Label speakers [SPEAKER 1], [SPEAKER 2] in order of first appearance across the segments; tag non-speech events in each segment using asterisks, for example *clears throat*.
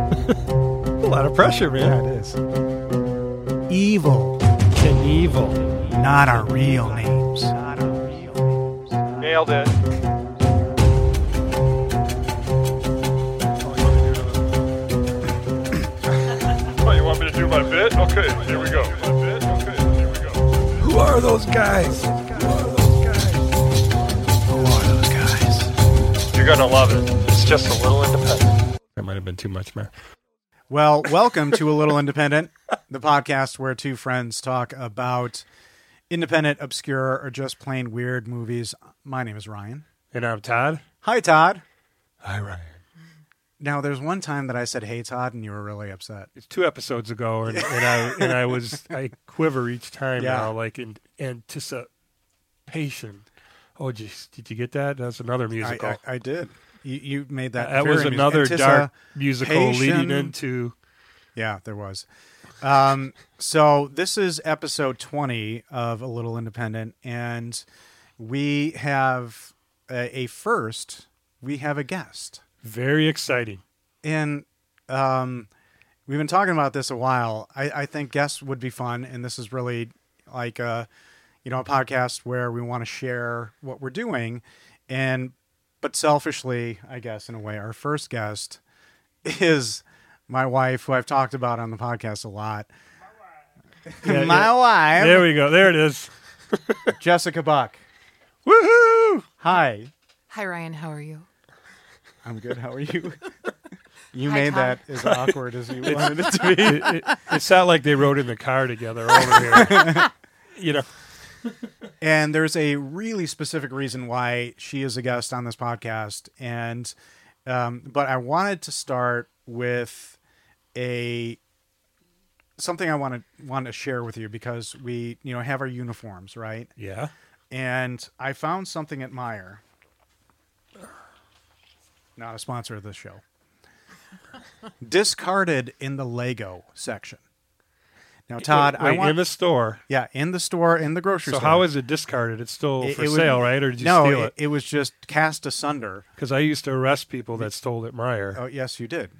[SPEAKER 1] A lot of pressure, man.
[SPEAKER 2] Yeah, it is. Evil,
[SPEAKER 1] Knievel.
[SPEAKER 2] not our real names.
[SPEAKER 3] Nailed it. oh, you want me to do my bit? Okay, here we go. My bit? Okay, here we go.
[SPEAKER 1] Who are those guys?
[SPEAKER 2] Who are those guys?
[SPEAKER 3] You're gonna love it. It's just a little independent.
[SPEAKER 1] That might have been too much, man.
[SPEAKER 2] Well, welcome to A Little Independent, the podcast where two friends talk about independent, obscure, or just plain weird movies. My name is Ryan.
[SPEAKER 1] And I'm Todd.
[SPEAKER 2] Hi, Todd.
[SPEAKER 1] Hi, Ryan.
[SPEAKER 2] Now, there's one time that I said, hey, Todd, and you were really upset.
[SPEAKER 1] It's two episodes ago, and, and I and I was I quiver each time
[SPEAKER 2] Yeah.
[SPEAKER 1] now, like in anticipation. Oh, geez, did you get that? That's another
[SPEAKER 2] I,
[SPEAKER 1] musical.
[SPEAKER 2] I, I did. You, you made that.
[SPEAKER 1] that was
[SPEAKER 2] very amusing.
[SPEAKER 1] another
[SPEAKER 2] Antissa-
[SPEAKER 1] dark musical leading
[SPEAKER 2] patient-
[SPEAKER 1] into
[SPEAKER 2] Yeah, there was. Um, so this is episode 20 of A Little Independent, and we have a, a first. We have a guest,
[SPEAKER 1] very exciting.
[SPEAKER 2] and um, we've been talking about this a while. I, I think guests would be fun, and this is really like a, you know, a podcast where we want to share what we're doing, and but selfishly, I guess in a way, our first guest is my wife, who I've talked about on the podcast a lot.
[SPEAKER 1] Yeah,
[SPEAKER 2] my
[SPEAKER 1] yeah.
[SPEAKER 2] wife,
[SPEAKER 1] There we go. There it is.
[SPEAKER 2] Jessica Buck.
[SPEAKER 1] Woohoo!
[SPEAKER 2] Hi,
[SPEAKER 4] Hi, Ryan. How are you?
[SPEAKER 2] I'm good. How are *laughs* you? you
[SPEAKER 4] Hi,
[SPEAKER 2] made
[SPEAKER 4] Todd.
[SPEAKER 2] that as awkward as you wanted it to be.
[SPEAKER 1] It- it- it's not like they rode in the car together over here. you know,
[SPEAKER 2] And there's a really specific reason why she is a guest on this podcast. And, um, but I wanted to start with a something I want to want to share with you because we, you know, have our uniforms, right?
[SPEAKER 1] yeah.
[SPEAKER 2] And I found something at Meyer, not a sponsor of this show, *laughs* discarded in the Lego section. Now, Todd,
[SPEAKER 1] Wait,
[SPEAKER 2] I want
[SPEAKER 1] in the store.
[SPEAKER 2] yeah in the store in the grocery
[SPEAKER 1] So
[SPEAKER 2] store.
[SPEAKER 1] how is it discarded? It's still for
[SPEAKER 2] was-
[SPEAKER 1] sale, right? Or did you
[SPEAKER 2] no,
[SPEAKER 1] steal it?
[SPEAKER 2] was just cast asunder.
[SPEAKER 1] Because I used to arrest people that stole at Meyer.
[SPEAKER 2] Oh yes, you did.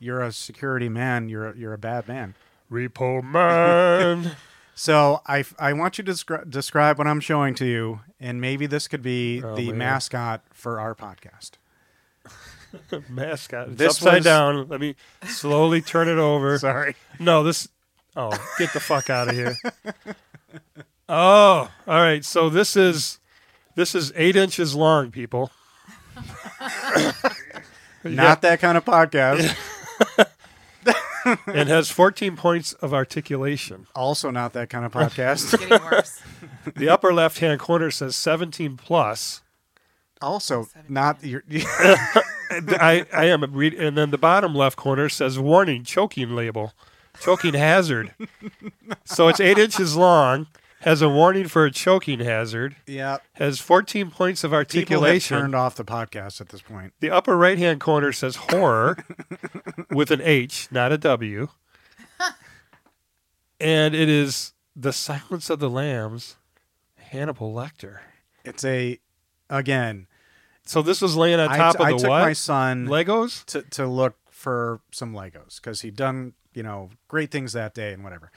[SPEAKER 2] You're a security man. You're a, you're a bad man.
[SPEAKER 1] Repo man. *laughs*
[SPEAKER 2] So I, I want you to descri- describe what I'm showing to you, and maybe this could be
[SPEAKER 1] Oh,
[SPEAKER 2] the
[SPEAKER 1] man.
[SPEAKER 2] mascot for
[SPEAKER 1] *laughs*
[SPEAKER 2] our podcast.
[SPEAKER 1] mascot. It's
[SPEAKER 2] This
[SPEAKER 1] upside
[SPEAKER 2] was-
[SPEAKER 1] down. Let me slowly turn it over.
[SPEAKER 2] *laughs* Sorry.
[SPEAKER 1] No, this. Oh, get the fuck out of here. Oh, all right. So this is this is eight inches long, people.
[SPEAKER 2] Not that kind
[SPEAKER 1] *laughs*
[SPEAKER 2] of podcast.
[SPEAKER 1] and has 14 points of articulation.
[SPEAKER 2] also, not that kind
[SPEAKER 1] *laughs*
[SPEAKER 2] of podcast.
[SPEAKER 4] *laughs*
[SPEAKER 2] *laughs*
[SPEAKER 4] Getting worse.
[SPEAKER 1] The upper left hand corner says 17 plus.
[SPEAKER 2] also, not your. *laughs*
[SPEAKER 1] And I, I am read, and then the bottom left corner says warning choking label, choking hazard. So it's eight inches long, has a warning for a choking hazard,
[SPEAKER 2] yeah.
[SPEAKER 1] has 14 points of
[SPEAKER 2] People have
[SPEAKER 1] articulation.
[SPEAKER 2] turned off the podcast at this point.
[SPEAKER 1] The upper right hand corner says horror with an H, not a W. And it is The Silence of the Lambs, Hannibal Lecter.
[SPEAKER 2] It's a, again.
[SPEAKER 1] So this was laying on
[SPEAKER 2] I
[SPEAKER 1] top
[SPEAKER 2] t- I
[SPEAKER 1] of the
[SPEAKER 2] took
[SPEAKER 1] what?
[SPEAKER 2] my son.
[SPEAKER 1] Legos?
[SPEAKER 2] to to look for some Legos because he'd done you know great things that day and whatever.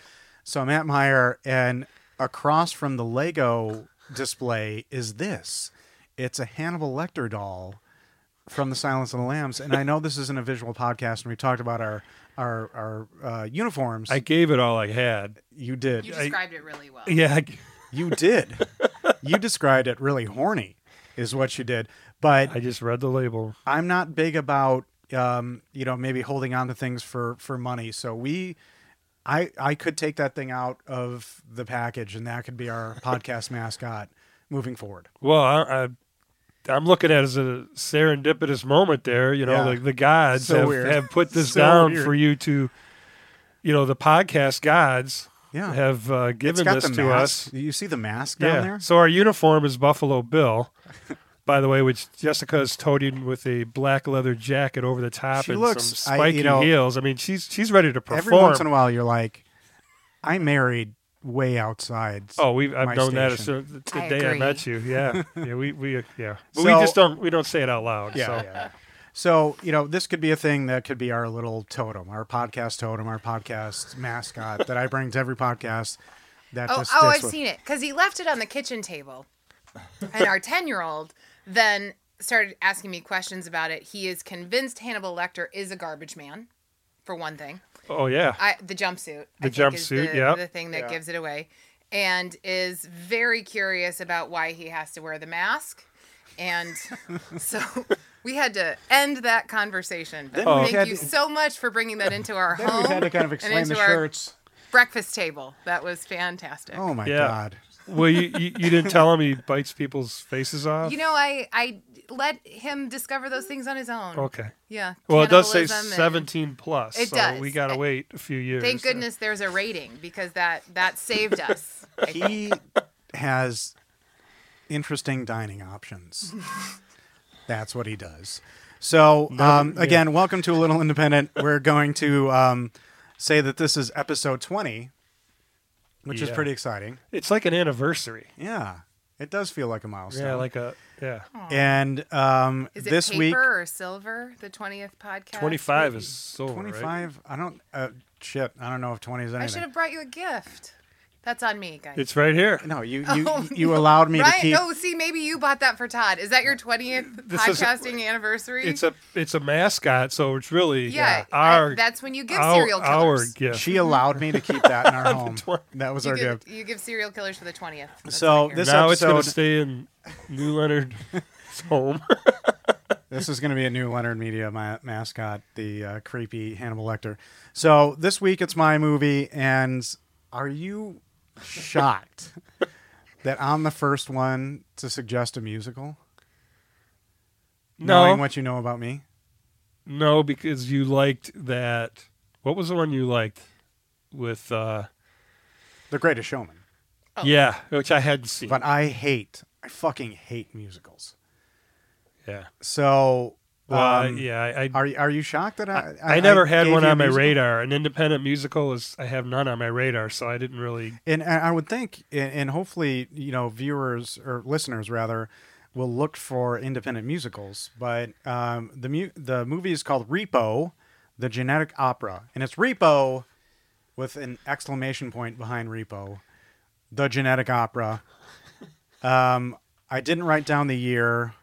[SPEAKER 2] So I'm at Meyer, and across from the Lego display is this. It's a Hannibal Lecter doll from The Silence of the Lambs, and I know this isn't a visual podcast, and we talked about our our our uh, uniforms.
[SPEAKER 1] I gave it all I had.
[SPEAKER 2] you did,
[SPEAKER 4] You
[SPEAKER 1] I-
[SPEAKER 4] described it really well.
[SPEAKER 1] Yeah. I,
[SPEAKER 2] you did, you described it really horny, is what you did. But
[SPEAKER 1] I just read the label.
[SPEAKER 2] I'm not big about um, you know maybe holding on to things for for money. So we, I I could take that thing out of the package, and that could
[SPEAKER 1] *laughs*
[SPEAKER 2] be our podcast mascot moving forward.
[SPEAKER 1] Well, I, I, I'm looking at it as a serendipitous moment there. You know,
[SPEAKER 2] Yeah.
[SPEAKER 1] like the gods
[SPEAKER 2] So
[SPEAKER 1] have,
[SPEAKER 2] weird.
[SPEAKER 1] have
[SPEAKER 2] *laughs*
[SPEAKER 1] put this
[SPEAKER 2] So
[SPEAKER 1] down
[SPEAKER 2] weird.
[SPEAKER 1] for you to, you know, the podcast gods
[SPEAKER 2] Yeah,
[SPEAKER 1] have uh,
[SPEAKER 2] it's
[SPEAKER 1] given
[SPEAKER 2] got
[SPEAKER 1] this
[SPEAKER 2] the
[SPEAKER 1] to
[SPEAKER 2] mask.
[SPEAKER 1] us.
[SPEAKER 2] You see the mask down
[SPEAKER 1] Yeah.
[SPEAKER 2] there?
[SPEAKER 1] So our uniform is Buffalo
[SPEAKER 2] *laughs*
[SPEAKER 1] Bill. By the way, which Jessica is toting with a black leather jacket over the top
[SPEAKER 2] She
[SPEAKER 1] and
[SPEAKER 2] looks-
[SPEAKER 1] some
[SPEAKER 2] I-
[SPEAKER 1] spiky
[SPEAKER 2] you know,
[SPEAKER 1] heels. I mean, she's she's ready to perform.
[SPEAKER 2] Every once in a while, you're like, I married way outside.
[SPEAKER 1] Oh, we I've
[SPEAKER 2] my
[SPEAKER 1] known that as
[SPEAKER 2] station.
[SPEAKER 1] soon- the, the
[SPEAKER 4] I
[SPEAKER 1] day I
[SPEAKER 4] agree.
[SPEAKER 2] *laughs*
[SPEAKER 5] *laughs*
[SPEAKER 1] met you. Yeah, yeah, we we yeah, but we
[SPEAKER 2] So-
[SPEAKER 1] just don't we don't say it out loud.
[SPEAKER 2] yeah,
[SPEAKER 1] so.
[SPEAKER 2] yeah, yeah. So, you know, this could be a thing that could be our little totem, our podcast totem, our podcast mascot that I bring to every podcast. That
[SPEAKER 5] Oh,
[SPEAKER 2] just
[SPEAKER 5] oh
[SPEAKER 2] sticks
[SPEAKER 5] I've
[SPEAKER 2] with-
[SPEAKER 5] seen it because he left it on the kitchen table, and our ten-year-old then started asking me questions about it. He is convinced Hannibal Lecter is a garbage man, for one thing.
[SPEAKER 1] Oh yeah.
[SPEAKER 5] I, the jumpsuit.
[SPEAKER 1] The
[SPEAKER 5] I think, is
[SPEAKER 1] jumpsuit,
[SPEAKER 5] the-
[SPEAKER 1] yep.
[SPEAKER 5] The thing that
[SPEAKER 2] Yeah.
[SPEAKER 5] gives it away, and is very curious about why he has to wear the mask,
[SPEAKER 2] *laughs*
[SPEAKER 5] and so we had to end that conversation. But
[SPEAKER 2] we
[SPEAKER 5] thank
[SPEAKER 2] had
[SPEAKER 5] you
[SPEAKER 2] to-
[SPEAKER 5] so much for bringing that into our
[SPEAKER 2] *laughs* Then
[SPEAKER 5] home
[SPEAKER 2] we had to kind of
[SPEAKER 5] and
[SPEAKER 2] explain
[SPEAKER 5] into
[SPEAKER 2] the
[SPEAKER 5] our
[SPEAKER 2] shirts.
[SPEAKER 5] breakfast table. That was fantastic.
[SPEAKER 2] Oh my
[SPEAKER 1] Yeah.
[SPEAKER 2] god.
[SPEAKER 1] Well, you, you you didn't tell him he bites people's faces off.
[SPEAKER 2] oh.
[SPEAKER 5] You know, I I let him discover those things on his own.
[SPEAKER 1] okay.
[SPEAKER 5] Yeah.
[SPEAKER 1] Well, it does say
[SPEAKER 5] cannibalism and-
[SPEAKER 1] 17 plus.
[SPEAKER 5] It
[SPEAKER 1] so
[SPEAKER 5] does.
[SPEAKER 1] We gotta wait a few years.
[SPEAKER 5] Thank
[SPEAKER 1] to-
[SPEAKER 5] goodness there's a rating because that that saved us. I think.
[SPEAKER 2] He has interesting dining
[SPEAKER 5] *laughs*
[SPEAKER 2] options. That's what he does. So, um, again, welcome to a little independent. We're going to um, say that this is episode 20, which is
[SPEAKER 1] Yeah.
[SPEAKER 2] pretty exciting.
[SPEAKER 1] It's like an anniversary.
[SPEAKER 2] Yeah. It does feel like a milestone.
[SPEAKER 1] Yeah, like a yeah.
[SPEAKER 5] Oh,
[SPEAKER 2] and um,
[SPEAKER 5] Is it
[SPEAKER 2] this
[SPEAKER 5] paper
[SPEAKER 2] week
[SPEAKER 5] or silver? The twentieth podcast.
[SPEAKER 1] 25 is silver. right?
[SPEAKER 2] 25 I don't uh, shit, I don't know if 20 is
[SPEAKER 5] I should
[SPEAKER 2] anything.
[SPEAKER 5] have brought you a gift. That's on me, guys.
[SPEAKER 1] It's right here.
[SPEAKER 2] no, you you
[SPEAKER 5] *laughs* Oh,
[SPEAKER 2] you allowed me
[SPEAKER 5] Right?
[SPEAKER 2] to keep
[SPEAKER 5] Oh, see, maybe you bought that for Todd. Is that your twentieth
[SPEAKER 1] This is-
[SPEAKER 5] podcasting anniversary?
[SPEAKER 1] It's a it's a mascot, so it's really
[SPEAKER 5] yeah. I-
[SPEAKER 1] our
[SPEAKER 5] that's when you give
[SPEAKER 1] our,
[SPEAKER 5] serial
[SPEAKER 1] our
[SPEAKER 5] killers.
[SPEAKER 1] gift.
[SPEAKER 2] She allowed me to keep
[SPEAKER 1] *laughs*
[SPEAKER 2] that in our home. That was
[SPEAKER 5] you
[SPEAKER 2] our
[SPEAKER 5] give,
[SPEAKER 2] gift.
[SPEAKER 5] you give serial killers for the twentieth.
[SPEAKER 2] So this-
[SPEAKER 1] now it's gonna
[SPEAKER 2] episode-
[SPEAKER 1] stay in New
[SPEAKER 2] *laughs*
[SPEAKER 1] Leonard's home.
[SPEAKER 2] This is going to be a new Leonard Media ma- mascot, the uh, creepy Hannibal Lecter. So this week it's my movie, and are you
[SPEAKER 1] *laughs*
[SPEAKER 2] shocked that I'm the first one to suggest a musical?
[SPEAKER 1] no,
[SPEAKER 2] Knowing what you know about me,
[SPEAKER 1] no, because you liked that. What was the one you liked with? uh
[SPEAKER 2] The Greatest Showman.
[SPEAKER 1] Yeah, which I hadn't seen.
[SPEAKER 2] But I hate, I fucking hate musicals.
[SPEAKER 1] yeah,
[SPEAKER 2] So,
[SPEAKER 1] well,
[SPEAKER 2] um,
[SPEAKER 1] Uh, yeah, I, I,
[SPEAKER 2] Are you- are you shocked that I
[SPEAKER 1] I never had
[SPEAKER 2] gave
[SPEAKER 1] one
[SPEAKER 2] you a
[SPEAKER 1] on my
[SPEAKER 2] musical?
[SPEAKER 1] radar. An independent musical is I have none on my radar, so I didn't really.
[SPEAKER 2] And and I would think, and and hopefully, you know, viewers or listeners rather will look for independent musicals. But um, the mu- the movie is called Repo, the Genetic Opera, and it's Repo with an exclamation point behind Repo, the Genetic Opera. Um, I didn't write down the year,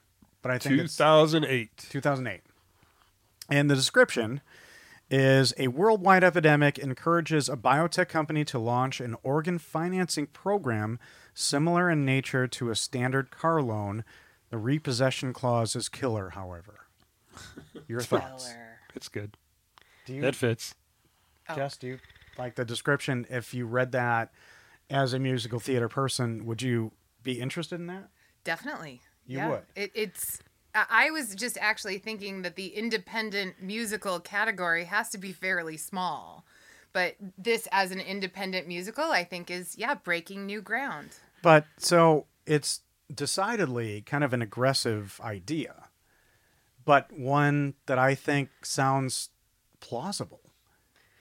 [SPEAKER 2] but I think it's
[SPEAKER 1] 2008.
[SPEAKER 2] 2008. And the description is a worldwide epidemic encourages a biotech company to launch an organ financing program similar in nature to a standard car loan. The repossession clause is killer, however. Your thoughts?
[SPEAKER 5] Killer.
[SPEAKER 1] It's good.
[SPEAKER 2] Do you,
[SPEAKER 1] That fits.
[SPEAKER 2] Jess, do you like the description? If you read that as a musical theater person, would you be interested in that?
[SPEAKER 5] Definitely.
[SPEAKER 2] You
[SPEAKER 5] Yeah.
[SPEAKER 2] would.
[SPEAKER 5] It, it's. I I was just actually thinking that the independent musical category has to be fairly small, but this as an independent musical, I think is yeah breaking new ground.
[SPEAKER 2] But so it's decidedly kind of an aggressive idea, but one that I think sounds plausible.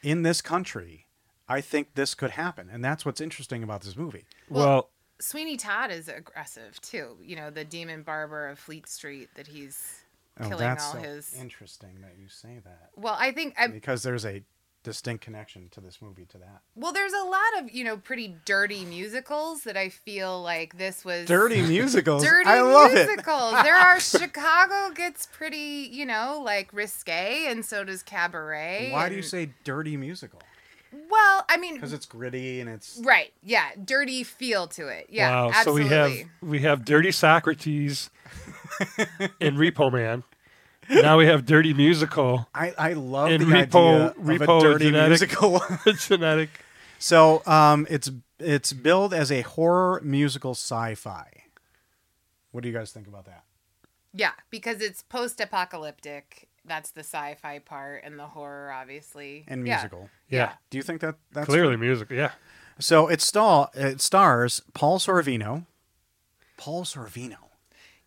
[SPEAKER 2] In this country, I think this could happen. And that's what's interesting about this movie.
[SPEAKER 1] Well,
[SPEAKER 5] Sweeney Todd is aggressive too. You know the demon barber of Fleet Street that he's
[SPEAKER 2] Oh,
[SPEAKER 5] killing
[SPEAKER 2] that's
[SPEAKER 5] all
[SPEAKER 2] so
[SPEAKER 5] his.
[SPEAKER 2] interesting that you say that
[SPEAKER 5] well, I think I,
[SPEAKER 2] because there's a distinct connection to this movie to that.
[SPEAKER 5] well, there's a lot of you know pretty dirty musicals that I feel like this was *laughs*
[SPEAKER 2] Dirty musicals.
[SPEAKER 5] dirty
[SPEAKER 2] I love it.
[SPEAKER 5] musicals. there are Chicago gets pretty, you know, like risque, and so does cabaret.
[SPEAKER 2] Why do you
[SPEAKER 5] and-
[SPEAKER 2] say dirty musical?
[SPEAKER 5] Well, I mean,
[SPEAKER 2] Because it's gritty and it's
[SPEAKER 5] right, yeah, dirty feel to it. Yeah,
[SPEAKER 1] wow.
[SPEAKER 5] absolutely.
[SPEAKER 1] So we have we have Dirty Socrates and Repo Man. Now we have Dirty Musical, *laughs*
[SPEAKER 2] I, I love
[SPEAKER 1] And
[SPEAKER 2] the
[SPEAKER 1] Repo-
[SPEAKER 2] idea
[SPEAKER 1] Repo
[SPEAKER 2] of a dirty
[SPEAKER 1] Genetic- *laughs*
[SPEAKER 2] musical.
[SPEAKER 1] genetic.
[SPEAKER 2] so um, it's it's billed as a horror musical sci-fi. What do you guys think about that?
[SPEAKER 5] yeah, because it's post-apocalyptic. That's the sci-fi part and the horror, obviously,
[SPEAKER 2] And
[SPEAKER 5] Yeah.
[SPEAKER 2] musical.
[SPEAKER 1] Yeah,
[SPEAKER 2] Do you think that that's
[SPEAKER 1] clearly musical. Yeah.
[SPEAKER 2] So it star it stars Paul Sorvino. Paul Sorvino.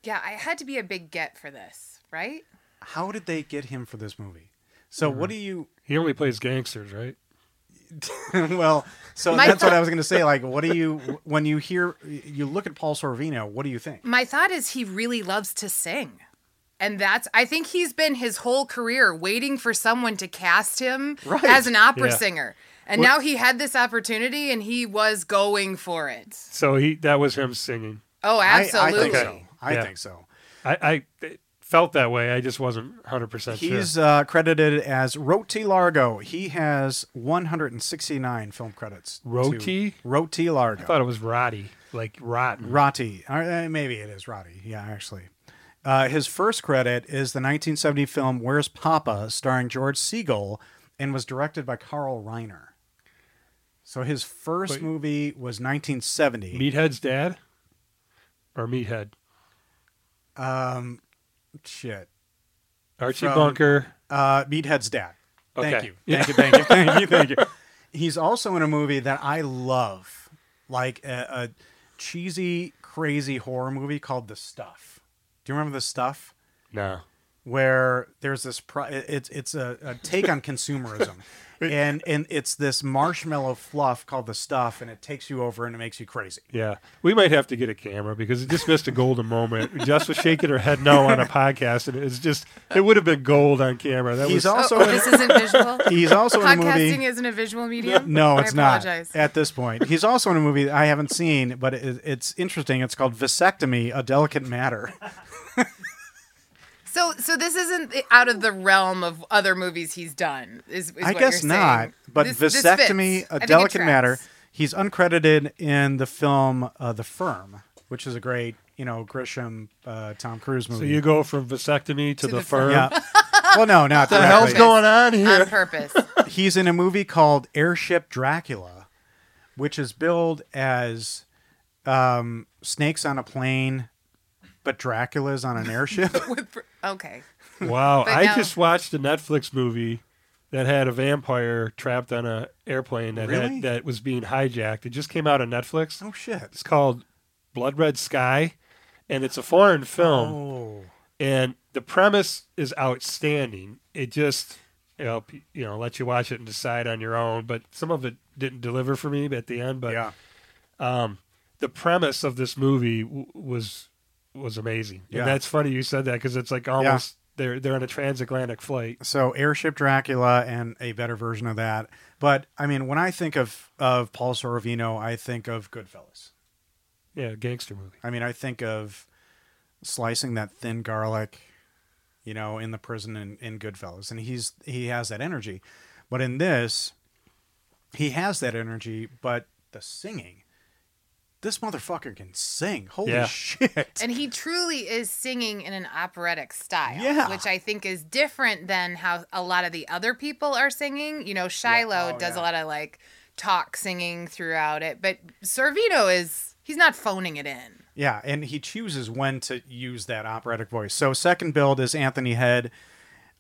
[SPEAKER 5] Yeah, I had to be a big get for this, right?
[SPEAKER 2] How did they get him for this movie? So what do you? *laughs*
[SPEAKER 1] He only plays gangsters, right?
[SPEAKER 2] well, so
[SPEAKER 5] My
[SPEAKER 2] that's what
[SPEAKER 5] thought-
[SPEAKER 2] I was going to say. Like, what do you when you
[SPEAKER 5] Mm,
[SPEAKER 2] hear you look at Paul Sorvino? What do you think?
[SPEAKER 5] My thought is he really loves to sing. And that's I think he's been his whole career waiting for someone to cast him
[SPEAKER 2] Right.
[SPEAKER 5] as an opera
[SPEAKER 1] Yeah.
[SPEAKER 5] singer. And now he had this opportunity and he was going for it.
[SPEAKER 1] So he that was him singing.
[SPEAKER 5] Oh,
[SPEAKER 2] I- I,
[SPEAKER 5] absolutely.
[SPEAKER 2] think so. I
[SPEAKER 1] Yeah.
[SPEAKER 2] think so.
[SPEAKER 1] I, I felt that way. I just wasn't 100 percent sure.
[SPEAKER 2] He's uh, credited as Roti Largo. He has 169 film credits. to-
[SPEAKER 1] Roti?
[SPEAKER 2] Roti Largo.
[SPEAKER 1] I thought it was Roddy, like rotten.
[SPEAKER 2] Rotti. Uh, maybe it is Rotti. Yeah, actually. Uh, his first credit is the 1970 film Where's Papa, starring George Segal, and was directed by Carl Reiner. So his first
[SPEAKER 1] Wait.
[SPEAKER 2] movie was 1970.
[SPEAKER 1] Meathead's dad, or Meathead.
[SPEAKER 2] um, shit.
[SPEAKER 1] Archie
[SPEAKER 2] From-
[SPEAKER 1] Bunker.
[SPEAKER 2] Uh, Meathead's dad. Thank
[SPEAKER 1] Okay.
[SPEAKER 2] you. Thank you. Thank you. Thank you. Thank you. *laughs* He's also in a movie that I love, like a, a cheesy, crazy horror movie called The Stuff. Do you remember The Stuff?
[SPEAKER 1] No.
[SPEAKER 2] where there's this pro- it- it's it's a, a take on consumerism *laughs* and and it's this marshmallow fluff called the stuff and it takes you over and it makes you crazy
[SPEAKER 1] Yeah, we might have to get a camera because it just missed a golden moment. *laughs* Jess was shaking her head no on a podcast, and it's just it would have been gold on camera. That
[SPEAKER 2] he's
[SPEAKER 1] was
[SPEAKER 2] also
[SPEAKER 5] oh,
[SPEAKER 2] in, *laughs*
[SPEAKER 5] this isn't visual.
[SPEAKER 2] he's also in a
[SPEAKER 5] Podcasting
[SPEAKER 2] movie
[SPEAKER 5] isn't a visual
[SPEAKER 2] *laughs*
[SPEAKER 5] medium.
[SPEAKER 2] no it's
[SPEAKER 5] I
[SPEAKER 2] not
[SPEAKER 5] apologize.
[SPEAKER 2] at this point he's also in a movie that i haven't seen but it, it's interesting it's called vasectomy a delicate matter
[SPEAKER 5] So, so this isn't the- out of the realm of other movies he's done. Is, is
[SPEAKER 2] i
[SPEAKER 5] what
[SPEAKER 2] guess
[SPEAKER 5] you're
[SPEAKER 2] not
[SPEAKER 5] saying.
[SPEAKER 2] but
[SPEAKER 5] This- this
[SPEAKER 2] vasectomy
[SPEAKER 5] fits. I
[SPEAKER 2] a
[SPEAKER 5] think it
[SPEAKER 2] delicate matter
[SPEAKER 5] tracks.
[SPEAKER 2] he's uncredited in the film uh, the firm which is a great you know grisham uh, tom cruise movie
[SPEAKER 1] so you go from vasectomy to,
[SPEAKER 5] To
[SPEAKER 1] the,
[SPEAKER 5] the
[SPEAKER 1] firm.
[SPEAKER 5] firm.
[SPEAKER 2] Yeah. *laughs* Well, no, not
[SPEAKER 5] *laughs*
[SPEAKER 1] What the hell's
[SPEAKER 2] directly.
[SPEAKER 1] going on
[SPEAKER 5] on
[SPEAKER 1] here?
[SPEAKER 2] *laughs*
[SPEAKER 5] purpose.
[SPEAKER 2] He's in a movie called Airship Dracula, which is billed as um, snakes on a plane, but Dracula's on an
[SPEAKER 1] *laughs*
[SPEAKER 2] airship.
[SPEAKER 5] okay,
[SPEAKER 1] Wow,
[SPEAKER 5] But
[SPEAKER 1] I
[SPEAKER 5] no.
[SPEAKER 1] just watched a Netflix movie that had a vampire trapped on a airplane that
[SPEAKER 2] Really?
[SPEAKER 1] had, that was being hijacked. It just came out on Netflix.
[SPEAKER 2] oh shit!
[SPEAKER 1] It's called Blood Red Sky, and it's a foreign film.
[SPEAKER 2] Oh,
[SPEAKER 1] and the premise is outstanding. It just you know, p- you know let you watch it and decide on your own. But some of it didn't deliver for me at the end. But
[SPEAKER 2] yeah.
[SPEAKER 1] the premise of this movie w- was was amazing.
[SPEAKER 2] Yeah.
[SPEAKER 1] And that's funny you said that because it's like almost they're they're on a transatlantic flight.
[SPEAKER 2] So Airship Dracula and a better version of that. But I mean, when I think of of Paul Sorvino, I think of Goodfellas.
[SPEAKER 1] Yeah, gangster movie.
[SPEAKER 2] I mean, I think of slicing that thin garlic, you know, in the prison in, in Goodfellas, and he's he has that energy, but in this, he has that energy, but the singing, this motherfucker can sing. Holy
[SPEAKER 1] Yeah.
[SPEAKER 2] shit!
[SPEAKER 5] and he truly is singing in an operatic style,
[SPEAKER 2] Yeah.
[SPEAKER 5] which I think is different than how a lot of the other people are singing. You know, Shiloh
[SPEAKER 2] Oh,
[SPEAKER 5] does
[SPEAKER 2] yeah.
[SPEAKER 5] a lot of like talk singing throughout it, but Servino is he's not phoning it in.
[SPEAKER 2] Yeah, and he chooses when to use that operatic voice. So second build is Anthony Head,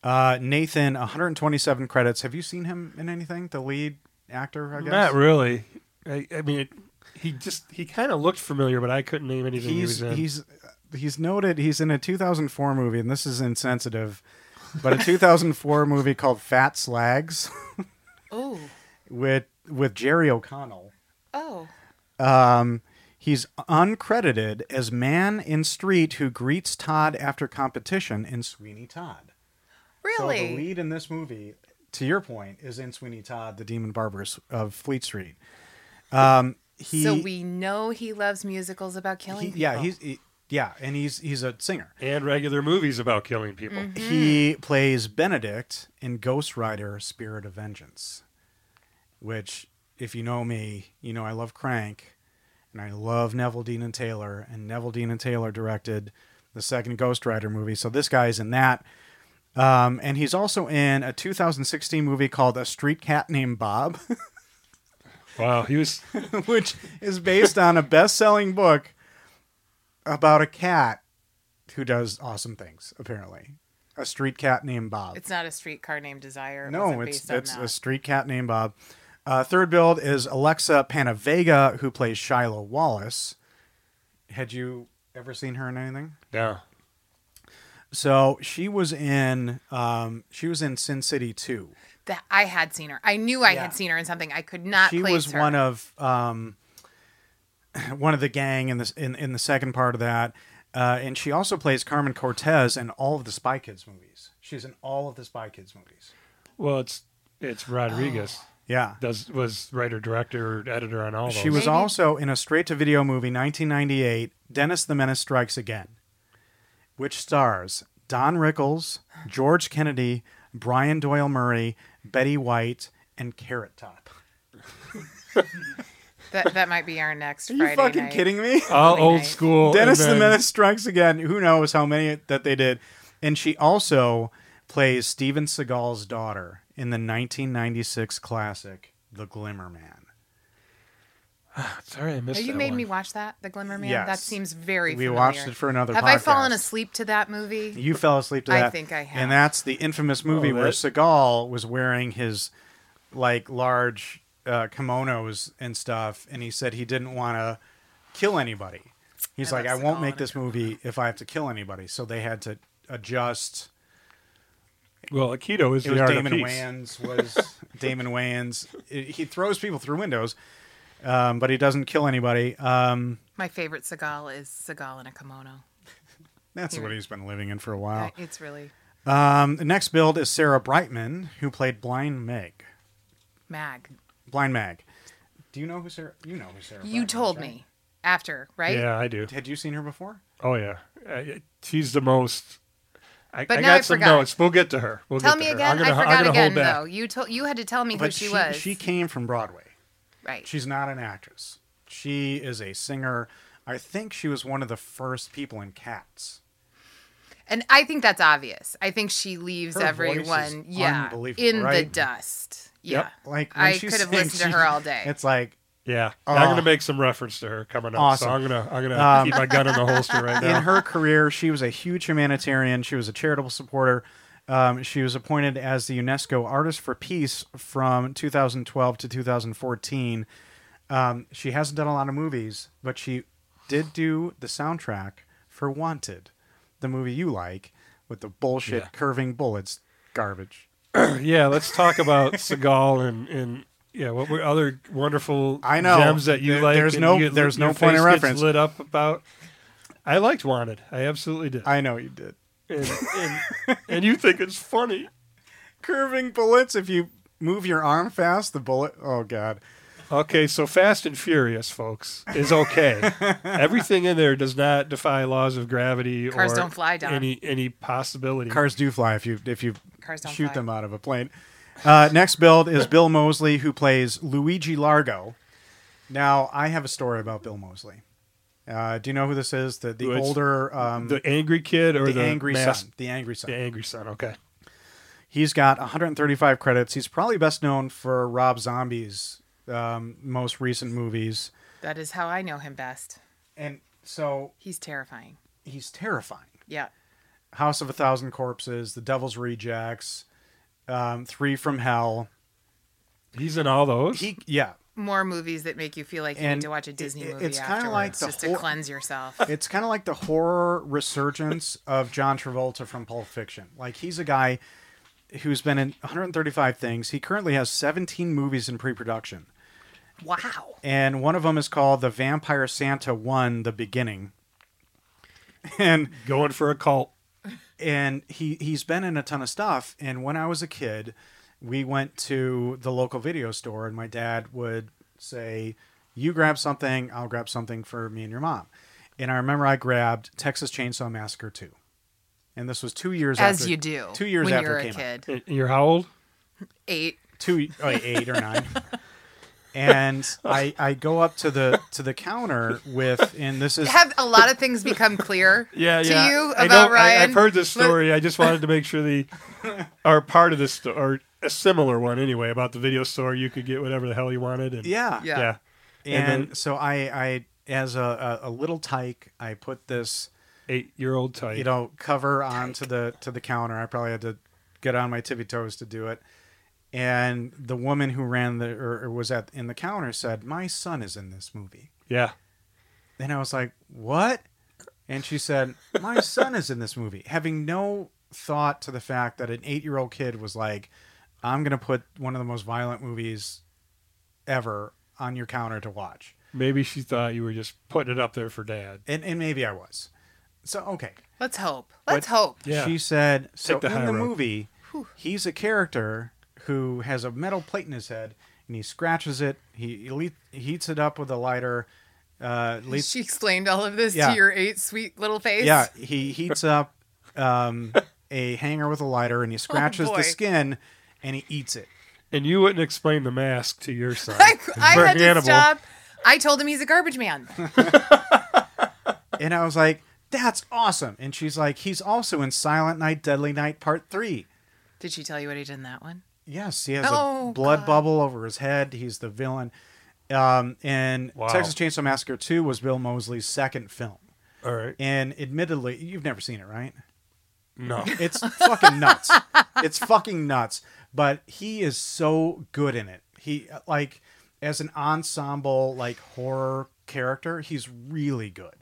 [SPEAKER 2] uh, Nathan, 127 credits. Have you seen him in anything? The lead actor, I guess.
[SPEAKER 1] Not really. I, I mean, it, he just he kind of looked familiar, but I couldn't name anything he was
[SPEAKER 2] he's
[SPEAKER 1] in.
[SPEAKER 2] he's he's noted he's in a 2004 movie and this is insensitive but a
[SPEAKER 1] *laughs*
[SPEAKER 2] 2004 movie called fat slags
[SPEAKER 5] Oh,
[SPEAKER 2] with with jerry o'connell
[SPEAKER 5] oh,
[SPEAKER 2] um he's uncredited as man in street who greets todd after competition in sweeney todd
[SPEAKER 5] really?
[SPEAKER 2] so the lead in this movie to your point is in sweeney todd the demon barbers of fleet street um he
[SPEAKER 5] so we know he loves musicals about
[SPEAKER 2] he-
[SPEAKER 5] killing.
[SPEAKER 2] yeah
[SPEAKER 5] people.
[SPEAKER 2] he's he, yeah and he's he's a singer
[SPEAKER 1] and regular movies about killing people.
[SPEAKER 5] Mm-hmm.
[SPEAKER 2] He plays Benedict in Ghost Rider Spirit of Vengeance, which, if you know me, you know I love Crank and I love Neville Dean and Taylor. And Neville Dean and Taylor directed the second Ghost Rider movie. So this guy's in that. Um, and he's also in a 2016 movie called A Street Cat Named Bob, *laughs*
[SPEAKER 1] Wow, he
[SPEAKER 5] *laughs*
[SPEAKER 1] was
[SPEAKER 2] which is based on a best selling book about a cat who does awesome things, apparently. A Street Cat Named Bob.
[SPEAKER 5] It's not a streetcar named Desire. It
[SPEAKER 2] No,
[SPEAKER 5] wasn't
[SPEAKER 2] it's
[SPEAKER 5] based on
[SPEAKER 2] it's
[SPEAKER 5] that.
[SPEAKER 2] a street cat named Bob. Uh, third build is Alexa Panavega, who plays Shiloh Wallace. Had you ever seen her in anything?
[SPEAKER 1] no.
[SPEAKER 2] So she was in um, she was in Sin City two.
[SPEAKER 5] that I had seen her. I knew I
[SPEAKER 2] Yeah.
[SPEAKER 5] had seen her in something. I could not.
[SPEAKER 2] she
[SPEAKER 5] place
[SPEAKER 2] was
[SPEAKER 5] her.
[SPEAKER 2] one *laughs* of um, one of the gang in this in, in the second part of that. Uh, and she also plays Carmen Cortez in all of the Spy Kids movies. She's in all of the Spy Kids movies.
[SPEAKER 1] Well, it's it's Rodriguez
[SPEAKER 5] Oh.
[SPEAKER 2] Yeah.
[SPEAKER 1] does was writer, director, editor on all those.
[SPEAKER 2] She was
[SPEAKER 5] Maybe-
[SPEAKER 2] also in a straight to video movie, 1998, Dennis the Menace Strikes Again, which stars Don Rickles, George Kennedy, Brian Doyle Murray, Betty White, and Carrot Top.
[SPEAKER 5] That that might be our next
[SPEAKER 2] Are you
[SPEAKER 5] Friday
[SPEAKER 2] fucking
[SPEAKER 5] night.
[SPEAKER 2] kidding me?
[SPEAKER 1] all
[SPEAKER 5] Really
[SPEAKER 1] old
[SPEAKER 5] nice.
[SPEAKER 1] school.
[SPEAKER 2] Dennis
[SPEAKER 1] and
[SPEAKER 2] the
[SPEAKER 1] then-
[SPEAKER 2] Menace Strikes Again. Who knows how many that they did? And she also plays Steven Seagal's daughter in the 1996 classic The Glimmer Man.
[SPEAKER 1] Sorry, I missed
[SPEAKER 5] Oh, you
[SPEAKER 1] that
[SPEAKER 5] made
[SPEAKER 1] one.
[SPEAKER 5] me watch that, The Glimmer Man. That
[SPEAKER 2] Yes.
[SPEAKER 5] seems very.
[SPEAKER 2] We
[SPEAKER 5] familiar.
[SPEAKER 2] watched it for another.
[SPEAKER 5] Have I fallen
[SPEAKER 2] podcast.
[SPEAKER 5] asleep to that movie?
[SPEAKER 2] You fell asleep to
[SPEAKER 5] I
[SPEAKER 2] that.
[SPEAKER 5] think I have.
[SPEAKER 2] And that's the infamous movie
[SPEAKER 1] Oh,
[SPEAKER 2] where
[SPEAKER 1] that-
[SPEAKER 2] Seagal was wearing his like large uh, kimonos and stuff, and he said he didn't want to kill anybody. He's
[SPEAKER 5] I
[SPEAKER 2] like, I
[SPEAKER 5] love
[SPEAKER 2] won't
[SPEAKER 5] Seagal
[SPEAKER 2] make
[SPEAKER 5] in
[SPEAKER 2] this movie if I have to kill anybody. So they had to adjust.
[SPEAKER 1] Well, Aikido is
[SPEAKER 2] It
[SPEAKER 1] the
[SPEAKER 2] was
[SPEAKER 1] art
[SPEAKER 2] Damon
[SPEAKER 1] of peace.
[SPEAKER 2] Wayans. Was *laughs* Damon Wayans? It- he throws people through windows, um, but he doesn't kill anybody. Um,
[SPEAKER 5] My favorite Seagal is Seagal in a kimono.
[SPEAKER 2] that's
[SPEAKER 5] Here.
[SPEAKER 2] what he's been living in for a while.
[SPEAKER 5] I- It's really
[SPEAKER 2] Um, the next build is Sarah Brightman, who played Blind Meg.
[SPEAKER 5] mag.
[SPEAKER 2] Blind Mag. Do you know who Sarah? You know who Sarah?
[SPEAKER 5] You
[SPEAKER 2] Brightman
[SPEAKER 5] told
[SPEAKER 2] is, right?
[SPEAKER 5] me after, right?
[SPEAKER 1] Yeah, I do.
[SPEAKER 2] Had you seen her before?
[SPEAKER 1] Oh yeah, I, she's the most. I,
[SPEAKER 5] But
[SPEAKER 1] I
[SPEAKER 5] now
[SPEAKER 1] got
[SPEAKER 5] I
[SPEAKER 1] some
[SPEAKER 5] forgot.
[SPEAKER 1] notes. We'll get to her. We'll
[SPEAKER 5] Tell
[SPEAKER 1] get to
[SPEAKER 5] me
[SPEAKER 1] her.
[SPEAKER 5] again.
[SPEAKER 1] I'm gonna,
[SPEAKER 5] I
[SPEAKER 1] I'm
[SPEAKER 5] forgot
[SPEAKER 1] gonna
[SPEAKER 5] again
[SPEAKER 1] hold back.
[SPEAKER 5] though. You told you had to tell me who
[SPEAKER 2] but
[SPEAKER 5] she, was.
[SPEAKER 2] She came from Broadway.
[SPEAKER 5] right.
[SPEAKER 2] She's not an actress. She is a singer. I think she was one of the first people in Cats.
[SPEAKER 5] And I think that's obvious. I think she leaves
[SPEAKER 2] Her voice is
[SPEAKER 5] everyone, yeah,
[SPEAKER 2] unbelievable,
[SPEAKER 5] in the
[SPEAKER 2] right?
[SPEAKER 5] dust. Yeah.
[SPEAKER 1] Yep.
[SPEAKER 2] Like when
[SPEAKER 5] I
[SPEAKER 2] she
[SPEAKER 5] could have
[SPEAKER 2] sang,
[SPEAKER 5] listened to
[SPEAKER 2] she-
[SPEAKER 5] her all day.
[SPEAKER 2] *laughs* It's like
[SPEAKER 1] Yeah, I'm
[SPEAKER 2] Oh.
[SPEAKER 1] gonna make some reference to her coming up.
[SPEAKER 2] Awesome.
[SPEAKER 1] So I'm gonna I'm gonna
[SPEAKER 2] Um,
[SPEAKER 1] keep my gun in the holster
[SPEAKER 2] *laughs*
[SPEAKER 1] right now.
[SPEAKER 2] in her career, she was a huge humanitarian. She was a charitable supporter. Um, she was appointed as the UNESCO Artist for Peace from 2012 to 2014. Um, she hasn't done a lot of movies, but she did do the soundtrack for Wanted, the movie you like, with the bullshit
[SPEAKER 1] Yeah.
[SPEAKER 2] curving bullets garbage.
[SPEAKER 1] yeah, let's talk about Seagal and and yeah, what were other wonderful
[SPEAKER 2] I know.
[SPEAKER 1] gems that you
[SPEAKER 2] There-
[SPEAKER 1] like?
[SPEAKER 2] there's
[SPEAKER 1] and
[SPEAKER 2] no-
[SPEAKER 1] you-
[SPEAKER 2] there's
[SPEAKER 1] your
[SPEAKER 2] no point of
[SPEAKER 1] face gets
[SPEAKER 2] reference.
[SPEAKER 1] lit up about. I liked Wanted. I absolutely did.
[SPEAKER 2] I know you did.
[SPEAKER 1] and, and, and you think it's funny?
[SPEAKER 2] Curving bullets, if you move your arm fast, the bullet. Oh, God.
[SPEAKER 1] Okay, so Fast and Furious, folks, is
[SPEAKER 2] *laughs*
[SPEAKER 1] okay. Everything in there does not defy laws of gravity
[SPEAKER 5] Cars
[SPEAKER 1] or
[SPEAKER 5] don't fly, Don.
[SPEAKER 1] any any possibility.
[SPEAKER 2] Mm-hmm. Cars do fly if you if you
[SPEAKER 5] Cars don't
[SPEAKER 2] shoot
[SPEAKER 5] fly.
[SPEAKER 2] them out of a plane. Uh, next build is Bill Mosley, who plays Luigi Largo. Now I have a story about Bill Mosley. Uh, do you know who this is? The the
[SPEAKER 1] Who it's-
[SPEAKER 2] older, um, the,
[SPEAKER 1] the angry kid or the,
[SPEAKER 2] angry
[SPEAKER 1] mass-
[SPEAKER 2] son, the angry son.
[SPEAKER 1] The angry son. Okay.
[SPEAKER 2] He's got 135 credits. He's probably best known for Rob Zombie's um, most recent movies,
[SPEAKER 5] That is how I know him best.
[SPEAKER 2] and so
[SPEAKER 5] He's terrifying.
[SPEAKER 2] he's terrifying.
[SPEAKER 5] Yeah.
[SPEAKER 2] House of a Thousand Corpses, The Devil's Rejects, um, Three from Hell.
[SPEAKER 1] He's in all those.
[SPEAKER 2] He yeah,
[SPEAKER 5] More movies that make you feel like you
[SPEAKER 2] And
[SPEAKER 5] need to watch a Disney
[SPEAKER 2] it- it-
[SPEAKER 5] movie
[SPEAKER 2] it's kinda
[SPEAKER 5] afterwards,
[SPEAKER 2] like the
[SPEAKER 5] just
[SPEAKER 2] whole-
[SPEAKER 5] to cleanse yourself.
[SPEAKER 2] *laughs* it's kind of like the horror resurgence of John Travolta from Pulp Fiction. Like he's a guy who's been in 135 things. He currently has 17 movies in pre-production,
[SPEAKER 5] wow.
[SPEAKER 2] and one of them is called The Vampire Santa One: The Beginning. And
[SPEAKER 1] going for a cult.
[SPEAKER 2] and he he's been in a ton of stuff. And when I was a kid, we went to the local video store, and my dad would say, "You grab something, I'll grab something for me and your mom." And I remember I grabbed Texas Chainsaw Massacre two, and this was two years
[SPEAKER 5] As
[SPEAKER 2] after,
[SPEAKER 5] you do.
[SPEAKER 2] two years
[SPEAKER 5] when
[SPEAKER 2] after
[SPEAKER 5] you're
[SPEAKER 2] it
[SPEAKER 5] a
[SPEAKER 2] came out.
[SPEAKER 5] kid.
[SPEAKER 1] And You're how old?
[SPEAKER 5] Eight.
[SPEAKER 2] two oh, eight or
[SPEAKER 5] *laughs*
[SPEAKER 2] nine. And I, I go up to the to the counter with and this is
[SPEAKER 5] Have a lot of things become clear
[SPEAKER 2] *laughs*
[SPEAKER 5] to you
[SPEAKER 1] I
[SPEAKER 5] about
[SPEAKER 1] know-
[SPEAKER 5] Ryan?
[SPEAKER 1] I, have heard this story. I just wanted to make sure the or part of this sto- or a similar one anyway about the video store. You could get whatever the hell you wanted. And,
[SPEAKER 2] yeah
[SPEAKER 5] Yeah.
[SPEAKER 1] yeah.
[SPEAKER 2] and,
[SPEAKER 1] And
[SPEAKER 2] so I I as a, a, a little tyke I put this
[SPEAKER 1] Eight year old type.
[SPEAKER 2] you know cover onto the to the counter i probably had to get on my tippy toes to do it and the woman who ran the or, or was at in the counter said my son is in this movie
[SPEAKER 1] yeah.
[SPEAKER 2] and i was like what and she said my son is in this movie having no thought to the fact that an eight-year-old kid was like i'm gonna put one of the most violent movies ever on your counter to watch
[SPEAKER 1] Maybe she thought you were just putting it up there for dad.
[SPEAKER 2] and, and maybe I was. So okay,
[SPEAKER 5] Let's hope. Let's hope.
[SPEAKER 1] Yeah.
[SPEAKER 2] she said. So
[SPEAKER 1] Take the
[SPEAKER 2] in
[SPEAKER 1] high
[SPEAKER 2] the
[SPEAKER 1] road.
[SPEAKER 2] movie, he's a character who has a metal plate in his head, and he scratches it. He, he le- heats it up with a lighter. Uh, leads
[SPEAKER 5] She explained all of this
[SPEAKER 2] Yeah.
[SPEAKER 5] to your eight sweet little face.
[SPEAKER 2] Yeah, he heats up um, a hanger with a lighter and he scratches
[SPEAKER 5] boy.
[SPEAKER 2] the skin and he eats it.
[SPEAKER 1] And you wouldn't explain the mask to your son.
[SPEAKER 5] *laughs* *laughs* I, I
[SPEAKER 1] For
[SPEAKER 5] had to
[SPEAKER 1] Hannibal.
[SPEAKER 5] stop. I told him he's a garbage man. *laughs*
[SPEAKER 2] And I was like, that's awesome. And she's like, he's also in Silent Night, Deadly Night Part 3.
[SPEAKER 5] Did she tell you what he did in that one?
[SPEAKER 2] Yes, he has
[SPEAKER 5] Oh,
[SPEAKER 2] a blood
[SPEAKER 5] God.
[SPEAKER 2] bubble over his head. He's the villain. Um, and
[SPEAKER 1] Wow.
[SPEAKER 2] Texas Chainsaw Massacre 2 was Bill Mosley's second film.
[SPEAKER 1] All right.
[SPEAKER 2] And admittedly, you've never seen it, right?
[SPEAKER 1] No.
[SPEAKER 2] It's fucking nuts. It's fucking nuts. But he is so good in it. He like as an ensemble like horror character, he's really good.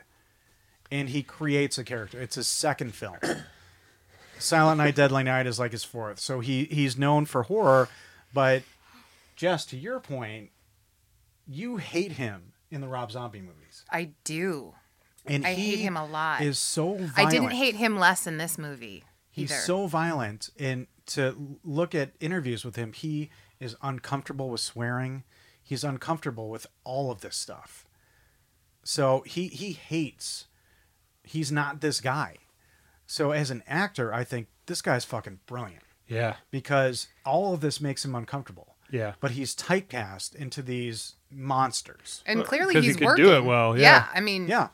[SPEAKER 2] And he creates a character. It's his second film. *coughs* Silent Night, Deadly Night is like his fourth. So he he's known for horror, but Jess, to your point, you hate him in the Rob Zombie movies.
[SPEAKER 5] I do.
[SPEAKER 2] And
[SPEAKER 5] I hate
[SPEAKER 2] he
[SPEAKER 5] him a lot.
[SPEAKER 2] Is so violent.
[SPEAKER 5] I didn't hate him less in this movie.
[SPEAKER 2] He's
[SPEAKER 5] either.
[SPEAKER 2] so violent, and to l- look at interviews with him, he is uncomfortable with swearing. He's uncomfortable with all of this stuff. So he he hates. He's not this guy. So as an actor, I think this guy's fucking brilliant
[SPEAKER 1] Yeah.
[SPEAKER 2] because all of this makes him uncomfortable.
[SPEAKER 1] Yeah.
[SPEAKER 2] But he's typecast into these monsters.
[SPEAKER 5] and clearly
[SPEAKER 1] because he
[SPEAKER 5] he's
[SPEAKER 1] can
[SPEAKER 5] working.
[SPEAKER 1] do it well, yeah.
[SPEAKER 5] I mean,
[SPEAKER 2] Yeah.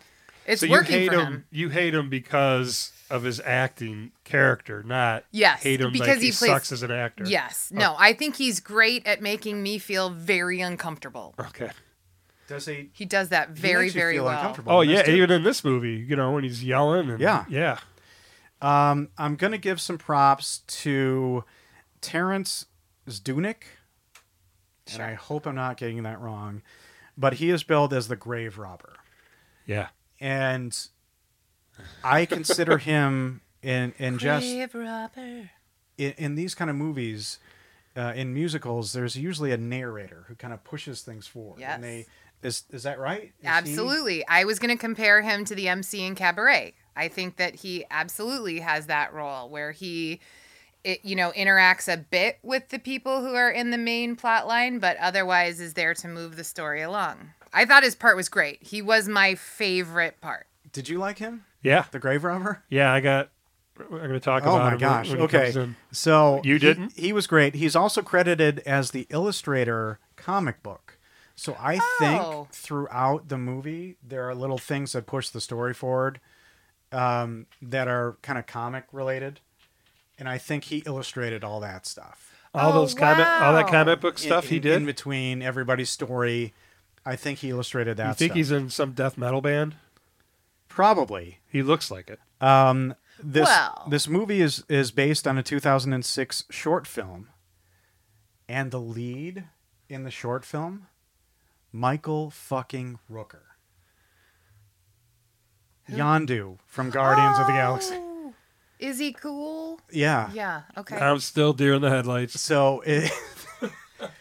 [SPEAKER 5] it's
[SPEAKER 1] so you
[SPEAKER 5] working
[SPEAKER 1] hate
[SPEAKER 5] for him.
[SPEAKER 1] You hate him because of his acting character, not
[SPEAKER 5] Yes,
[SPEAKER 1] hate him
[SPEAKER 5] because
[SPEAKER 1] like
[SPEAKER 5] he
[SPEAKER 1] he,
[SPEAKER 5] plays-
[SPEAKER 1] sucks as an actor.
[SPEAKER 5] Yes.
[SPEAKER 2] Oh.
[SPEAKER 5] No, I think he's great at making me feel very uncomfortable.
[SPEAKER 1] Okay.
[SPEAKER 2] Does he?
[SPEAKER 5] He does that
[SPEAKER 2] he
[SPEAKER 5] very,
[SPEAKER 2] makes you
[SPEAKER 5] very
[SPEAKER 2] feel
[SPEAKER 5] well.
[SPEAKER 2] uncomfortable
[SPEAKER 1] Oh
[SPEAKER 2] in this
[SPEAKER 1] yeah,
[SPEAKER 2] too.
[SPEAKER 1] even in this movie, you know, when he's yelling and
[SPEAKER 2] Yeah.
[SPEAKER 1] yeah,
[SPEAKER 2] Um, I'm gonna give some props to Terrence Zdunik, and I hope I'm not getting that wrong, but he is billed as the grave robber,
[SPEAKER 1] yeah.
[SPEAKER 2] and
[SPEAKER 5] *laughs*
[SPEAKER 2] I consider him in in just
[SPEAKER 5] Grave robber.
[SPEAKER 2] in, in these kind of movies, uh, in musicals, there's usually a narrator who kind of pushes things forward.
[SPEAKER 5] Yes.
[SPEAKER 2] And they, is is that right? Is he-
[SPEAKER 5] Absolutely. I was going to compare him to the MC in Cabaret. I think that he absolutely has that role where he it, you know interacts a bit with the people who are in the main plot line but otherwise is there to move the story along. I thought his part was great. He was my favorite part.
[SPEAKER 2] Did you like him,
[SPEAKER 1] Yeah.
[SPEAKER 2] the grave robber?
[SPEAKER 1] Yeah, I got I'm going to talk
[SPEAKER 2] Oh
[SPEAKER 1] about
[SPEAKER 2] my
[SPEAKER 1] him
[SPEAKER 2] gosh!
[SPEAKER 1] when he comes
[SPEAKER 2] Okay,
[SPEAKER 1] in.
[SPEAKER 2] so
[SPEAKER 1] You
[SPEAKER 2] he-
[SPEAKER 1] didn't?
[SPEAKER 2] He, was great. He's also credited as the illustrator comic book. So I
[SPEAKER 5] Oh.
[SPEAKER 2] think throughout the movie there are little things that push the story forward um, that are kind of comic related, and I think he illustrated all that stuff.
[SPEAKER 1] All
[SPEAKER 5] Oh,
[SPEAKER 1] those comic all that
[SPEAKER 5] wow.
[SPEAKER 1] comic book stuff
[SPEAKER 2] In-
[SPEAKER 1] he
[SPEAKER 2] in-
[SPEAKER 1] did.
[SPEAKER 2] in between everybody's story. I think he illustrated that.
[SPEAKER 1] you think
[SPEAKER 2] stuff.
[SPEAKER 1] he's in some death metal band?
[SPEAKER 2] probably
[SPEAKER 1] He looks like it.
[SPEAKER 2] Um, this
[SPEAKER 5] Well-
[SPEAKER 2] this movie is is based on a 2006 short film, and the lead in the short film, Michael fucking Rooker, Yondu from Guardians of the Galaxy.
[SPEAKER 5] Oh, Is he cool?
[SPEAKER 2] Yeah.
[SPEAKER 5] Yeah, okay.
[SPEAKER 1] I'm still deer in the headlights.
[SPEAKER 2] So it,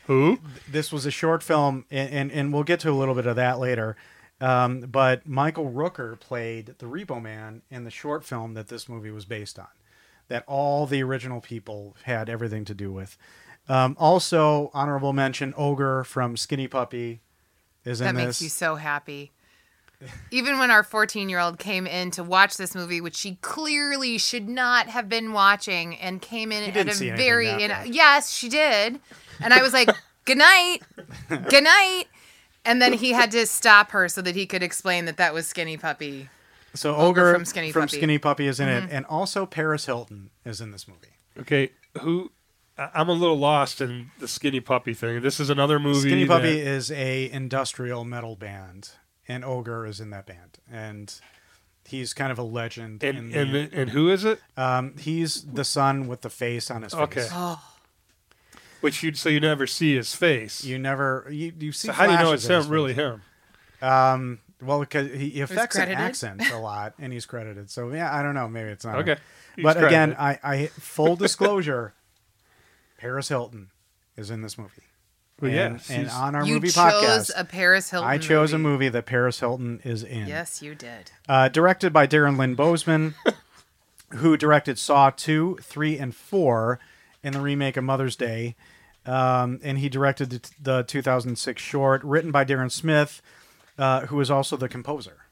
[SPEAKER 1] Who?
[SPEAKER 2] this was a short film, and, and and we'll get to a little bit of that later. Um, but Michael Rooker played the Repo Man in the short film that this movie was based on, that all the original people had everything to do with. Um, also, honorable mention Ogre from Skinny Puppy is in
[SPEAKER 5] That
[SPEAKER 2] this.
[SPEAKER 5] makes you so happy. Even when our 14 year old came in to watch this movie, which she clearly should not have been watching, and came in
[SPEAKER 2] didn't
[SPEAKER 5] at
[SPEAKER 2] see
[SPEAKER 5] a
[SPEAKER 2] anything
[SPEAKER 5] very.
[SPEAKER 2] that
[SPEAKER 5] in-
[SPEAKER 2] bad.
[SPEAKER 5] yes, she did. And I was like, *laughs* good night. Good night. And then he had to stop her so that he could explain that that was Skinny Puppy.
[SPEAKER 2] so
[SPEAKER 5] Ogre
[SPEAKER 2] Ogre,
[SPEAKER 5] from Skinny
[SPEAKER 2] from
[SPEAKER 5] Puppy. Mm-hmm.
[SPEAKER 2] Skinny Puppy is in it, and also Paris Hilton is in this movie.
[SPEAKER 1] Okay, who I- I'm a little lost in the skinny puppy thing. This is another movie.
[SPEAKER 2] Skinny Puppy
[SPEAKER 1] that-
[SPEAKER 2] is a industrial metal band, and Ogre is in that band, and he's kind of a legend. in
[SPEAKER 1] and
[SPEAKER 2] the-
[SPEAKER 1] and, and who is it?
[SPEAKER 2] um, he's the son with the face on his face.
[SPEAKER 1] Okay.
[SPEAKER 5] Oh.
[SPEAKER 1] Which you so you never see his face.
[SPEAKER 2] You never you, you see.
[SPEAKER 1] so how do you know
[SPEAKER 2] flashes
[SPEAKER 1] it's
[SPEAKER 2] in
[SPEAKER 1] him,
[SPEAKER 2] his
[SPEAKER 1] really
[SPEAKER 2] face.
[SPEAKER 1] him?
[SPEAKER 2] Um, well, because he affects an
[SPEAKER 5] credited.
[SPEAKER 2] accent a lot, and he's credited. So yeah, I don't know. Maybe it's not. him.
[SPEAKER 1] Okay. He's
[SPEAKER 2] but again,
[SPEAKER 1] credited.
[SPEAKER 2] I, I full disclosure, Paris Hilton is in this movie.
[SPEAKER 1] Well,
[SPEAKER 2] and,
[SPEAKER 1] yeah,
[SPEAKER 2] and
[SPEAKER 1] she's-
[SPEAKER 2] on our
[SPEAKER 5] you
[SPEAKER 2] movie podcast,
[SPEAKER 5] chose a Paris Hilton.
[SPEAKER 2] I chose
[SPEAKER 5] movie.
[SPEAKER 2] a movie that Paris Hilton is in.
[SPEAKER 5] Yes, you did.
[SPEAKER 2] Uh, directed by Darren Lynn Bozeman, who directed Saw 2, 3, and 4 in the remake of Mother's Day. Um, and he directed the, the 2006 short, written by Darren Smith, uh, who is also the composer.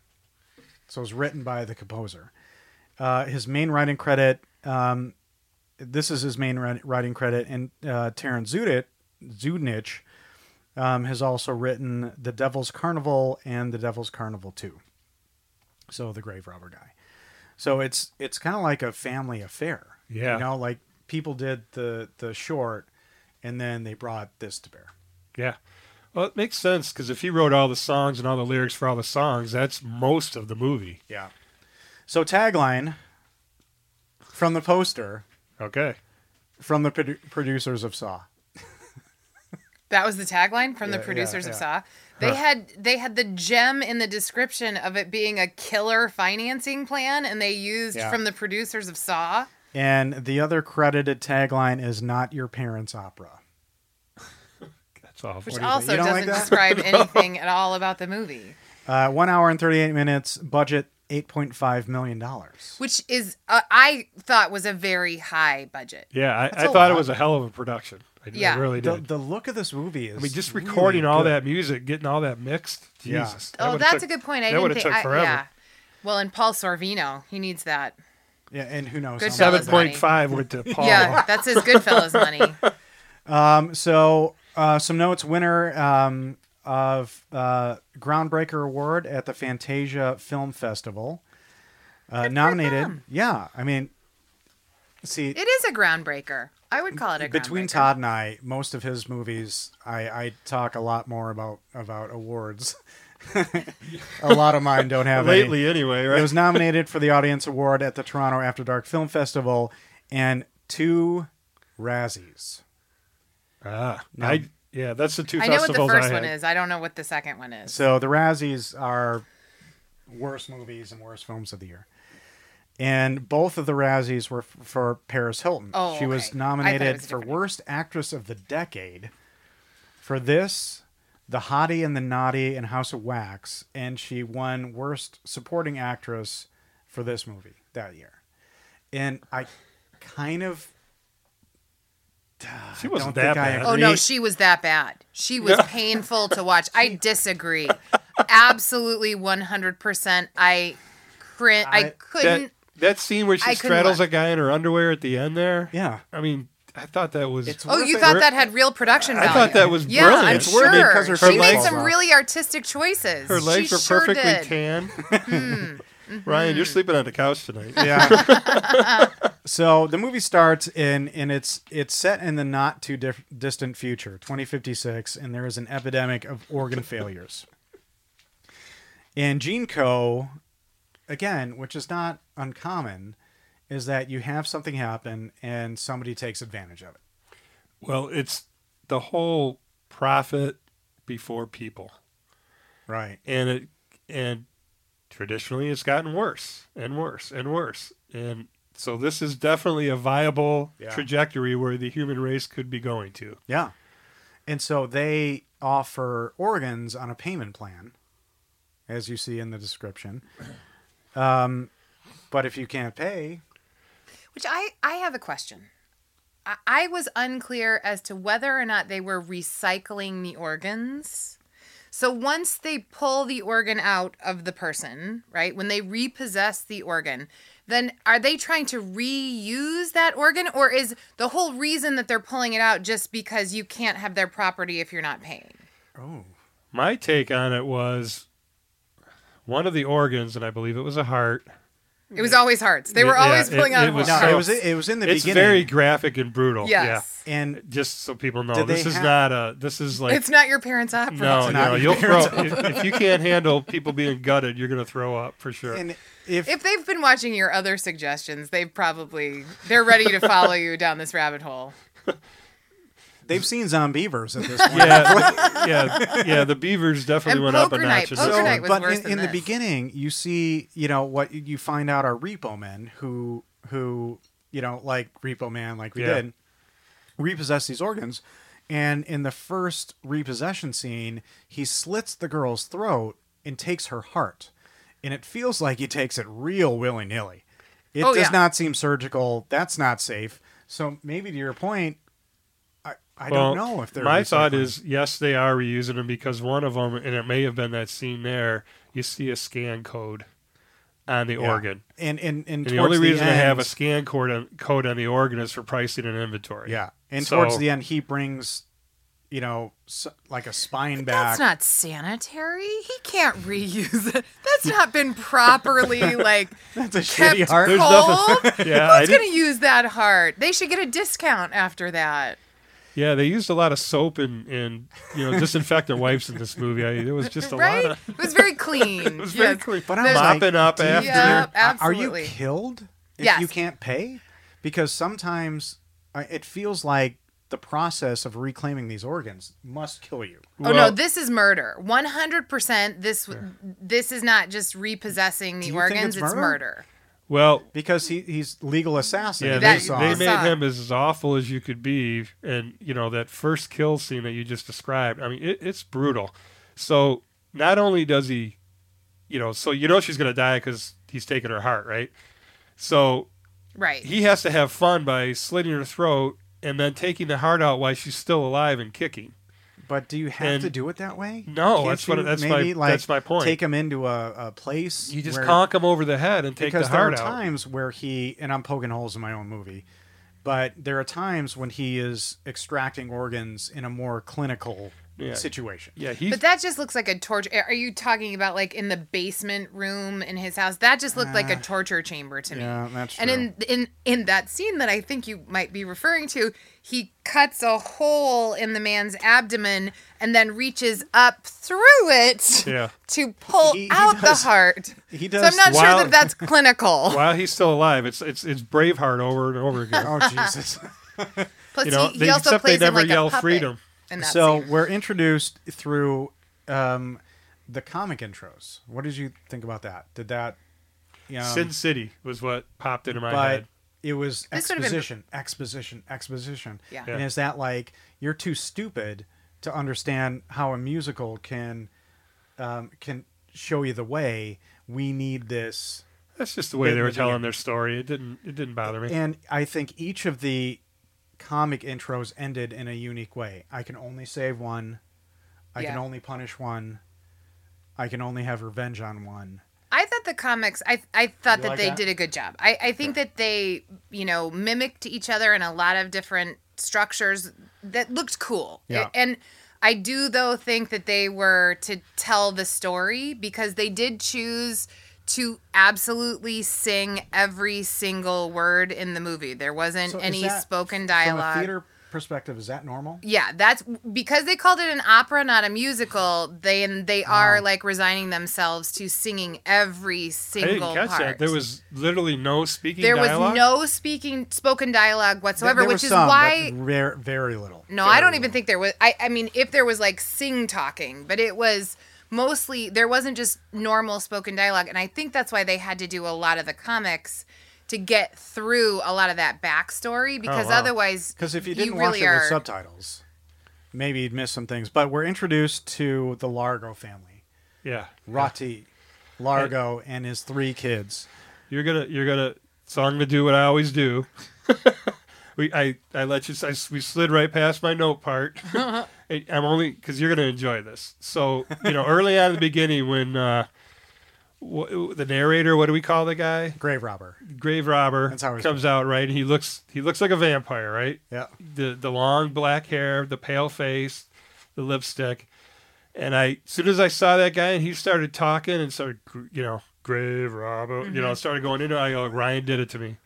[SPEAKER 2] So it was written by the composer. Uh, his main writing credit, um, this is his main wri- writing credit, and uh, Taryn Zudit, Zudnich um, has also written The Devil's Carnival and The Devil's Carnival 2 so the grave robber guy so it's it's kind of like a family affair
[SPEAKER 1] Yeah.
[SPEAKER 2] you know like people did the the short and then they brought this to bear
[SPEAKER 1] Yeah. Well, it makes sense because if he wrote all the songs and all the lyrics for all the songs, that's most of the movie.
[SPEAKER 2] yeah so tagline from the poster
[SPEAKER 1] Okay.
[SPEAKER 2] from the produ- producers of saw
[SPEAKER 5] That was the tagline from
[SPEAKER 2] Yeah,
[SPEAKER 5] the
[SPEAKER 2] yeah,
[SPEAKER 5] producers
[SPEAKER 2] yeah.
[SPEAKER 5] of Saw. They had they had the gem in the description of it being a killer financing plan, and they used
[SPEAKER 2] Yeah.
[SPEAKER 5] from the producers of Saw.
[SPEAKER 2] and the other credited tagline is not your parents opera
[SPEAKER 1] That's awful.
[SPEAKER 2] do
[SPEAKER 5] Which
[SPEAKER 2] you think?
[SPEAKER 5] also
[SPEAKER 2] You don't
[SPEAKER 5] doesn't
[SPEAKER 2] like that? *laughs*
[SPEAKER 5] describe anything at all about the movie,
[SPEAKER 2] uh, one hour and 38 minutes budget 8.5 million dollars
[SPEAKER 5] which is uh, I thought was a very high budget.
[SPEAKER 1] Yeah, I, I
[SPEAKER 2] a
[SPEAKER 1] thought it
[SPEAKER 2] lot.
[SPEAKER 1] was a hell of a production. I, I
[SPEAKER 5] Yeah.
[SPEAKER 1] really
[SPEAKER 2] the,
[SPEAKER 1] did.
[SPEAKER 2] the look of this movie is
[SPEAKER 1] I mean, just
[SPEAKER 2] really
[SPEAKER 1] recording all
[SPEAKER 2] good.
[SPEAKER 1] that music, getting all that mixed.
[SPEAKER 2] Yeah.
[SPEAKER 1] Jesus. that
[SPEAKER 5] Oh,
[SPEAKER 1] would've
[SPEAKER 5] that's
[SPEAKER 1] took-
[SPEAKER 5] a good point.
[SPEAKER 1] that
[SPEAKER 5] I didn't
[SPEAKER 1] would've
[SPEAKER 5] think.
[SPEAKER 1] took
[SPEAKER 5] I-
[SPEAKER 1] forever.
[SPEAKER 5] yeah. Well, and Paul Sorvino, he needs that.
[SPEAKER 2] yeah and who knows
[SPEAKER 5] Good
[SPEAKER 2] how
[SPEAKER 5] job.
[SPEAKER 2] much
[SPEAKER 1] Seven
[SPEAKER 5] Goodfellas
[SPEAKER 1] point five went
[SPEAKER 5] *laughs*
[SPEAKER 1] to Paul.
[SPEAKER 5] Yeah, that's his Goodfellas money.
[SPEAKER 2] Um, so uh, some notes winner um, of uh, groundbreaker award at the Fantasia Film Festival. Uh, nominated, yeah. I mean, see,
[SPEAKER 5] It is a groundbreaker. I would call it a
[SPEAKER 2] between
[SPEAKER 5] groundbreaker.
[SPEAKER 2] Todd and I, most of his movies, I, I talk a lot more about about awards. *laughs* a lot of mine don't have any.
[SPEAKER 1] Lately, anyway, right?
[SPEAKER 2] It was nominated for the Audience Award at the Toronto After Dark Film Festival and two Razzies.
[SPEAKER 1] ah, I, yeah, that's the two
[SPEAKER 5] I know what
[SPEAKER 1] festivals
[SPEAKER 5] the first
[SPEAKER 1] I had.
[SPEAKER 5] one is. I don't know what the second one is.
[SPEAKER 2] So the Razzies are worst movies and worst films of the year. And both of the Razzies were f- for Paris Hilton.
[SPEAKER 5] Oh,
[SPEAKER 2] she was
[SPEAKER 5] okay. I thought it
[SPEAKER 2] nominated
[SPEAKER 5] was a
[SPEAKER 2] for
[SPEAKER 5] different-
[SPEAKER 2] Worst Actress of the Decade for this, The Hottie and the Naughty, and House of Wax. And she won Worst Supporting Actress for this movie that year. And I kind of.
[SPEAKER 1] She wasn't
[SPEAKER 2] think
[SPEAKER 1] that
[SPEAKER 2] I
[SPEAKER 1] bad.
[SPEAKER 5] Oh no,
[SPEAKER 2] agree.
[SPEAKER 5] she was that bad. She was painful to watch.
[SPEAKER 1] *laughs*
[SPEAKER 5] I disagree. Absolutely 100%. I crin- I,
[SPEAKER 2] I-
[SPEAKER 5] couldn't
[SPEAKER 1] that, that scene where she
[SPEAKER 5] I couldn't
[SPEAKER 1] straddles
[SPEAKER 5] look.
[SPEAKER 1] a guy in her underwear at the end there.
[SPEAKER 2] Yeah.
[SPEAKER 1] I mean, I thought that was.
[SPEAKER 2] It's
[SPEAKER 5] Oh, you
[SPEAKER 2] We're-
[SPEAKER 5] thought that had real production
[SPEAKER 1] I
[SPEAKER 5] value.
[SPEAKER 1] thought that was
[SPEAKER 5] yeah,
[SPEAKER 1] brilliant.
[SPEAKER 5] I'm
[SPEAKER 1] It's
[SPEAKER 5] sure.
[SPEAKER 1] worth it
[SPEAKER 2] because her
[SPEAKER 5] she made
[SPEAKER 1] legs-
[SPEAKER 5] some really artistic choices.
[SPEAKER 1] her legs
[SPEAKER 5] she
[SPEAKER 1] were
[SPEAKER 5] sure
[SPEAKER 1] perfectly
[SPEAKER 5] did. Hmm, mm-hmm.
[SPEAKER 1] tan. *laughs* Ryan, you're sleeping on the couch tonight.
[SPEAKER 5] *laughs*
[SPEAKER 2] Yeah. so the movie starts in and it's it's set in the not too dif- distant future, 2056, and there is an epidemic of organ failures. And gene co, again, which is not uncommon, is that you have something happen and somebody takes advantage of it.
[SPEAKER 1] Well, it's the whole profit before people,
[SPEAKER 2] Right.
[SPEAKER 1] and it and traditionally it's gotten worse and worse and worse, and so this is definitely a viable
[SPEAKER 2] Yeah.
[SPEAKER 1] trajectory where the human race could be going to.
[SPEAKER 2] Yeah. And so they offer organs on a payment plan, as you see in the description. Um, but if you can't pay,
[SPEAKER 5] Which I I have a question. I, I was unclear as to whether or not they were recycling the organs. So once they pull the organ out of the person, right? When they repossess the organ, then are they trying to reuse that organ or is the whole reason that they're pulling it out just because you can't have their property if you're not paying?
[SPEAKER 2] oh,
[SPEAKER 1] My take on it was one of the organs, and I believe it was a heart.
[SPEAKER 5] It was always hearts. They were
[SPEAKER 1] Yeah,
[SPEAKER 5] always
[SPEAKER 1] it-
[SPEAKER 5] pulling out
[SPEAKER 1] it
[SPEAKER 5] of
[SPEAKER 1] was
[SPEAKER 5] hearts.
[SPEAKER 2] No,
[SPEAKER 1] So-
[SPEAKER 2] it was it was in the
[SPEAKER 1] it's
[SPEAKER 2] beginning.
[SPEAKER 1] very graphic and brutal.
[SPEAKER 5] Yes.
[SPEAKER 1] Yeah.
[SPEAKER 2] and
[SPEAKER 1] Just so people know,
[SPEAKER 2] Did they
[SPEAKER 1] this is
[SPEAKER 2] have-
[SPEAKER 1] not a. This is like
[SPEAKER 5] It's not your parents' opera.
[SPEAKER 1] no,
[SPEAKER 2] not
[SPEAKER 1] no.
[SPEAKER 2] your
[SPEAKER 1] You'll
[SPEAKER 2] *laughs*
[SPEAKER 1] throw if, if you can't handle people being gutted, you're gonna throw up for sure.
[SPEAKER 2] and if,
[SPEAKER 5] If they've been watching your other suggestions, they've probably they're ready to follow you down this rabbit hole.
[SPEAKER 2] they've seen zombievers at
[SPEAKER 1] *laughs*
[SPEAKER 2] this point, *laughs*
[SPEAKER 1] yeah, yeah, yeah. The Beavers definitely
[SPEAKER 5] And
[SPEAKER 1] went up a
[SPEAKER 5] Poker
[SPEAKER 1] notch.
[SPEAKER 5] Night-
[SPEAKER 1] in this
[SPEAKER 5] Poker
[SPEAKER 2] So-
[SPEAKER 1] one.
[SPEAKER 5] Night was
[SPEAKER 2] but
[SPEAKER 5] worse
[SPEAKER 2] in,
[SPEAKER 5] than
[SPEAKER 2] in the
[SPEAKER 5] this.
[SPEAKER 2] beginning, you see, you know what you find out are repo men who who you know like repo man like we
[SPEAKER 1] Yeah.
[SPEAKER 2] did repossess these organs, And in the first repossession scene, he slits the girl's throat and takes her heart. And it feels like he takes it real willy nilly. It
[SPEAKER 5] Oh,
[SPEAKER 2] does
[SPEAKER 5] yeah.
[SPEAKER 2] not seem surgical. That's not safe. So maybe to your point, I, I
[SPEAKER 1] Well,
[SPEAKER 2] don't know if they're.
[SPEAKER 1] my thought
[SPEAKER 2] recycling.
[SPEAKER 1] is yes, they are reusing them because one of them, and it may have been that scene there. You see a scan code on the
[SPEAKER 2] Yeah.
[SPEAKER 1] organ,
[SPEAKER 2] and and and,
[SPEAKER 1] and the
[SPEAKER 2] towards
[SPEAKER 1] only reason
[SPEAKER 2] end,
[SPEAKER 1] to have a scan code on, code on the organ is for pricing and inventory.
[SPEAKER 2] yeah, and
[SPEAKER 1] So-
[SPEAKER 2] towards the end he brings, you know, s- like a spine back.
[SPEAKER 5] That's not sanitary. He can't reuse it. That's not been
[SPEAKER 1] *laughs*
[SPEAKER 5] properly like
[SPEAKER 2] That's a shitty
[SPEAKER 5] kept
[SPEAKER 2] heart.
[SPEAKER 1] There's
[SPEAKER 5] cold.
[SPEAKER 1] *laughs* yeah, I
[SPEAKER 5] Who's
[SPEAKER 1] did-
[SPEAKER 5] gonna use that heart? They should get a discount after that.
[SPEAKER 1] yeah. They used a lot of soap and, and you know disinfectant wipes in this movie. I, there was just a
[SPEAKER 5] right?
[SPEAKER 1] lot of
[SPEAKER 5] It was very
[SPEAKER 1] *laughs*
[SPEAKER 5] clean. it
[SPEAKER 1] was very clean.
[SPEAKER 2] But
[SPEAKER 5] There's-
[SPEAKER 2] I'm
[SPEAKER 1] mopping
[SPEAKER 2] like,
[SPEAKER 1] up
[SPEAKER 2] do you-
[SPEAKER 1] after.
[SPEAKER 5] Yeah.
[SPEAKER 2] Are- Are
[SPEAKER 5] absolutely.
[SPEAKER 2] you killed if
[SPEAKER 5] Yes.
[SPEAKER 2] you can't pay? Because sometimes uh, it feels like the process of reclaiming these organs must kill you.
[SPEAKER 5] oh no,
[SPEAKER 1] Well-
[SPEAKER 5] this is murder. One hundred percent. This this is not just repossessing the
[SPEAKER 2] Do you think
[SPEAKER 5] organs.
[SPEAKER 2] it's
[SPEAKER 5] It's
[SPEAKER 2] murder?
[SPEAKER 5] murder.
[SPEAKER 1] Well,
[SPEAKER 2] Because he, he's legal assassin.
[SPEAKER 1] Yeah,
[SPEAKER 2] in
[SPEAKER 1] they,
[SPEAKER 2] this song.
[SPEAKER 1] they
[SPEAKER 5] awesome.
[SPEAKER 1] made him as awful as you could be, and you know that first kill scene that you just described. I mean, it, it's brutal. So not only does he, you know, so you know she's gonna die because he's taking her heart, right? So
[SPEAKER 5] Right.
[SPEAKER 1] he has to have fun by slitting her throat and then taking the heart out while she's still alive and kicking.
[SPEAKER 2] But do you have
[SPEAKER 1] And-
[SPEAKER 2] to do it that way?
[SPEAKER 1] No,
[SPEAKER 2] Can't
[SPEAKER 1] that's what-
[SPEAKER 2] you
[SPEAKER 1] that's my-
[SPEAKER 2] maybe, like,
[SPEAKER 1] that's my point.
[SPEAKER 2] Take him into a, a place.
[SPEAKER 1] You just
[SPEAKER 2] where-
[SPEAKER 1] conk him over the head and take
[SPEAKER 2] because
[SPEAKER 1] the heart
[SPEAKER 2] there are
[SPEAKER 1] out.
[SPEAKER 2] times where he and I'm poking holes in my own movie, but there are times when he is extracting organs in a more clinical
[SPEAKER 1] Yeah.
[SPEAKER 2] situation.
[SPEAKER 1] Yeah, he's
[SPEAKER 5] But that just looks like a torture. eh, Are you talking about like in the basement room in his house? That just looked like
[SPEAKER 1] Ah,
[SPEAKER 5] a torture chamber to me.
[SPEAKER 2] Yeah, that's
[SPEAKER 5] and
[SPEAKER 2] true.
[SPEAKER 5] in in in that scene that I think you might be referring to, he cuts a hole in the man's abdomen and then reaches up through it
[SPEAKER 1] Yeah.
[SPEAKER 5] *laughs* to pull
[SPEAKER 2] He- he
[SPEAKER 5] out
[SPEAKER 2] does-
[SPEAKER 5] the heart.
[SPEAKER 2] he
[SPEAKER 5] So
[SPEAKER 2] does-
[SPEAKER 5] I'm not
[SPEAKER 1] Wow.
[SPEAKER 5] sure that
[SPEAKER 1] *laughs*
[SPEAKER 5] that's clinical.
[SPEAKER 1] while he's still alive. It's it's it's Braveheart over and over
[SPEAKER 2] *laughs*
[SPEAKER 1] again. *laughs*
[SPEAKER 2] oh Jesus.
[SPEAKER 5] Plus,
[SPEAKER 1] You know,
[SPEAKER 5] he, he
[SPEAKER 1] they-
[SPEAKER 5] also
[SPEAKER 1] except they
[SPEAKER 5] plays him
[SPEAKER 1] never
[SPEAKER 5] like
[SPEAKER 1] yell
[SPEAKER 5] a puppet
[SPEAKER 1] freedom.
[SPEAKER 5] In that
[SPEAKER 2] so
[SPEAKER 5] scene.
[SPEAKER 2] we're introduced through um, the comic intros. What did you think about that? Did that um, you know,
[SPEAKER 1] Sin City was what popped into my
[SPEAKER 2] but
[SPEAKER 1] head.
[SPEAKER 2] it was
[SPEAKER 5] This would've been-
[SPEAKER 2] exposition, exposition, exposition.
[SPEAKER 5] Yeah.
[SPEAKER 1] Yeah.
[SPEAKER 2] And is that like you're too stupid to understand how a musical can um, can show you the way? We need this,
[SPEAKER 1] That's just the way
[SPEAKER 2] Yeah,
[SPEAKER 1] they were
[SPEAKER 2] but yeah.
[SPEAKER 1] telling their story. It didn't it didn't bother me.
[SPEAKER 2] and I think each of the comic intros ended in a unique way. I can only save one. I can
[SPEAKER 5] Yeah.
[SPEAKER 2] only punish one. I can only have revenge on one.
[SPEAKER 5] I thought the comics. I I thought
[SPEAKER 2] You
[SPEAKER 5] that
[SPEAKER 2] like
[SPEAKER 5] they
[SPEAKER 2] that?
[SPEAKER 5] did a good job. I I think that they you know mimicked each other in a lot of different structures that looked cool.
[SPEAKER 2] Yeah.
[SPEAKER 5] And I do though think that they were to tell the story because they did choose to absolutely sing every single word in the movie. There wasn't
[SPEAKER 2] So is
[SPEAKER 5] any
[SPEAKER 2] that-
[SPEAKER 5] spoken
[SPEAKER 2] From a
[SPEAKER 5] dialogue.
[SPEAKER 2] theater perspective, is that normal?
[SPEAKER 5] Yeah, that's because they called it an opera, not a musical. They and they are like resigning themselves to singing every
[SPEAKER 1] I
[SPEAKER 5] single
[SPEAKER 1] didn't catch
[SPEAKER 5] part.
[SPEAKER 1] that. There was literally no speaking
[SPEAKER 5] There was
[SPEAKER 1] dialogue.
[SPEAKER 5] no speaking spoken dialogue
[SPEAKER 2] There-
[SPEAKER 5] whatsoever,
[SPEAKER 2] there were
[SPEAKER 5] which is
[SPEAKER 2] some, but
[SPEAKER 5] why.
[SPEAKER 2] rare- very little.
[SPEAKER 5] No, I don't even think there was. I I mean, if there was like sing talking, but it was mostly there wasn't just normal spoken dialogue, and I think that's why they had to do a lot of the comics to get through a lot of that backstory because
[SPEAKER 1] wow.
[SPEAKER 5] otherwise,
[SPEAKER 2] Because Oh, if you didn't watch
[SPEAKER 5] really
[SPEAKER 2] it with
[SPEAKER 5] are-
[SPEAKER 2] subtitles, maybe you'd miss some things. But we're introduced to the Largo family,
[SPEAKER 1] Yeah,
[SPEAKER 2] Rotti, Largo, and his three kids.
[SPEAKER 1] you're gonna you're gonna. So I'm gonna do what I always
[SPEAKER 2] *laughs*
[SPEAKER 1] do. we I I let you. I, we slid right past my note part.
[SPEAKER 2] *laughs*
[SPEAKER 1] *laughs* I- I'm only because you're gonna enjoy this. So you know, early on in the beginning when. uh wh- the narrator, what do we call the guy?
[SPEAKER 2] Grave robber.
[SPEAKER 1] Grave robber
[SPEAKER 2] That's how he's-
[SPEAKER 1] comes out right, and he looks he looks like a vampire, right?
[SPEAKER 2] Yeah.
[SPEAKER 1] the the long black hair, the pale face, the lipstick, and I as soon as I saw that guy and he started talking and started gr- you know grave robber, you
[SPEAKER 2] Mm-hmm.
[SPEAKER 1] know started going into it, I go Ryan did it to me,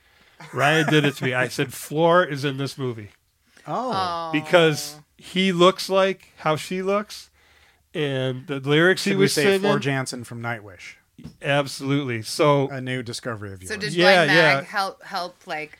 [SPEAKER 1] Ryan did it to me. I said Floor is in this movie
[SPEAKER 2] Oh.
[SPEAKER 5] Oh.
[SPEAKER 1] because he looks like how she looks, and the lyrics
[SPEAKER 2] Should
[SPEAKER 1] he
[SPEAKER 2] we
[SPEAKER 1] was
[SPEAKER 2] say
[SPEAKER 1] singing
[SPEAKER 2] Floor Jansen from Nightwish?
[SPEAKER 1] absolutely. So
[SPEAKER 2] A new discovery of yours.
[SPEAKER 5] So did
[SPEAKER 1] Yeah,
[SPEAKER 5] Blind Mag
[SPEAKER 1] yeah.
[SPEAKER 5] help help like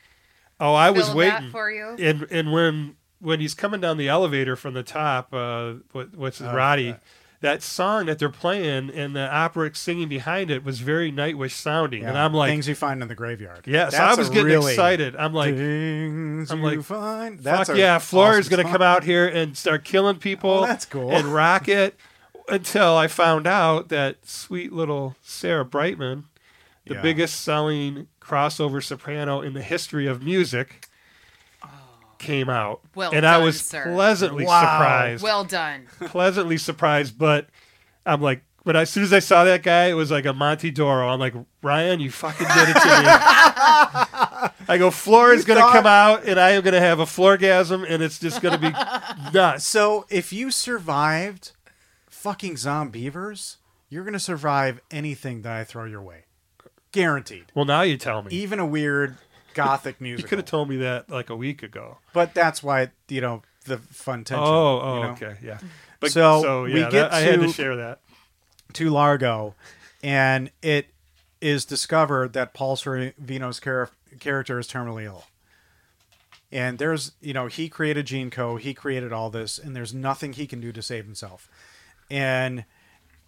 [SPEAKER 1] oh I was
[SPEAKER 5] fill
[SPEAKER 1] waiting
[SPEAKER 5] that for you?
[SPEAKER 1] and
[SPEAKER 2] Oh,
[SPEAKER 1] and when when he's coming down the elevator from the top, uh, what, what's his Roddy? that song that they're playing and the opera singing behind it was very Nightwish sounding, and
[SPEAKER 2] Yeah.
[SPEAKER 1] I'm like,
[SPEAKER 2] things you find in the graveyard.
[SPEAKER 1] yes,
[SPEAKER 2] That's
[SPEAKER 1] I was
[SPEAKER 2] a
[SPEAKER 1] getting
[SPEAKER 2] really-
[SPEAKER 1] excited. I'm like,
[SPEAKER 2] things
[SPEAKER 1] I'm
[SPEAKER 2] you
[SPEAKER 1] like,
[SPEAKER 2] find.
[SPEAKER 1] fuck
[SPEAKER 2] a
[SPEAKER 1] yeah, Flora's
[SPEAKER 2] awesome
[SPEAKER 1] gonna
[SPEAKER 2] song.
[SPEAKER 1] come out here and start killing people.
[SPEAKER 2] Oh, that's cool.
[SPEAKER 1] And rock it until I found out that sweet little Sarah Brightman, the
[SPEAKER 2] Yeah.
[SPEAKER 1] biggest selling crossover soprano in the history of music, came out.
[SPEAKER 5] Oh. Well
[SPEAKER 1] and I
[SPEAKER 5] done,
[SPEAKER 1] was
[SPEAKER 5] sir.
[SPEAKER 1] pleasantly
[SPEAKER 2] Wow.
[SPEAKER 1] surprised.
[SPEAKER 5] Well done. *laughs*
[SPEAKER 1] pleasantly surprised, but I'm like, when I, as soon as I saw that guy, it was like a Monte Doro. I'm like, Ryan, you fucking did it to
[SPEAKER 2] *laughs*
[SPEAKER 1] me. I go, Flora's
[SPEAKER 2] You
[SPEAKER 1] gonna
[SPEAKER 2] thought-
[SPEAKER 1] come out, and I am gonna have a floorgasm, and it's just gonna
[SPEAKER 2] *laughs*
[SPEAKER 1] be nuts.
[SPEAKER 2] So if you survived fucking zombievers, you're gonna survive anything that I throw your way, guaranteed.
[SPEAKER 1] Well, now you tell me.
[SPEAKER 2] Even a weird gothic
[SPEAKER 1] *laughs* You
[SPEAKER 2] music.
[SPEAKER 1] could have told me that like a week ago.
[SPEAKER 2] but that's why you know the fun tension.
[SPEAKER 1] Oh, oh,
[SPEAKER 2] you know?
[SPEAKER 1] okay,
[SPEAKER 2] *laughs*
[SPEAKER 1] yeah.
[SPEAKER 2] So,
[SPEAKER 1] so yeah,
[SPEAKER 2] we
[SPEAKER 1] that-
[SPEAKER 2] get
[SPEAKER 1] I had to
[SPEAKER 2] to-
[SPEAKER 1] share that.
[SPEAKER 2] to Largo, and it is discovered that Paul Sorvino's char- character is terminally ill. And there's, you know, he created Gene Co. He created all this, and there's nothing he can do to save himself. And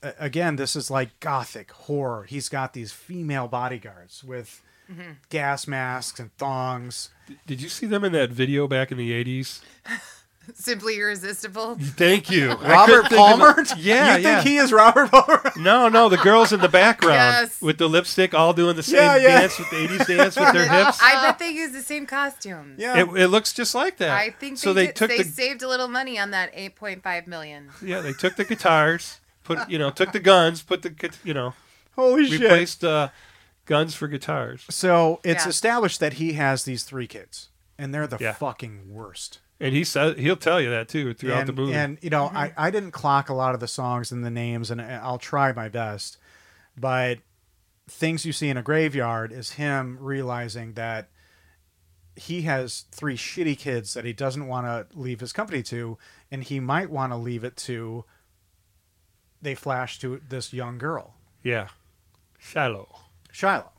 [SPEAKER 2] a- again, this is like gothic horror. He's got these female bodyguards with gas masks and thongs.
[SPEAKER 1] Did you see them in that video back in the '80s?
[SPEAKER 5] Simply
[SPEAKER 1] *laughs*
[SPEAKER 5] irresistible.
[SPEAKER 1] Thank you,
[SPEAKER 2] Robert Palmer?
[SPEAKER 1] Yeah,
[SPEAKER 2] you
[SPEAKER 1] yeah.
[SPEAKER 2] think he is Robert Palmer? *laughs*
[SPEAKER 1] No, no, the girls in the background
[SPEAKER 5] Yes.
[SPEAKER 1] with the lipstick, all doing the same
[SPEAKER 2] Yeah, yeah.
[SPEAKER 1] dance with the '80s dance with
[SPEAKER 5] *laughs*
[SPEAKER 1] their hips.
[SPEAKER 5] I bet they use the same costumes.
[SPEAKER 2] yeah.
[SPEAKER 1] It, it looks just like that.
[SPEAKER 5] I think
[SPEAKER 1] so.
[SPEAKER 5] they,
[SPEAKER 1] They,
[SPEAKER 5] did-
[SPEAKER 1] took
[SPEAKER 5] they
[SPEAKER 1] the
[SPEAKER 5] saved a little money on that 8.5 million.
[SPEAKER 1] yeah, they took the guitars, put you know, took the guns, put the guit- you know,
[SPEAKER 2] Holy shit.
[SPEAKER 1] replaced uh, guns for guitars,
[SPEAKER 2] So it's
[SPEAKER 5] Yeah.
[SPEAKER 2] established that he has these three kids, and they're the
[SPEAKER 1] Yeah.
[SPEAKER 2] fucking worst.
[SPEAKER 1] and he says he'll tell you that too throughout
[SPEAKER 2] and,
[SPEAKER 1] the movie.
[SPEAKER 2] and you know, I, I didn't clock a lot of the songs and the names, and I- I'll try my best. But things you see in a graveyard is him realizing that he has three shitty kids that he doesn't want to leave his company to, and he might want to leave it to. They flash to this young girl.
[SPEAKER 1] yeah, shallow.
[SPEAKER 2] Shiloh,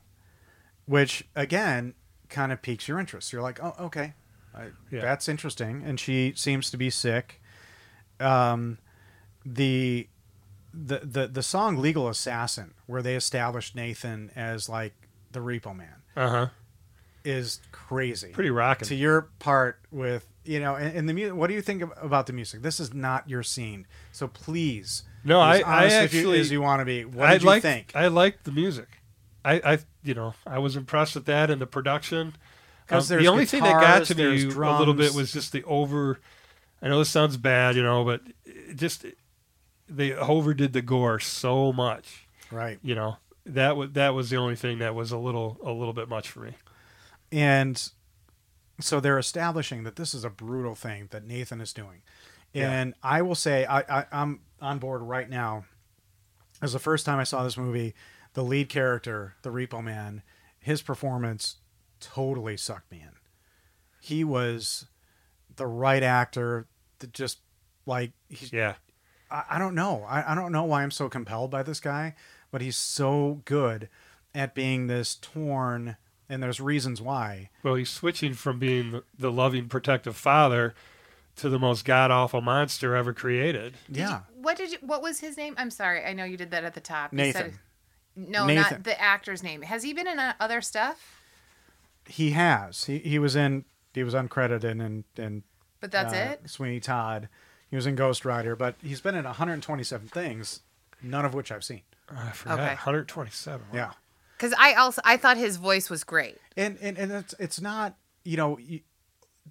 [SPEAKER 2] which again kind of piques your interest. You're like, oh, okay, I,
[SPEAKER 1] Yeah.
[SPEAKER 2] that's interesting. And she seems to be sick. Um, the the the the song "Legal Assassin," where they established Nathan as like the Repo Man,
[SPEAKER 1] Uh huh.
[SPEAKER 2] is crazy.
[SPEAKER 1] Pretty rocking.
[SPEAKER 2] to your part with you know, and, and the music. What do you think ab- about the music? This is not your scene, so please.
[SPEAKER 1] No,
[SPEAKER 2] be as
[SPEAKER 1] I- I
[SPEAKER 2] honest if you-
[SPEAKER 1] actually-
[SPEAKER 2] as you want to be. What
[SPEAKER 1] I
[SPEAKER 2] did you
[SPEAKER 1] liked,
[SPEAKER 2] think?
[SPEAKER 1] I liked the music. I, I, you know, I was impressed with that and the production. Um,
[SPEAKER 2] 'Cause
[SPEAKER 1] the
[SPEAKER 2] there's
[SPEAKER 1] only thing that got
[SPEAKER 2] guitars,
[SPEAKER 1] to
[SPEAKER 2] there's
[SPEAKER 1] me a little bit
[SPEAKER 2] drums.
[SPEAKER 1] was just the over. I know this sounds bad, you know, but it just they overdid the gore so much.
[SPEAKER 2] right.
[SPEAKER 1] You know that was that was the only thing that was a little a little bit much for me.
[SPEAKER 2] And so they're establishing that this is a brutal thing that Nathan is doing.
[SPEAKER 1] Yeah.
[SPEAKER 2] And I will say I, I, I'm on board right now. It was the first time I saw this movie, the lead character, the Repo Man, his performance totally sucked me in. He was the right actor, that just like he's
[SPEAKER 1] Yeah,
[SPEAKER 2] I, I don't know. I, I don't know why I'm so compelled by this guy, but he's so good at being this torn, and there's reasons why.
[SPEAKER 1] Well, he's switching from being the- the loving, protective father to the most god awful monster ever created.
[SPEAKER 2] Yeah.
[SPEAKER 5] What did you, what was his name? I'm sorry. I know you did that at the top. You
[SPEAKER 2] Nathan.
[SPEAKER 5] said- no,
[SPEAKER 2] Nathan.
[SPEAKER 5] not the actor's name. Has he been in uh, other stuff?
[SPEAKER 2] He has. He, he was in, he was uncredited and, and
[SPEAKER 5] But that's
[SPEAKER 2] uh,
[SPEAKER 5] it.
[SPEAKER 2] Sweeney Todd. He was in Ghost Rider, but he's been in 127 things, none of which I've seen.
[SPEAKER 1] Oh, I forgot.
[SPEAKER 5] Okay.
[SPEAKER 1] 127. Wow.
[SPEAKER 2] Yeah.
[SPEAKER 5] Because I also I thought his voice was great.
[SPEAKER 2] and and and it's it's not you know you-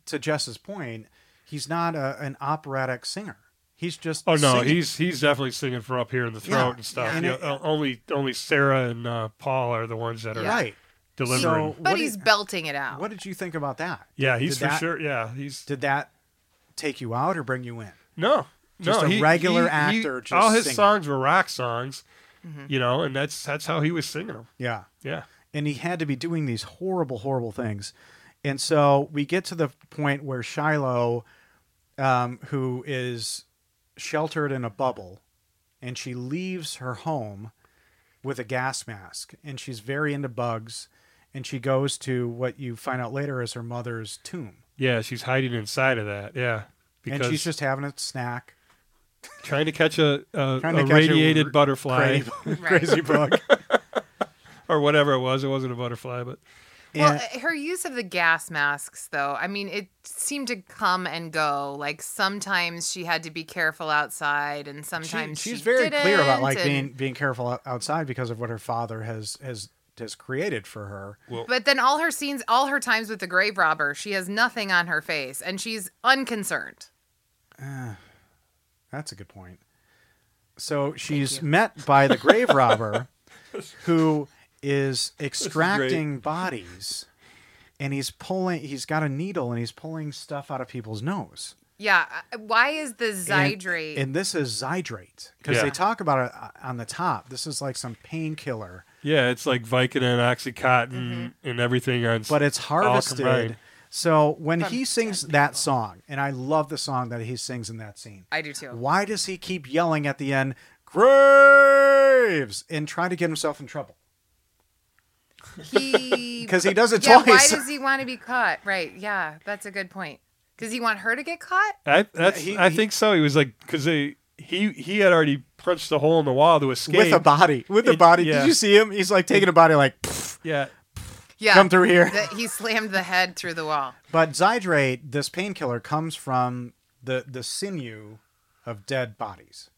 [SPEAKER 2] to Jess's point, he's not a, an operatic singer. He's just
[SPEAKER 1] Oh no,
[SPEAKER 2] singing.
[SPEAKER 1] he's he's definitely singing from up here in the throat
[SPEAKER 2] Yeah,
[SPEAKER 1] and stuff.
[SPEAKER 2] yeah. And
[SPEAKER 1] You
[SPEAKER 2] it-
[SPEAKER 1] know, only only Sarah and uh, Paul are the ones that are
[SPEAKER 2] right.
[SPEAKER 1] delivering.
[SPEAKER 2] So-
[SPEAKER 5] But
[SPEAKER 2] What do
[SPEAKER 5] he's
[SPEAKER 2] you-
[SPEAKER 5] belting it out.
[SPEAKER 2] What did you think about that?
[SPEAKER 1] yeah, he's
[SPEAKER 2] Did
[SPEAKER 1] for
[SPEAKER 2] that-
[SPEAKER 1] sure. Yeah, he's
[SPEAKER 2] Did that take you out or bring you in?
[SPEAKER 1] no,
[SPEAKER 2] Just
[SPEAKER 1] no,
[SPEAKER 2] a
[SPEAKER 1] he- he-
[SPEAKER 2] regular
[SPEAKER 1] he-
[SPEAKER 2] actor just
[SPEAKER 1] all his
[SPEAKER 2] singing. Mm-hmm.
[SPEAKER 1] songs were rock songs, you know, and that's that's how he was singing them.
[SPEAKER 2] Yeah.
[SPEAKER 1] Yeah,
[SPEAKER 2] And he had to be doing these horrible, horrible things. And so we get to the point where Shiloh, um, who is sheltered in a bubble, and she leaves her home with a gas mask, and she's very into bugs, and she goes to what you find out later is her mother's tomb.
[SPEAKER 1] yeah, she's hiding inside of that. Yeah, because
[SPEAKER 2] and she's just having a snack
[SPEAKER 1] Trying to catch a, a,
[SPEAKER 2] Trying to
[SPEAKER 1] a
[SPEAKER 2] catch a
[SPEAKER 1] radiated
[SPEAKER 2] r-
[SPEAKER 1] butterfly
[SPEAKER 2] Crazy, *laughs*
[SPEAKER 5] Right.
[SPEAKER 2] crazy bug.
[SPEAKER 1] *laughs* or whatever it was. It wasn't a butterfly, but
[SPEAKER 5] Well,
[SPEAKER 2] And-
[SPEAKER 5] uh, her use of the gas masks, though, I mean, it seemed to come and go. Like sometimes she had to be careful outside, and
[SPEAKER 2] She-
[SPEAKER 5] sometimes
[SPEAKER 2] she's
[SPEAKER 5] she
[SPEAKER 2] very clear about
[SPEAKER 5] didn't,
[SPEAKER 2] like
[SPEAKER 5] and-
[SPEAKER 2] being being careful o- outside because of what her father has has has created for her.
[SPEAKER 5] But then all her scenes, all her times with the grave robber, she has nothing on her face, and she's unconcerned.
[SPEAKER 2] That's a good point. So she's met by the grave
[SPEAKER 5] *laughs*
[SPEAKER 2] robber, who is extracting bodies, and he's pulling. He's got a needle and he's pulling stuff out of people's nose.
[SPEAKER 5] Yeah. I- Why is the
[SPEAKER 2] And-
[SPEAKER 5] Zydrate?
[SPEAKER 2] and, this is zydrate because
[SPEAKER 1] Yeah.
[SPEAKER 2] they talk about it uh, on the top. This is like some painkiller.
[SPEAKER 1] yeah, it's like Vicodin, Oxycontin, and everything on. s-
[SPEAKER 2] Mm-hmm. but it's
[SPEAKER 1] combined.
[SPEAKER 2] harvested. So when he sings
[SPEAKER 5] dead
[SPEAKER 2] that song, and I love the song that he sings in that scene,
[SPEAKER 5] I do too.
[SPEAKER 2] why does he keep yelling at the end, graves, and try to get himself in trouble?
[SPEAKER 5] He
[SPEAKER 2] *laughs* 'Cause he does it
[SPEAKER 5] yeah,
[SPEAKER 2] twice.
[SPEAKER 5] Why does he want to be caught? Right. Yeah, that's a good point. Does he want her to get caught?
[SPEAKER 1] I that's
[SPEAKER 2] He-
[SPEAKER 1] I
[SPEAKER 2] he-
[SPEAKER 1] think so. He was like because they he he had already punched a hole in the wall to escape
[SPEAKER 2] *laughs* With a body. With a
[SPEAKER 1] It-
[SPEAKER 2] body.
[SPEAKER 1] yeah.
[SPEAKER 2] Did you see him? He's like taking a body, like, *laughs* "Pff,
[SPEAKER 1] Yeah,
[SPEAKER 5] Yeah.
[SPEAKER 2] come through here.
[SPEAKER 5] The- he slammed the head through the wall.
[SPEAKER 2] But Zydrate, this painkiller, comes from the, the sinew of dead bodies.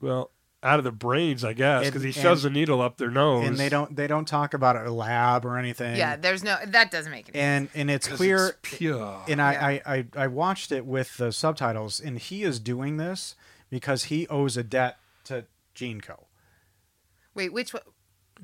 [SPEAKER 1] well, out of the brains, I guess,
[SPEAKER 2] And-
[SPEAKER 1] because he shoves the needle up their nose.
[SPEAKER 2] And they don't they don't talk about a lab or anything.
[SPEAKER 5] Yeah. There's no. That doesn't make any.
[SPEAKER 2] And and it's
[SPEAKER 1] 'Cause
[SPEAKER 2] clear
[SPEAKER 1] it's pure.
[SPEAKER 2] and I,
[SPEAKER 5] Yeah.
[SPEAKER 2] I, I, I watched it with the subtitles, and he is doing this because he owes a debt to Gene Co.
[SPEAKER 5] Wait, which one?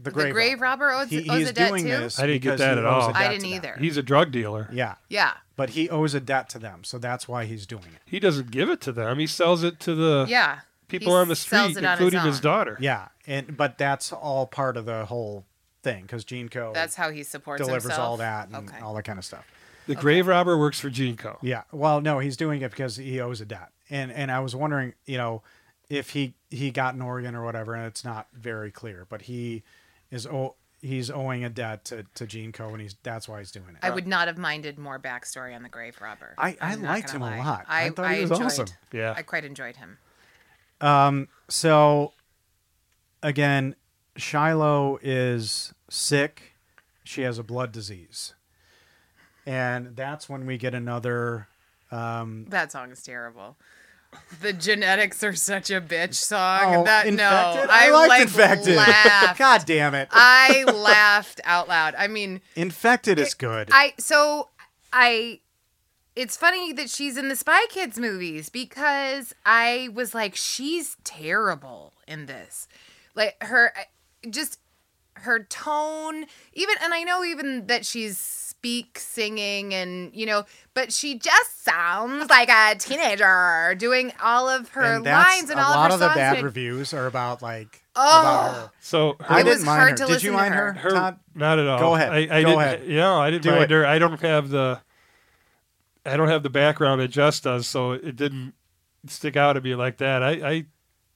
[SPEAKER 2] The
[SPEAKER 5] The
[SPEAKER 2] grave,
[SPEAKER 5] grave
[SPEAKER 2] robber.
[SPEAKER 5] robber owes,
[SPEAKER 2] He,
[SPEAKER 5] owes
[SPEAKER 2] he's
[SPEAKER 5] a debt
[SPEAKER 2] doing
[SPEAKER 5] too.
[SPEAKER 2] this.
[SPEAKER 1] I didn't get
[SPEAKER 2] because
[SPEAKER 1] that at
[SPEAKER 2] he owes a
[SPEAKER 1] all.
[SPEAKER 5] I
[SPEAKER 2] debt
[SPEAKER 5] didn't
[SPEAKER 2] to them.
[SPEAKER 5] either.
[SPEAKER 1] He's a drug dealer.
[SPEAKER 2] Yeah,
[SPEAKER 5] Yeah.
[SPEAKER 2] but he owes a debt to them, so that's why he's doing it.
[SPEAKER 1] He doesn't give it to them. He sells it to the
[SPEAKER 5] Yeah.
[SPEAKER 1] people
[SPEAKER 5] He
[SPEAKER 1] on the
[SPEAKER 5] sells
[SPEAKER 1] street,
[SPEAKER 5] it on his
[SPEAKER 1] including his,
[SPEAKER 5] own.
[SPEAKER 1] daughter.
[SPEAKER 2] Yeah, and but that's all part of the whole thing because Gene Co.
[SPEAKER 5] That's how he supports
[SPEAKER 2] delivers
[SPEAKER 5] himself.
[SPEAKER 2] all that and
[SPEAKER 5] okay.
[SPEAKER 2] all that kind of stuff.
[SPEAKER 1] The grave robber works for Jinko.
[SPEAKER 2] Yeah. Well, no, he's doing it because he owes a debt, and and I was wondering, you know, if he he got an Oregon or whatever, and it's not very clear, but he is oh he's owing a debt to to Gene Co, and he's that's why he's doing it.
[SPEAKER 5] I would not have minded more backstory on the grave robber.
[SPEAKER 2] I- I
[SPEAKER 5] I'm not
[SPEAKER 2] liked
[SPEAKER 5] gonna
[SPEAKER 2] him a
[SPEAKER 5] lie.
[SPEAKER 2] lot. I
[SPEAKER 5] I,
[SPEAKER 2] thought he was
[SPEAKER 5] enjoyed,
[SPEAKER 2] awesome.
[SPEAKER 1] Yeah.
[SPEAKER 5] I quite enjoyed him.
[SPEAKER 2] so again, Shiloh is sick. She has a blood disease, and that's when we get another. Mm.
[SPEAKER 5] That song is terrible. The genetics are such a bitch song.
[SPEAKER 2] Oh,
[SPEAKER 5] that
[SPEAKER 2] infected?
[SPEAKER 5] no, I,
[SPEAKER 2] liked
[SPEAKER 5] like,
[SPEAKER 2] infected. *laughs*
[SPEAKER 5] laughed.
[SPEAKER 2] God damn it!
[SPEAKER 5] I laughed out loud. I mean,
[SPEAKER 2] infected is good.
[SPEAKER 5] I so I. It's funny that she's in the Spy Kids movies because I was like, she's terrible in this. Like her, just her tone even and i know even that she's speak singing and you know but she just sounds like a teenager doing all of her
[SPEAKER 2] and that's
[SPEAKER 5] lines and
[SPEAKER 2] a
[SPEAKER 5] all
[SPEAKER 2] lot
[SPEAKER 5] of her
[SPEAKER 2] of the
[SPEAKER 5] songs
[SPEAKER 2] bad
[SPEAKER 5] and-
[SPEAKER 2] reviews are about like
[SPEAKER 5] Oh.
[SPEAKER 2] about her.
[SPEAKER 1] So her,
[SPEAKER 2] I
[SPEAKER 5] It was
[SPEAKER 2] didn't mind
[SPEAKER 5] hard
[SPEAKER 2] her.
[SPEAKER 5] to
[SPEAKER 2] Did you
[SPEAKER 5] listen to
[SPEAKER 2] mind her?
[SPEAKER 5] her.
[SPEAKER 1] her
[SPEAKER 2] Todd?
[SPEAKER 1] not at all.
[SPEAKER 2] Go ahead.
[SPEAKER 1] I, I
[SPEAKER 2] Go
[SPEAKER 1] didn't,
[SPEAKER 2] ahead.
[SPEAKER 1] No, I didn't
[SPEAKER 2] Do
[SPEAKER 1] mind
[SPEAKER 2] it.
[SPEAKER 1] her. I don't have the I don't have the background that Jess does, so it didn't stick out at me like that. I, I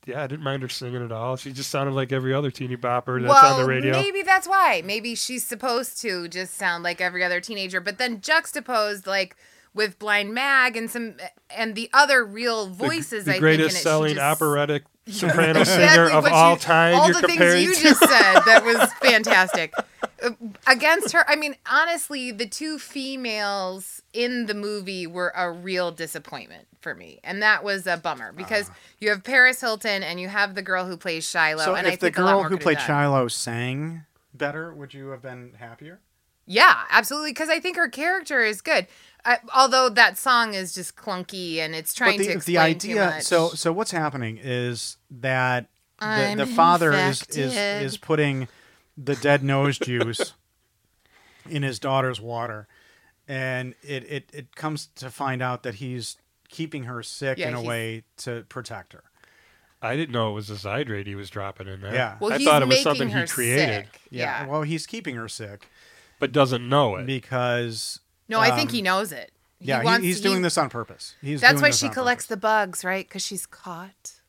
[SPEAKER 1] yeah, I didn't mind her singing at all. She just sounded like every other teeny bopper that's
[SPEAKER 5] well,
[SPEAKER 1] on the radio.
[SPEAKER 5] maybe that's why. Maybe she's supposed to just sound like every other teenager, but then juxtaposed like with Blind Mag and some and the other real
[SPEAKER 1] The-
[SPEAKER 5] voices.
[SPEAKER 1] the
[SPEAKER 5] I
[SPEAKER 1] greatest
[SPEAKER 5] think, in it, she
[SPEAKER 1] selling
[SPEAKER 5] just-
[SPEAKER 1] operatic *laughs* soprano
[SPEAKER 5] *laughs* Exactly
[SPEAKER 1] singer of
[SPEAKER 5] what you-
[SPEAKER 1] all time.
[SPEAKER 5] All
[SPEAKER 1] you're
[SPEAKER 5] the
[SPEAKER 1] comparing
[SPEAKER 5] things you
[SPEAKER 1] to- *laughs*
[SPEAKER 5] just said that was fantastic. Uh, Against her, I mean, honestly, the two females in the movie were a real disappointment for me, and that was a bummer because
[SPEAKER 1] Ah.
[SPEAKER 5] you have Paris Hilton and you have the girl who plays Shiloh,
[SPEAKER 2] So
[SPEAKER 5] and
[SPEAKER 2] if
[SPEAKER 5] I
[SPEAKER 2] the
[SPEAKER 5] think a lot
[SPEAKER 2] girl
[SPEAKER 5] more
[SPEAKER 2] who
[SPEAKER 5] could've
[SPEAKER 2] played
[SPEAKER 5] done.
[SPEAKER 2] Shiloh sang better, would you have been happier?
[SPEAKER 5] Yeah, absolutely. Because I think her character is good. I, although that song is just clunky and it's
[SPEAKER 2] but
[SPEAKER 5] trying
[SPEAKER 2] the,
[SPEAKER 5] to
[SPEAKER 2] the
[SPEAKER 5] explain
[SPEAKER 2] idea.
[SPEAKER 5] too much.
[SPEAKER 2] So so what's happening is that the,
[SPEAKER 5] I'm
[SPEAKER 2] the father is, is
[SPEAKER 5] infected.
[SPEAKER 2] is putting the dead nose juice in his daughter's water, and it, it it comes to find out that he's keeping her sick
[SPEAKER 5] Yeah,
[SPEAKER 2] in a
[SPEAKER 5] he's-
[SPEAKER 2] way to protect her.
[SPEAKER 1] I didn't know it was a Zydrate he was dropping in there.
[SPEAKER 2] Yeah.
[SPEAKER 5] well,
[SPEAKER 1] I
[SPEAKER 5] he's
[SPEAKER 1] thought it was
[SPEAKER 5] making
[SPEAKER 1] something
[SPEAKER 5] her
[SPEAKER 1] he created,
[SPEAKER 5] sick. Yeah.
[SPEAKER 2] Well, he's keeping her sick
[SPEAKER 1] but doesn't know it.
[SPEAKER 2] because
[SPEAKER 5] no, I think he knows it. He
[SPEAKER 2] Um, yeah, he
[SPEAKER 5] wants-
[SPEAKER 2] he's
[SPEAKER 5] he-
[SPEAKER 2] doing this on purpose. He's
[SPEAKER 5] That's
[SPEAKER 2] doing
[SPEAKER 5] why
[SPEAKER 2] this
[SPEAKER 5] she
[SPEAKER 2] on
[SPEAKER 5] collects
[SPEAKER 2] purpose.
[SPEAKER 5] the bugs, right? Because she's caught,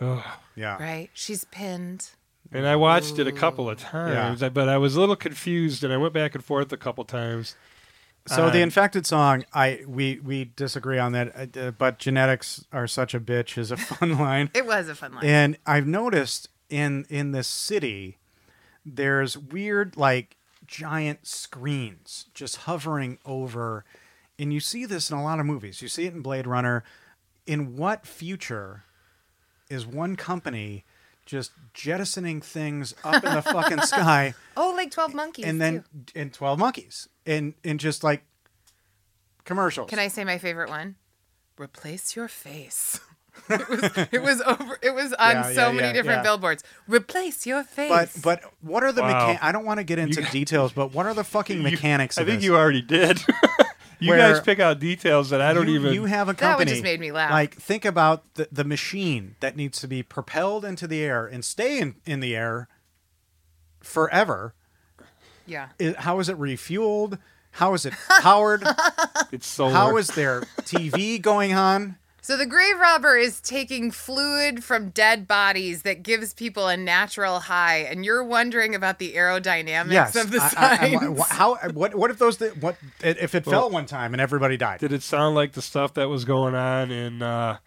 [SPEAKER 1] Ugh.
[SPEAKER 2] yeah.
[SPEAKER 5] right? She's pinned.
[SPEAKER 1] And I watched it a couple of times, but I was a little confused, and I went back and forth a couple times.
[SPEAKER 2] So the
[SPEAKER 1] on-
[SPEAKER 2] infected song, I we we disagree on that, uh, but genetics are such a bitch is a *laughs* fun line.
[SPEAKER 5] It was a fun line.
[SPEAKER 2] And I've noticed in in this city, there's weird like giant screens just hovering over, and you see this in a lot of movies. You see it in Blade Runner. In what future is one company just jettisoning things up in the
[SPEAKER 5] *laughs*
[SPEAKER 2] fucking sky?
[SPEAKER 5] oh, like Twelve Monkeys.
[SPEAKER 2] and then
[SPEAKER 5] too.
[SPEAKER 2] and 12 monkeys and and just like commercials
[SPEAKER 5] can I say my favorite one? Replace your face. *laughs* it was it was over. It was
[SPEAKER 2] *laughs*
[SPEAKER 5] on
[SPEAKER 2] Yeah,
[SPEAKER 5] so
[SPEAKER 2] yeah,
[SPEAKER 5] many
[SPEAKER 2] yeah,
[SPEAKER 5] different
[SPEAKER 2] yeah.
[SPEAKER 5] billboards. Replace your face.
[SPEAKER 2] but but what are the
[SPEAKER 1] Wow.
[SPEAKER 2] mechan- i don't want to get into details but what are the fucking
[SPEAKER 1] *laughs*
[SPEAKER 2] mechanics
[SPEAKER 1] You, I
[SPEAKER 2] of
[SPEAKER 1] think
[SPEAKER 2] this?
[SPEAKER 1] you already
[SPEAKER 2] *laughs*
[SPEAKER 1] did. you
[SPEAKER 2] Where-
[SPEAKER 1] guys pick out details that I don't
[SPEAKER 2] you,
[SPEAKER 1] even.
[SPEAKER 2] you have a
[SPEAKER 5] That one
[SPEAKER 2] company
[SPEAKER 5] just made me laugh.
[SPEAKER 2] like think about the, the machine that needs to be propelled into the air and stay in, in the air forever
[SPEAKER 5] yeah.
[SPEAKER 2] It- how is it refueled how
[SPEAKER 5] *laughs*
[SPEAKER 2] is it powered
[SPEAKER 1] *laughs* it's solar.
[SPEAKER 2] how is there tv going on
[SPEAKER 5] *laughs* So the grave robber is taking fluid from dead bodies that gives people a natural high, and you're wondering about the aerodynamics of the
[SPEAKER 2] I- I-
[SPEAKER 5] signs.
[SPEAKER 2] I- wha- how? What? What if those? thi- What if it fell one time and everybody died?
[SPEAKER 1] Did it sound like the stuff that was going on in uh,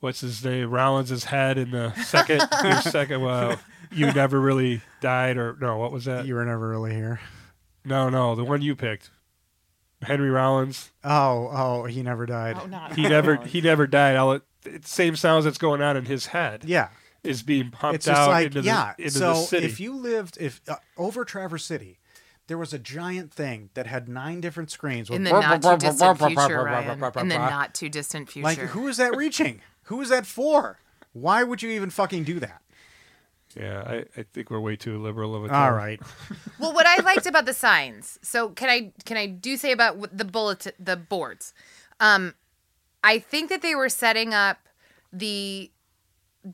[SPEAKER 1] what's his name Rollins' head in the
[SPEAKER 2] *laughs*
[SPEAKER 1] second your second? Well, you never really died, or no? What was that?
[SPEAKER 2] you were never really here.
[SPEAKER 1] no, no, the one you picked, Henry Rollins.
[SPEAKER 2] Oh, oh, he never died.
[SPEAKER 5] oh, not
[SPEAKER 2] *laughs*
[SPEAKER 1] He never he never died. All it, it same sounds that's going on in his head
[SPEAKER 2] Yeah,
[SPEAKER 1] is being pumped
[SPEAKER 2] it's just
[SPEAKER 1] out
[SPEAKER 2] like
[SPEAKER 1] into
[SPEAKER 2] yeah.
[SPEAKER 1] the into
[SPEAKER 2] so
[SPEAKER 1] the city.
[SPEAKER 2] if you lived if uh, over Traverse City, there was a giant thing that had nine different screens. with
[SPEAKER 5] in the
[SPEAKER 2] brr,
[SPEAKER 5] not
[SPEAKER 2] brr,
[SPEAKER 5] too
[SPEAKER 2] brr,
[SPEAKER 5] distant
[SPEAKER 2] brr, brr,
[SPEAKER 5] future,
[SPEAKER 2] brr,
[SPEAKER 5] Ryan.
[SPEAKER 2] brr, brr,
[SPEAKER 5] In the
[SPEAKER 2] brr.
[SPEAKER 5] not too distant future.
[SPEAKER 2] like who is that reaching? Who is that for? Why would you even fucking do that?
[SPEAKER 1] yeah, I, I think we're way too liberal of a.
[SPEAKER 2] All
[SPEAKER 1] term.
[SPEAKER 2] right.
[SPEAKER 5] Well, what I liked about the signs. So can I can I do say about wh- the bullet the boards? Um, I think that they were setting up the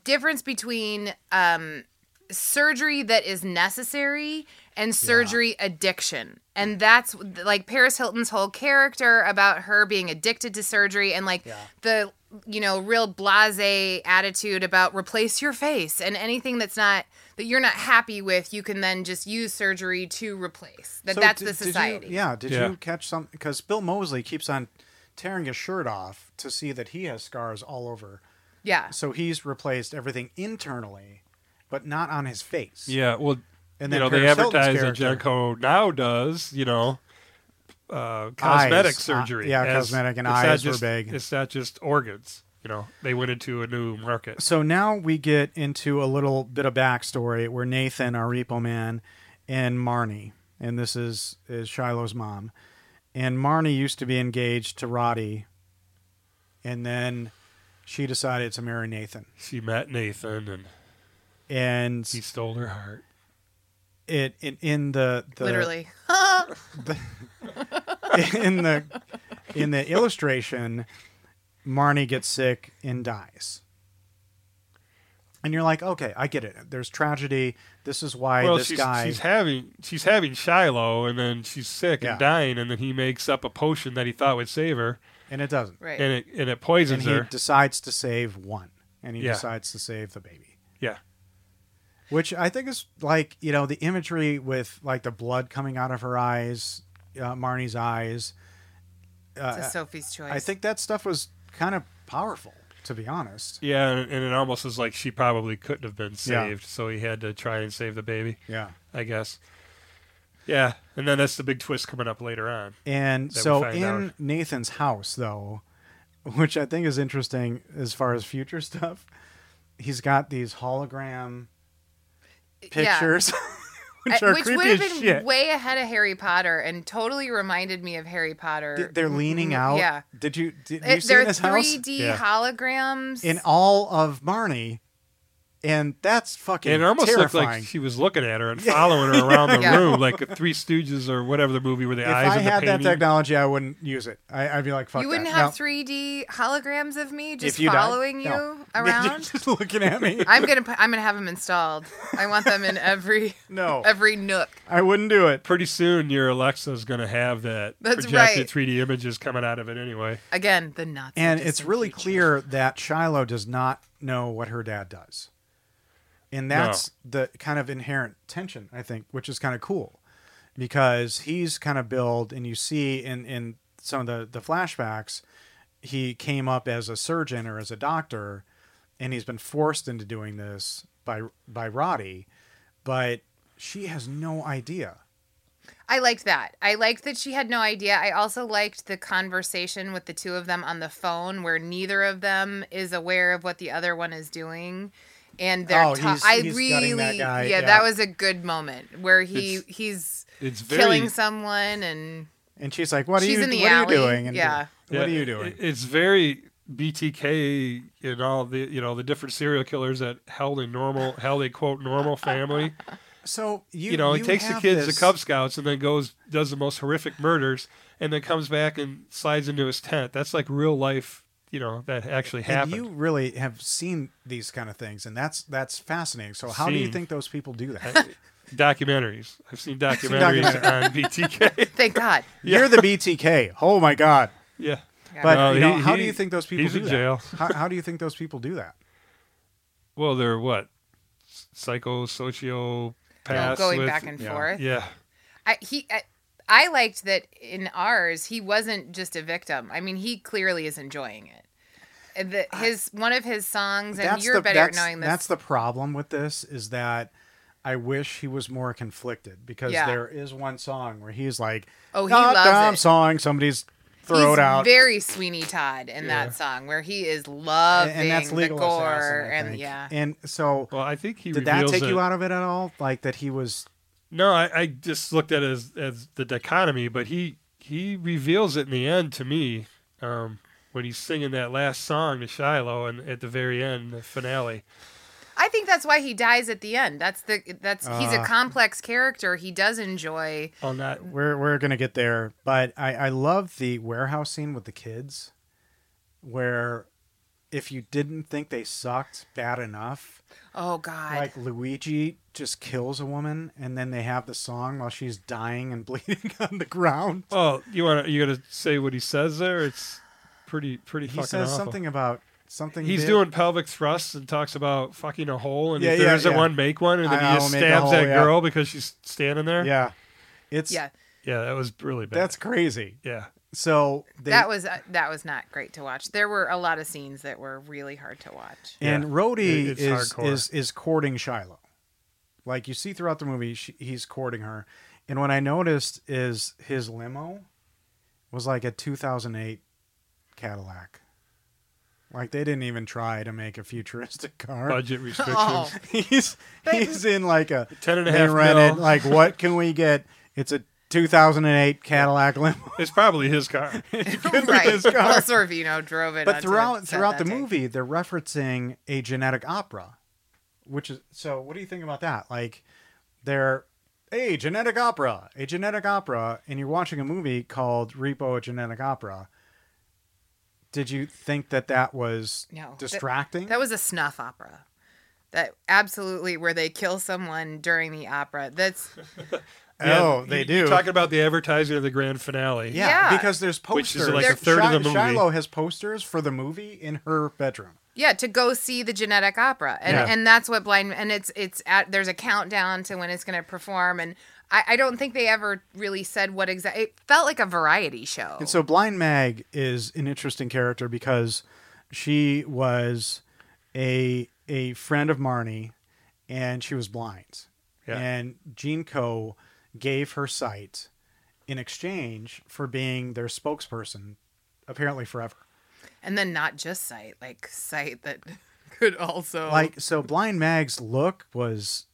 [SPEAKER 5] difference between um, surgery that is necessary and surgery addiction, and that's like Paris Hilton's whole character about her being addicted to surgery and like the you know real blasé attitude about replace your face and anything that's not that you're not happy with you can then just use surgery to replace that
[SPEAKER 2] So
[SPEAKER 5] that's
[SPEAKER 2] di-
[SPEAKER 5] the
[SPEAKER 2] did you-
[SPEAKER 5] society
[SPEAKER 2] yeah. Did
[SPEAKER 1] Yeah.
[SPEAKER 2] you catch something? Because Bill Mosley keeps on tearing his shirt off to see that he has scars all over.
[SPEAKER 5] yeah
[SPEAKER 2] So he's replaced everything internally, but not on his face.
[SPEAKER 1] Yeah, well,
[SPEAKER 2] And
[SPEAKER 1] you
[SPEAKER 2] then
[SPEAKER 1] know they
[SPEAKER 2] Paris Hilton's
[SPEAKER 1] advertise that
[SPEAKER 2] character.
[SPEAKER 1] Genco now does, you know, uh,
[SPEAKER 2] Eyes,
[SPEAKER 1] cosmetic
[SPEAKER 2] uh,
[SPEAKER 1] surgery.
[SPEAKER 2] yeah, cosmetic and
[SPEAKER 1] it's not
[SPEAKER 2] eyes were
[SPEAKER 1] just-
[SPEAKER 2] big.
[SPEAKER 1] It's not just organs. You know, they went into a new market.
[SPEAKER 2] So now we get into a little bit of backstory where Nathan, our repo man, and Marnie, and this is is Shiloh's mom, and Marnie used to be engaged to Roddy, and then she decided to marry Nathan,
[SPEAKER 1] She met Nathan and
[SPEAKER 2] and
[SPEAKER 1] he stole her heart.
[SPEAKER 2] it, it in the, the
[SPEAKER 5] literally
[SPEAKER 2] *laughs* in the in the illustration, Marnie gets sick and dies. And you're like, okay, I get it. There's tragedy. This is why
[SPEAKER 1] well,
[SPEAKER 2] this
[SPEAKER 1] she's,
[SPEAKER 2] guy.
[SPEAKER 1] she's having she's having Shiloh, and then she's sick
[SPEAKER 2] Yeah.
[SPEAKER 1] and dying, and then he makes up a potion that he thought would save her,
[SPEAKER 2] and it doesn't.
[SPEAKER 5] right
[SPEAKER 1] and it and it
[SPEAKER 2] And
[SPEAKER 1] poisons
[SPEAKER 2] he
[SPEAKER 1] her.
[SPEAKER 2] decides to save one, and he
[SPEAKER 1] Yeah.
[SPEAKER 2] decides to save the baby,
[SPEAKER 1] yeah,
[SPEAKER 2] which I think is like you know the imagery with like the blood coming out of her eyes, uh, Marnie's eyes.
[SPEAKER 5] it's a sophie's choice
[SPEAKER 2] I think that stuff was kind of powerful, to be honest.
[SPEAKER 1] yeah, and, and it almost is like she probably couldn't have been
[SPEAKER 2] Yeah.
[SPEAKER 1] saved, so he had to try and save the baby.
[SPEAKER 2] Yeah.
[SPEAKER 1] I guess. Yeah, and then that's the big twist coming up later on.
[SPEAKER 2] And
[SPEAKER 1] we
[SPEAKER 2] so
[SPEAKER 1] find
[SPEAKER 2] in
[SPEAKER 1] out.
[SPEAKER 2] Nathan's house, though, *laughs* which I think is interesting as far as future *laughs* stuff, he's got these hologram
[SPEAKER 5] Yeah.
[SPEAKER 2] pictures, *laughs* which
[SPEAKER 5] Uh,
[SPEAKER 2] are
[SPEAKER 5] which
[SPEAKER 2] creepy
[SPEAKER 5] would have
[SPEAKER 2] as
[SPEAKER 5] been
[SPEAKER 2] shit.
[SPEAKER 5] way ahead of Harry Potter and totally reminded me of Harry Potter. Mm-hmm.
[SPEAKER 2] They're leaning out.
[SPEAKER 5] Yeah.
[SPEAKER 2] Did you did
[SPEAKER 5] Uh,
[SPEAKER 2] you see
[SPEAKER 5] they're
[SPEAKER 2] his house
[SPEAKER 5] 3D
[SPEAKER 1] Yeah.
[SPEAKER 5] holograms.
[SPEAKER 2] in all of Marnie, and that's fucking
[SPEAKER 1] And it almost
[SPEAKER 2] terrifying.
[SPEAKER 1] looked like she was looking at her
[SPEAKER 2] *laughs*
[SPEAKER 1] and following her around the
[SPEAKER 5] Yeah.
[SPEAKER 1] room, like the Three Stooges or whatever the movie where the
[SPEAKER 2] if
[SPEAKER 1] eyes
[SPEAKER 2] I
[SPEAKER 1] in the
[SPEAKER 2] had that
[SPEAKER 1] painting.
[SPEAKER 2] technology, I wouldn't use it. I, I'd be like, fuck
[SPEAKER 5] you wouldn't
[SPEAKER 2] that.
[SPEAKER 5] have
[SPEAKER 2] No.
[SPEAKER 5] 3D holograms of me just
[SPEAKER 2] If you died,
[SPEAKER 5] following
[SPEAKER 2] *laughs*
[SPEAKER 5] you
[SPEAKER 2] no.
[SPEAKER 5] around.
[SPEAKER 2] just looking at
[SPEAKER 5] *laughs*
[SPEAKER 2] me.
[SPEAKER 5] I'm gonna put, I'm gonna have them installed. I want
[SPEAKER 2] *laughs*
[SPEAKER 5] them in every
[SPEAKER 2] No,
[SPEAKER 5] every nook.
[SPEAKER 2] I wouldn't do it.
[SPEAKER 1] Pretty soon, your Alexa's going to have that
[SPEAKER 5] That's
[SPEAKER 1] projected
[SPEAKER 5] right.
[SPEAKER 1] 3D images coming out of it anyway.
[SPEAKER 5] Again, the nuts.
[SPEAKER 2] And it's really clear that Shiloh does not know what her dad does. And that's the kind of inherent tension, I think, which is kind of cool. because he's kind of billed, and you see in in some of the the flashbacks, he came up as a surgeon or as a doctor, and he's been forced into doing this by by Roddy, but she has no idea.
[SPEAKER 5] I liked that. I liked that she had no idea. I also liked the conversation with the two of them on the phone where neither of them is aware of what the other one is doing. And they're
[SPEAKER 2] Oh,
[SPEAKER 5] ta-
[SPEAKER 2] he's-
[SPEAKER 5] I
[SPEAKER 2] he's
[SPEAKER 5] really
[SPEAKER 2] gutting that guy,
[SPEAKER 5] yeah,
[SPEAKER 2] yeah.
[SPEAKER 5] that was a good moment where he
[SPEAKER 1] It's-
[SPEAKER 5] he's
[SPEAKER 1] It's very
[SPEAKER 5] killing someone and
[SPEAKER 2] And she's like, "What are
[SPEAKER 5] She's
[SPEAKER 2] you?
[SPEAKER 5] in the
[SPEAKER 2] what
[SPEAKER 5] alley,
[SPEAKER 2] are you doing? And
[SPEAKER 5] yeah.
[SPEAKER 2] What
[SPEAKER 1] Yeah,
[SPEAKER 2] are you
[SPEAKER 1] it-
[SPEAKER 2] doing?
[SPEAKER 1] it- It's very BTK in all the you know the different serial killers that held a normal held a quote normal family.
[SPEAKER 2] so you,
[SPEAKER 1] You, know, he takes the
[SPEAKER 2] have
[SPEAKER 1] kids
[SPEAKER 2] this-
[SPEAKER 1] to Cub Scouts and then goes does the most horrific murders and then comes back and slides into his tent. That's like real life. You know that actually
[SPEAKER 2] And
[SPEAKER 1] happened.
[SPEAKER 2] you really have seen these kind of things, and that's that's fascinating. So how do you
[SPEAKER 1] Seen. Uh,
[SPEAKER 2] think those people do that?
[SPEAKER 1] documentaries. I've seen documentaries on
[SPEAKER 2] *laughs*
[SPEAKER 1] BTK.
[SPEAKER 5] thank God.
[SPEAKER 2] *laughs* You're the BTK. Oh my god!
[SPEAKER 1] yeah.
[SPEAKER 2] But
[SPEAKER 1] No,
[SPEAKER 2] you know,
[SPEAKER 1] he-
[SPEAKER 2] how do
[SPEAKER 1] he-
[SPEAKER 2] you think those people
[SPEAKER 1] he's
[SPEAKER 2] do
[SPEAKER 1] in
[SPEAKER 2] that?
[SPEAKER 1] jail.
[SPEAKER 2] *laughs* How, how do you think those people do that?
[SPEAKER 1] Well, they're what psycho socio.
[SPEAKER 5] going back and
[SPEAKER 2] yeah.
[SPEAKER 5] forth.
[SPEAKER 1] yeah.
[SPEAKER 5] I, he, I, I liked that in ours he wasn't just a victim. I mean, he clearly is enjoying it. And The, his one of his songs, and
[SPEAKER 2] that's
[SPEAKER 5] you're
[SPEAKER 2] the,
[SPEAKER 5] better at
[SPEAKER 2] that's,
[SPEAKER 5] knowing this.
[SPEAKER 2] That's the problem with this is that I wish he was more conflicted because
[SPEAKER 5] Yeah.
[SPEAKER 2] there is one song where he's like,
[SPEAKER 5] Oh, he
[SPEAKER 2] "Dum,
[SPEAKER 5] loves
[SPEAKER 2] dum
[SPEAKER 5] it."
[SPEAKER 2] song somebody's throat
[SPEAKER 5] He's
[SPEAKER 2] out.
[SPEAKER 5] Very Sweeney Todd in
[SPEAKER 1] Yeah.
[SPEAKER 5] that song, where he is
[SPEAKER 2] and,
[SPEAKER 5] loving
[SPEAKER 2] and that's
[SPEAKER 5] the
[SPEAKER 2] legal
[SPEAKER 5] gore
[SPEAKER 2] assassin, I
[SPEAKER 5] and
[SPEAKER 2] think.
[SPEAKER 5] yeah.
[SPEAKER 2] And so
[SPEAKER 1] Well, I think he
[SPEAKER 2] did that
[SPEAKER 1] reveals
[SPEAKER 2] take
[SPEAKER 1] it.
[SPEAKER 2] you out of it at all? Like that he was
[SPEAKER 1] No, I, I just looked at it as, as the dichotomy, but he he reveals it in the end to me um, when he's singing that last song to Shiloh and at the very end, the finale.
[SPEAKER 5] I think that's why he dies at the end. That's the that's he's a
[SPEAKER 2] Uh.
[SPEAKER 5] complex character. He does enjoy.
[SPEAKER 1] Oh, not
[SPEAKER 2] we're we're gonna get there, but I I love the warehouse scene with the kids, where if you didn't think they sucked bad enough,
[SPEAKER 5] Oh God.
[SPEAKER 2] like Luigi just kills a woman, and then they have the song while she's dying and *laughs* bleeding on the ground.
[SPEAKER 1] Oh, you want to you gonna say what he says there? It's pretty pretty.
[SPEAKER 2] He
[SPEAKER 1] fucking
[SPEAKER 2] says
[SPEAKER 1] awful.
[SPEAKER 2] something about something.
[SPEAKER 1] He's
[SPEAKER 2] big.
[SPEAKER 1] doing pelvic thrusts and talks about fucking a hole and
[SPEAKER 2] Yeah,
[SPEAKER 1] if there
[SPEAKER 2] yeah,
[SPEAKER 1] isn't
[SPEAKER 2] yeah.
[SPEAKER 1] one, make one, and then
[SPEAKER 2] I-
[SPEAKER 1] he just
[SPEAKER 2] I'll make a
[SPEAKER 1] stabs
[SPEAKER 2] hole,
[SPEAKER 1] that
[SPEAKER 2] yeah.
[SPEAKER 1] girl because she's standing there.
[SPEAKER 2] Yeah, it's
[SPEAKER 5] yeah,
[SPEAKER 1] yeah, that was really bad.
[SPEAKER 2] that's crazy.
[SPEAKER 1] yeah.
[SPEAKER 2] So they,
[SPEAKER 5] that was uh, that was not great to watch. There were a lot of scenes that were really hard to
[SPEAKER 2] *laughs*
[SPEAKER 5] watch.
[SPEAKER 2] and
[SPEAKER 1] Yeah.
[SPEAKER 2] Rhodey
[SPEAKER 1] It- it's
[SPEAKER 2] is
[SPEAKER 1] hardcore.
[SPEAKER 2] is is courting Shiloh. Like you see throughout the movie, she, he's courting her. And what I noticed is his limo was like a 2008 Cadillac. Like they didn't even try to make a futuristic *laughs* car.
[SPEAKER 1] Budget restrictions.
[SPEAKER 2] *laughs*
[SPEAKER 5] Oh,
[SPEAKER 2] He's he's in like a
[SPEAKER 1] Ten and a
[SPEAKER 2] they
[SPEAKER 1] half
[SPEAKER 2] rented
[SPEAKER 1] mil.
[SPEAKER 2] like what can we get? It's a 2008 Cadillac limo. *laughs*
[SPEAKER 1] It's probably his car.
[SPEAKER 5] right. Well, Sorvino drove it.
[SPEAKER 2] But
[SPEAKER 5] onto
[SPEAKER 2] throughout
[SPEAKER 5] set
[SPEAKER 2] throughout
[SPEAKER 5] that
[SPEAKER 2] the
[SPEAKER 5] day.
[SPEAKER 2] movie, they're referencing a genetic opera, which is so. What do you think about that? Like, they're a genetic opera, a genetic opera, and you're watching a movie called Repo: A Genetic Opera. Did you think that that was
[SPEAKER 5] No, that-
[SPEAKER 2] distracting?
[SPEAKER 5] That was a snuff opera. That absolutely where they kill someone during the opera. That's
[SPEAKER 2] oh,
[SPEAKER 1] Yeah,
[SPEAKER 2] they
[SPEAKER 1] you-
[SPEAKER 2] do.
[SPEAKER 1] You're talking about the advertising of the grand finale.
[SPEAKER 2] yeah,
[SPEAKER 5] Yeah.
[SPEAKER 2] because there's
[SPEAKER 1] Which
[SPEAKER 2] posters.
[SPEAKER 1] is like a third of the movie.
[SPEAKER 2] Shiloh has posters for the movie in her bedroom.
[SPEAKER 5] yeah, to go see the genetic opera. And
[SPEAKER 2] Yeah.
[SPEAKER 5] and that's what blind and it's it's at there's a countdown to when it's gonna perform and I, I don't think they ever really said what exactly. It felt like a variety show.
[SPEAKER 2] And so Blind Mag is an interesting character because she was a a friend of Marnie and she was blind.
[SPEAKER 1] Yeah.
[SPEAKER 2] And Jean Co gave her sight in exchange for being their spokesperson apparently forever.
[SPEAKER 5] and then not just sight, like sight that *laughs* could also
[SPEAKER 2] Like so Blind Mag's look was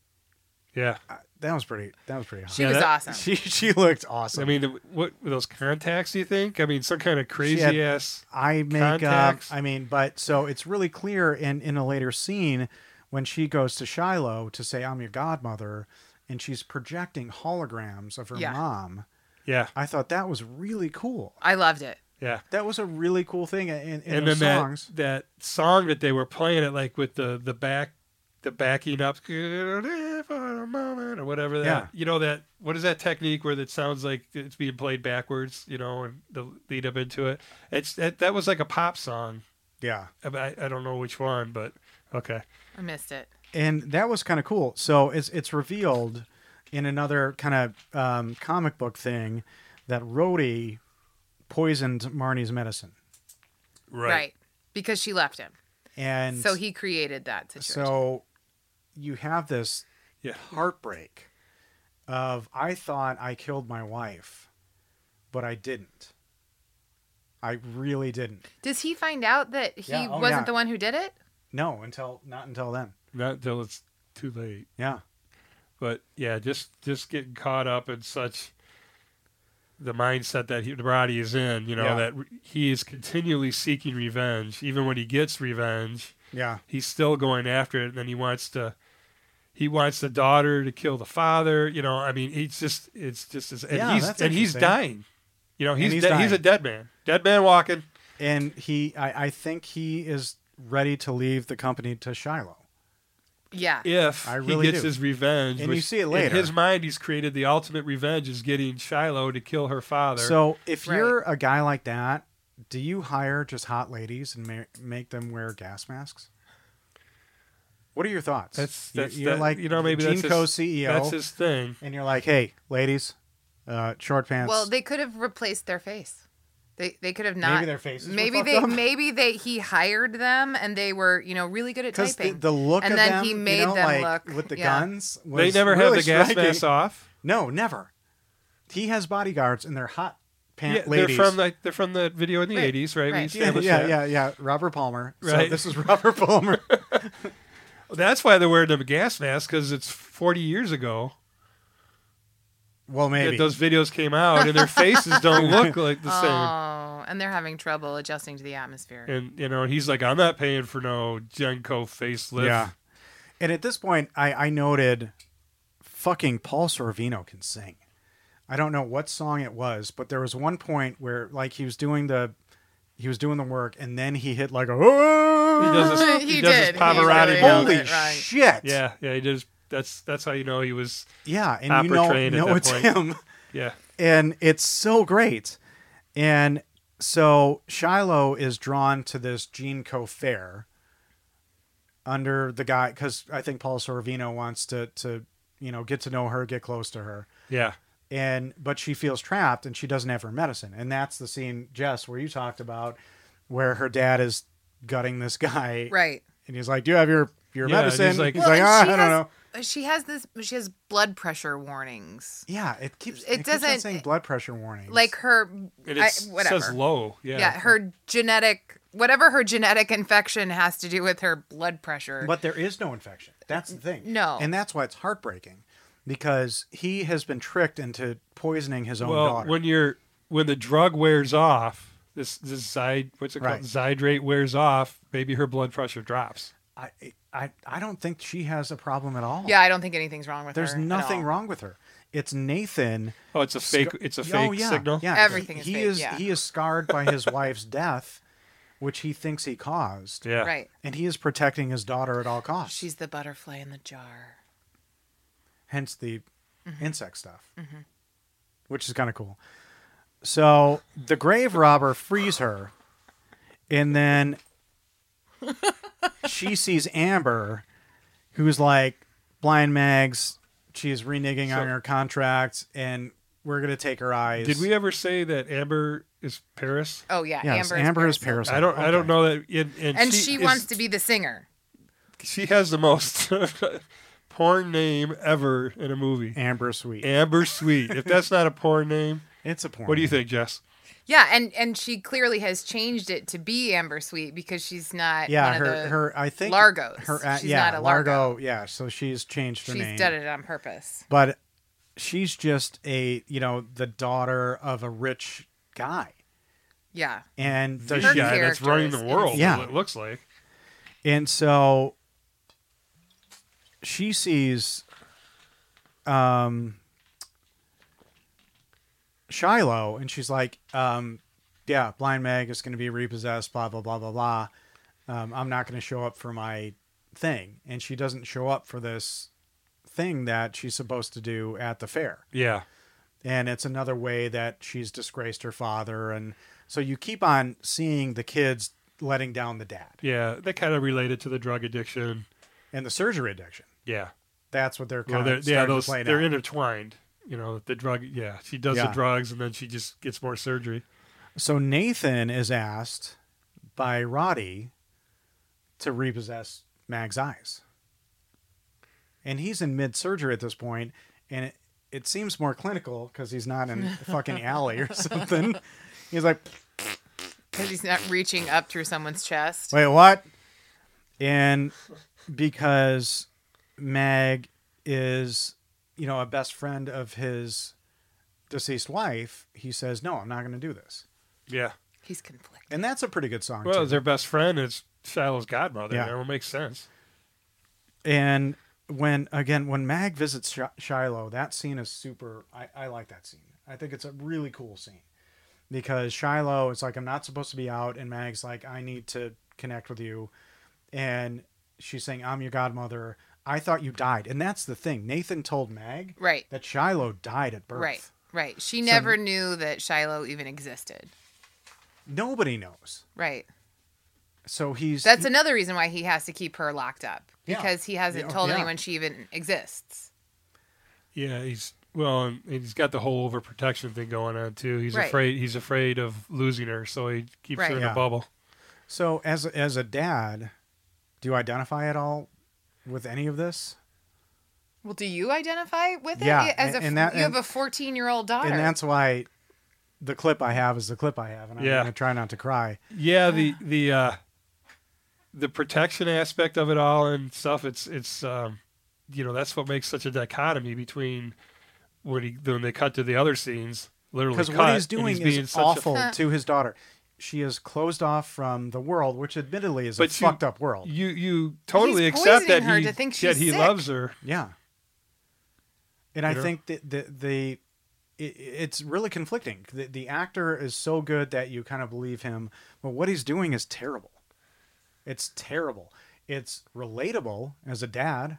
[SPEAKER 1] Yeah.
[SPEAKER 2] that was pretty that was pretty hot.
[SPEAKER 5] she
[SPEAKER 1] Yeah,
[SPEAKER 5] was
[SPEAKER 1] that-
[SPEAKER 2] *laughs*
[SPEAKER 5] awesome.
[SPEAKER 2] she she looked awesome.
[SPEAKER 1] I mean, the, what those contacts? Do you think? I mean, some kind of crazy
[SPEAKER 2] had-
[SPEAKER 1] ass.
[SPEAKER 2] eye makeup.
[SPEAKER 1] Contacts.
[SPEAKER 2] uh, I mean, but so it's really clear in in a later scene when she goes to Shiloh to say, "I'm your godmother," and she's projecting holograms of her
[SPEAKER 5] Yeah.
[SPEAKER 2] mom.
[SPEAKER 1] Yeah,
[SPEAKER 2] I thought that was really cool.
[SPEAKER 5] I loved it.
[SPEAKER 1] yeah.
[SPEAKER 2] That was a really cool thing in, in,
[SPEAKER 1] and
[SPEAKER 2] the
[SPEAKER 1] then
[SPEAKER 2] songs.
[SPEAKER 1] that that song that they were playing it like with the the back the backing up "Could live for a moment or whatever that
[SPEAKER 2] Yeah.
[SPEAKER 1] you know that what is that technique where it sounds like it's being played backwards you know and the lead up into it it's that that was like a pop song
[SPEAKER 2] yeah,
[SPEAKER 1] I, I I don't know which one but okay
[SPEAKER 5] I missed it.
[SPEAKER 2] and that was kind of cool. So it's it's revealed in another kind of um, comic book thing that Rhodey poisoned Marnie's medicine,
[SPEAKER 1] Right.
[SPEAKER 5] Because she left him.
[SPEAKER 2] and
[SPEAKER 5] so he created that situation.
[SPEAKER 2] so you have this
[SPEAKER 1] Yeah.
[SPEAKER 2] heartbreak of I thought I killed my wife, but I didn't. I really didn't.
[SPEAKER 5] Does he find out that he
[SPEAKER 2] Yeah, oh,
[SPEAKER 5] wasn't
[SPEAKER 2] yeah.
[SPEAKER 5] the one who did it?
[SPEAKER 2] No, until not until then.
[SPEAKER 1] Not until it's too late.
[SPEAKER 2] Yeah.
[SPEAKER 1] But yeah, just just getting caught up in such the mindset that he, the body is in, you know,
[SPEAKER 2] Yeah.
[SPEAKER 1] that he is continually seeking revenge. Even when he gets revenge,
[SPEAKER 2] Yeah.
[SPEAKER 1] he's still going after it. And then he wants to, he wants the daughter to kill the father. You know, I mean, he's just, it's just, it's, and
[SPEAKER 2] Yeah,
[SPEAKER 1] he's
[SPEAKER 2] that's
[SPEAKER 1] and he's
[SPEAKER 2] interesting.
[SPEAKER 1] dying. You know, he's
[SPEAKER 2] he's
[SPEAKER 1] dead- he's a
[SPEAKER 2] dying.
[SPEAKER 1] dead man, dead man walking.
[SPEAKER 2] And he I, I think he is ready to leave the company to Shiloh.
[SPEAKER 5] Yeah.
[SPEAKER 1] if
[SPEAKER 2] I really
[SPEAKER 1] he gets
[SPEAKER 2] do.
[SPEAKER 1] his revenge.
[SPEAKER 2] And you
[SPEAKER 1] which
[SPEAKER 2] see it later.
[SPEAKER 1] In his mind, he's created the ultimate revenge is getting Shiloh to kill her father.
[SPEAKER 2] So if
[SPEAKER 5] Right.
[SPEAKER 2] you're a guy like that, do you hire just hot ladies and ma- make them wear gas masks? What are your thoughts?
[SPEAKER 1] That's-
[SPEAKER 2] You're-
[SPEAKER 1] that's-
[SPEAKER 2] you're,
[SPEAKER 1] that-
[SPEAKER 2] like
[SPEAKER 1] you know, maybe that's
[SPEAKER 2] Gene
[SPEAKER 1] his-
[SPEAKER 2] Co E CEO,
[SPEAKER 1] that's his thing.
[SPEAKER 2] and you're like, hey, ladies, uh, short pants.
[SPEAKER 5] Well, they could have replaced their face. They they could have not.
[SPEAKER 2] maybe their faces. were
[SPEAKER 5] Maybe
[SPEAKER 2] fucked
[SPEAKER 5] they
[SPEAKER 2] up. *laughs*
[SPEAKER 5] maybe they he hired them and they were you know really good at
[SPEAKER 2] because the,
[SPEAKER 5] typing.
[SPEAKER 2] the look
[SPEAKER 5] and
[SPEAKER 2] of
[SPEAKER 5] then
[SPEAKER 2] them,
[SPEAKER 5] he
[SPEAKER 2] you
[SPEAKER 5] made
[SPEAKER 2] know, like,
[SPEAKER 5] them look
[SPEAKER 2] with the
[SPEAKER 5] yeah.
[SPEAKER 2] guns.
[SPEAKER 1] They
[SPEAKER 2] was
[SPEAKER 1] never
[SPEAKER 2] really
[SPEAKER 1] have the gas
[SPEAKER 2] striking.
[SPEAKER 1] masks off.
[SPEAKER 2] No, never. He has bodyguards, and they're hot pant
[SPEAKER 1] Yeah, they're
[SPEAKER 2] ladies.
[SPEAKER 1] from the, they're from the video in the
[SPEAKER 5] Right,
[SPEAKER 1] eighties, right? We
[SPEAKER 2] *laughs*
[SPEAKER 5] right.
[SPEAKER 2] yeah,
[SPEAKER 1] established
[SPEAKER 2] yeah,
[SPEAKER 1] that.
[SPEAKER 2] yeah, yeah. Robert Palmer. So
[SPEAKER 1] Right.
[SPEAKER 2] this is
[SPEAKER 1] *laughs*
[SPEAKER 2] Robert Palmer.
[SPEAKER 1] That's why they're wearing the gas mask because it's forty years ago
[SPEAKER 2] well, maybe
[SPEAKER 1] that those videos came out,
[SPEAKER 5] *laughs*
[SPEAKER 1] and their faces don't look like the same.
[SPEAKER 5] Oh, and they're having trouble adjusting to the atmosphere. *laughs*
[SPEAKER 1] And you know, he's like, "I'm not paying for no Genko facelift."
[SPEAKER 2] Yeah. And at this point, I, I noted fucking Paul Sorvino can sing. I don't know what song it was, but there was one point where like he was doing the he was doing the work and then he hit like a
[SPEAKER 1] he does his,
[SPEAKER 5] He
[SPEAKER 1] he does his
[SPEAKER 5] did. He
[SPEAKER 1] Pavarotti.
[SPEAKER 5] really
[SPEAKER 1] down.
[SPEAKER 5] nailed
[SPEAKER 2] holy
[SPEAKER 5] it, right.
[SPEAKER 2] shit.
[SPEAKER 1] yeah, yeah, he does. That's that's how you know he was.
[SPEAKER 2] Yeah, and
[SPEAKER 1] Opera
[SPEAKER 2] you know,
[SPEAKER 1] trained at
[SPEAKER 2] know
[SPEAKER 1] that
[SPEAKER 2] it's
[SPEAKER 1] point.
[SPEAKER 2] him.
[SPEAKER 1] Yeah,
[SPEAKER 2] And it's so great. And so Shiloh is drawn to this Gene Co fair under the guy because I think Paul Sorvino wants to to you know get to know her, get close to her.
[SPEAKER 1] yeah.
[SPEAKER 2] and but she feels trapped and she doesn't have her medicine and that's the scene jess where you talked about where her dad is gutting this guy
[SPEAKER 5] right.
[SPEAKER 2] and he's like do you have your your
[SPEAKER 1] Yeah, and he's
[SPEAKER 2] medicine
[SPEAKER 1] like-
[SPEAKER 5] Well, and
[SPEAKER 2] "Ah, i
[SPEAKER 5] she
[SPEAKER 2] don't
[SPEAKER 5] has-
[SPEAKER 2] know
[SPEAKER 5] She has this. She has blood pressure warnings.
[SPEAKER 2] yeah it keeps
[SPEAKER 5] It
[SPEAKER 2] it, keeps on
[SPEAKER 5] doesn't-
[SPEAKER 2] saying blood pressure warning
[SPEAKER 5] Like her,
[SPEAKER 1] And
[SPEAKER 5] I,
[SPEAKER 1] it
[SPEAKER 5] whatever.
[SPEAKER 1] says low. Yeah.
[SPEAKER 5] yeah. her genetic, whatever her genetic infection has to do with her blood pressure.
[SPEAKER 2] but there is no infection that's the thing
[SPEAKER 5] No.
[SPEAKER 2] and that's why it's heartbreaking because he has been tricked into poisoning his own
[SPEAKER 1] well,
[SPEAKER 2] daughter
[SPEAKER 1] when you're when the drug wears off, this this Zyd, what's it
[SPEAKER 2] Right.
[SPEAKER 1] called? Zydrate wears off. Maybe her blood pressure drops.
[SPEAKER 2] I, I I don't think she has a problem at all
[SPEAKER 5] yeah, I don't think anything's wrong with
[SPEAKER 2] there's
[SPEAKER 5] her. at
[SPEAKER 2] nothing
[SPEAKER 5] all.
[SPEAKER 2] wrong with her it's nathan
[SPEAKER 1] Oh, it's a fake. It's a fake
[SPEAKER 2] oh, yeah,
[SPEAKER 1] signal.
[SPEAKER 2] Yeah,
[SPEAKER 5] Everything
[SPEAKER 2] he,
[SPEAKER 5] is
[SPEAKER 2] he
[SPEAKER 5] fake,
[SPEAKER 2] is
[SPEAKER 5] yeah.
[SPEAKER 2] he is scarred by his *laughs* wife's death, which he thinks he caused.
[SPEAKER 1] Yeah.
[SPEAKER 5] Right.
[SPEAKER 2] And he is protecting his daughter at all costs.
[SPEAKER 5] She's the butterfly in the jar.
[SPEAKER 2] hence the
[SPEAKER 5] Mm-hmm.
[SPEAKER 2] insect stuff, which is kind of cool. So the grave robber frees her, and then
[SPEAKER 5] *laughs*
[SPEAKER 2] she sees Amber, who's like blind Mags. She is reneging on
[SPEAKER 1] So-
[SPEAKER 2] her contract, and we're gonna take her eyes.
[SPEAKER 1] Did we ever say that Amber is Paris?
[SPEAKER 5] Oh yeah,
[SPEAKER 2] Yes,
[SPEAKER 5] Amber.
[SPEAKER 2] Amber is
[SPEAKER 5] Paris.
[SPEAKER 2] Parasite.
[SPEAKER 1] I don't. I
[SPEAKER 2] Okay.
[SPEAKER 1] don't know that. And, and,
[SPEAKER 5] And she,
[SPEAKER 1] is-
[SPEAKER 5] wants to be the singer.
[SPEAKER 1] She has the most *laughs* porn name ever in a movie.
[SPEAKER 2] Amber Sweet.
[SPEAKER 1] Amber Sweet. If that's not a porn name,
[SPEAKER 2] It's a porn.
[SPEAKER 1] what do you think, Jess?
[SPEAKER 5] Yeah, and and she clearly has changed it to be Amber Sweet because she's not.
[SPEAKER 2] Yeah,
[SPEAKER 5] one
[SPEAKER 2] her
[SPEAKER 5] of the,
[SPEAKER 2] her I think
[SPEAKER 5] Largos.
[SPEAKER 2] Her uh,
[SPEAKER 5] She's
[SPEAKER 2] yeah,
[SPEAKER 5] not a
[SPEAKER 2] Largo.
[SPEAKER 5] Largo.
[SPEAKER 2] Yeah, so she's changed her
[SPEAKER 5] She's
[SPEAKER 2] name.
[SPEAKER 5] done it on purpose.
[SPEAKER 2] But she's just a you know the daughter of a rich guy,
[SPEAKER 5] Yeah.
[SPEAKER 2] and does
[SPEAKER 1] The
[SPEAKER 5] Her
[SPEAKER 2] she,
[SPEAKER 1] guy that's
[SPEAKER 5] character
[SPEAKER 1] running
[SPEAKER 5] is
[SPEAKER 1] the world.
[SPEAKER 2] insane.
[SPEAKER 1] is what it looks like.
[SPEAKER 2] and so she sees um Shiloh, and she's like, um, yeah, Blind Meg is going to be repossessed. Blah blah blah blah blah. Um, I'm not going to show up for my thing, and she doesn't show up for this thing that she's supposed to do at the fair.
[SPEAKER 1] Yeah.
[SPEAKER 2] And it's another way that she's disgraced her father, and so you keep on seeing the kids letting down the dad
[SPEAKER 1] Yeah. That kind of related to the drug addiction.
[SPEAKER 2] and the surgery addiction.
[SPEAKER 1] Yeah.
[SPEAKER 2] That's what they're kind
[SPEAKER 1] Well, they're,
[SPEAKER 2] of
[SPEAKER 1] yeah,
[SPEAKER 2] starting
[SPEAKER 1] those
[SPEAKER 2] to play
[SPEAKER 1] they're
[SPEAKER 2] now.
[SPEAKER 1] intertwined. You know, the drug. Yeah, she does
[SPEAKER 2] Yeah.
[SPEAKER 1] the drugs, and then she just gets more surgery.
[SPEAKER 2] so Nathan is asked by Roddy to repossess Mag's eyes, and he's in mid surgery at this point, and it, it seems more clinical because he's not in a fucking alley or *laughs* something. He's like,
[SPEAKER 5] because he's not reaching up through someone's chest.
[SPEAKER 2] Wait, what? And because Mag is, you know, a best friend of his deceased wife, he says, "No, I'm not going to do this."
[SPEAKER 1] Yeah.
[SPEAKER 5] He's conflicted.
[SPEAKER 2] And that's a pretty good song.
[SPEAKER 1] Well,
[SPEAKER 2] too.
[SPEAKER 1] as their best friend is Shiloh's godmother.
[SPEAKER 2] Yeah.
[SPEAKER 1] That would make sense.
[SPEAKER 2] and when again, when Mag visits Sh- Shiloh, that scene is super. I, I like that scene. I think it's a really cool scene because Shiloh is like, "I'm not supposed to be out," and Mag's like, "I need to connect with you," and she's saying, "I'm your godmother." I thought you died, and that's the thing. Nathan told Mag
[SPEAKER 5] Right.
[SPEAKER 2] that Shiloh died at birth.
[SPEAKER 5] Right. Right. She never knew that Shiloh even existed.
[SPEAKER 2] Nobody knows.
[SPEAKER 5] Right.
[SPEAKER 2] So he's
[SPEAKER 5] That's another reason why he has to keep her locked up
[SPEAKER 2] Yeah.
[SPEAKER 5] because he hasn't
[SPEAKER 2] Yeah, oh,
[SPEAKER 5] told
[SPEAKER 2] yeah.
[SPEAKER 5] anyone she even exists.
[SPEAKER 1] Yeah, he's well, and and he's got the whole overprotection thing going on too. He's
[SPEAKER 5] Right.
[SPEAKER 1] afraid. He's afraid of losing her, so he keeps
[SPEAKER 5] Right.
[SPEAKER 1] her in
[SPEAKER 2] Yeah.
[SPEAKER 1] a bubble.
[SPEAKER 2] so as as a dad. Do you identify at all with any of this?
[SPEAKER 5] Well, do you identify with it?
[SPEAKER 2] Yeah,
[SPEAKER 5] As a,
[SPEAKER 2] and that-
[SPEAKER 5] you have
[SPEAKER 2] and-
[SPEAKER 5] a 14 year old daughter.
[SPEAKER 2] and that's why the clip I have is the clip I have, and I'm
[SPEAKER 1] Yeah.
[SPEAKER 2] gonna try not to cry.
[SPEAKER 1] Yeah, the the uh, the protection aspect of it all and stuff. It's it's um, you know that's what makes such a dichotomy between when he when they cut to the other scenes. Literally,
[SPEAKER 2] Because
[SPEAKER 1] cut,
[SPEAKER 2] what he's
[SPEAKER 1] and
[SPEAKER 2] doing
[SPEAKER 1] he's being
[SPEAKER 2] is
[SPEAKER 1] such a-
[SPEAKER 2] awful to his daughter. She is closed off from the world, which admittedly is a
[SPEAKER 1] But you-
[SPEAKER 2] fucked up world.
[SPEAKER 1] you you totally
[SPEAKER 5] He's
[SPEAKER 1] accept that
[SPEAKER 5] poisoning her
[SPEAKER 1] he
[SPEAKER 5] to think
[SPEAKER 1] that
[SPEAKER 5] she's
[SPEAKER 1] he
[SPEAKER 5] sick.
[SPEAKER 1] loves her.
[SPEAKER 2] yeah, and I
[SPEAKER 1] You know?
[SPEAKER 2] think that the the it, it's really conflicting. The, the actor is so good that you kind of believe him, but what he's doing is terrible. It's terrible. It's relatable as a dad,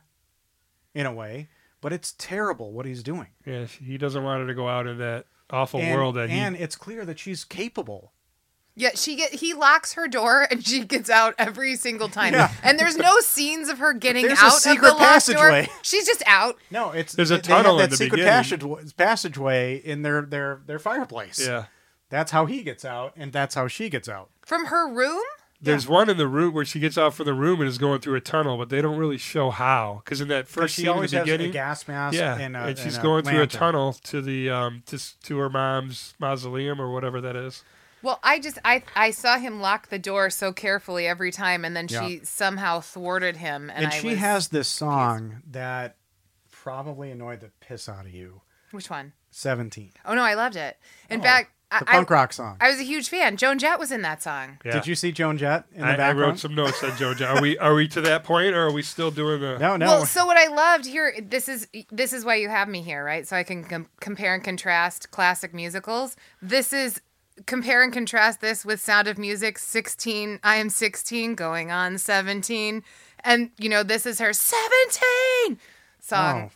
[SPEAKER 2] in a way, but it's terrible what he's doing.
[SPEAKER 1] Yeah, she- he doesn't want her to go out in that awful
[SPEAKER 2] and,
[SPEAKER 1] world that
[SPEAKER 2] and
[SPEAKER 1] he.
[SPEAKER 2] it's clear that she's capable.
[SPEAKER 5] Yeah, she get he locks her door and she gets out every single time.
[SPEAKER 2] Yeah.
[SPEAKER 5] And there's no scenes of her getting
[SPEAKER 2] There's a
[SPEAKER 5] out
[SPEAKER 2] secret
[SPEAKER 5] of the locked door.
[SPEAKER 2] passageway.
[SPEAKER 5] She's just out.
[SPEAKER 2] No, it's
[SPEAKER 1] There's a
[SPEAKER 2] they have
[SPEAKER 1] tunnel
[SPEAKER 2] that
[SPEAKER 1] in the
[SPEAKER 2] secret
[SPEAKER 1] beginning.
[SPEAKER 2] passage, passageway in their their their fireplace.
[SPEAKER 1] Yeah,
[SPEAKER 2] that's how he gets out, and that's how she gets out.
[SPEAKER 5] From her room?
[SPEAKER 1] there's one in the room where she gets out from the room and is going through a tunnel, but they don't really show how. Because in that
[SPEAKER 2] 'Cause
[SPEAKER 1] first
[SPEAKER 2] she
[SPEAKER 1] scene in the
[SPEAKER 2] always has a
[SPEAKER 1] beginning,
[SPEAKER 2] gas mask.
[SPEAKER 1] yeah,
[SPEAKER 2] and, a,
[SPEAKER 1] she's
[SPEAKER 2] and
[SPEAKER 1] going through a
[SPEAKER 2] lantern.
[SPEAKER 1] tunnel to the um to s- to her mom's mausoleum or whatever that is.
[SPEAKER 5] Well, I just I I saw him lock the door so carefully every time and then she
[SPEAKER 2] Yeah.
[SPEAKER 5] somehow thwarted him and,
[SPEAKER 2] And
[SPEAKER 5] I
[SPEAKER 2] she
[SPEAKER 5] was-
[SPEAKER 2] has this song that probably annoyed the piss out of you.
[SPEAKER 5] Which one?
[SPEAKER 2] Seventeen,
[SPEAKER 5] Oh no, I loved it. In
[SPEAKER 2] Oh,
[SPEAKER 5] fact,
[SPEAKER 2] the
[SPEAKER 5] I,
[SPEAKER 2] punk
[SPEAKER 5] I,
[SPEAKER 2] rock song.
[SPEAKER 5] I was a huge fan. Joan Jett was in that song.
[SPEAKER 1] Yeah.
[SPEAKER 2] Did you see Joan Jett in the
[SPEAKER 1] I, I
[SPEAKER 2] background?
[SPEAKER 1] wrote some notes on Jojo. Are we are we to that point, or are we still doing the?
[SPEAKER 2] *laughs* No, no.
[SPEAKER 5] Well, so what I loved here, this is this is why you have me here, right? So I can com- compare and contrast classic musicals. This is compare and contrast this with Sound of Music, sixteen. I am sixteen, going on seventeen, and you know this is her seventeen
[SPEAKER 2] oh,
[SPEAKER 5] song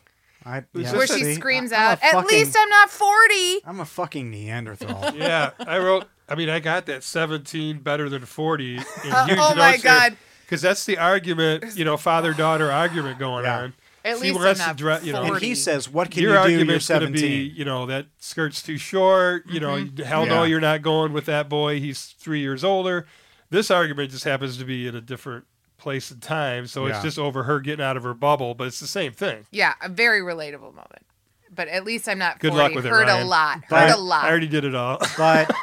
[SPEAKER 2] I,
[SPEAKER 1] It's
[SPEAKER 2] yeah,
[SPEAKER 5] where
[SPEAKER 1] just
[SPEAKER 5] she
[SPEAKER 2] see,
[SPEAKER 5] screams
[SPEAKER 2] I- I'm a
[SPEAKER 5] out, "At
[SPEAKER 2] fucking-
[SPEAKER 5] least I'm not 40.
[SPEAKER 2] I'm a fucking Neanderthal.
[SPEAKER 1] Yeah, I wrote. I mean, I got that 17 better than 40.
[SPEAKER 5] *laughs*
[SPEAKER 1] In huge
[SPEAKER 5] oh my God.
[SPEAKER 1] Because that's the argument, you know, father daughter argument going
[SPEAKER 2] Yeah.
[SPEAKER 1] on.
[SPEAKER 5] At
[SPEAKER 1] She
[SPEAKER 5] least
[SPEAKER 1] wants
[SPEAKER 5] I'm
[SPEAKER 1] to
[SPEAKER 5] not
[SPEAKER 1] dre- you know-
[SPEAKER 2] and
[SPEAKER 5] 40.
[SPEAKER 2] he says, "What can
[SPEAKER 1] Your
[SPEAKER 2] you do? You're
[SPEAKER 1] argument's going to
[SPEAKER 2] 17."
[SPEAKER 1] be, you know, that skirt's too short. You
[SPEAKER 5] Mm-hmm.
[SPEAKER 1] know, hell no,
[SPEAKER 2] Yeah.
[SPEAKER 1] you're not going with that boy. He's three years older. This argument just happens to be in a different place and time, so
[SPEAKER 2] Yeah.
[SPEAKER 1] it's just over her getting out of her bubble. But it's the same thing.
[SPEAKER 5] yeah, a very relatable moment. But at least I'm not
[SPEAKER 1] Good
[SPEAKER 5] 40.
[SPEAKER 1] luck with it,
[SPEAKER 5] Heard a
[SPEAKER 1] Ryan.
[SPEAKER 5] lot.
[SPEAKER 2] But-
[SPEAKER 5] Heard a lot.
[SPEAKER 1] I already did it all. *laughs*
[SPEAKER 2] but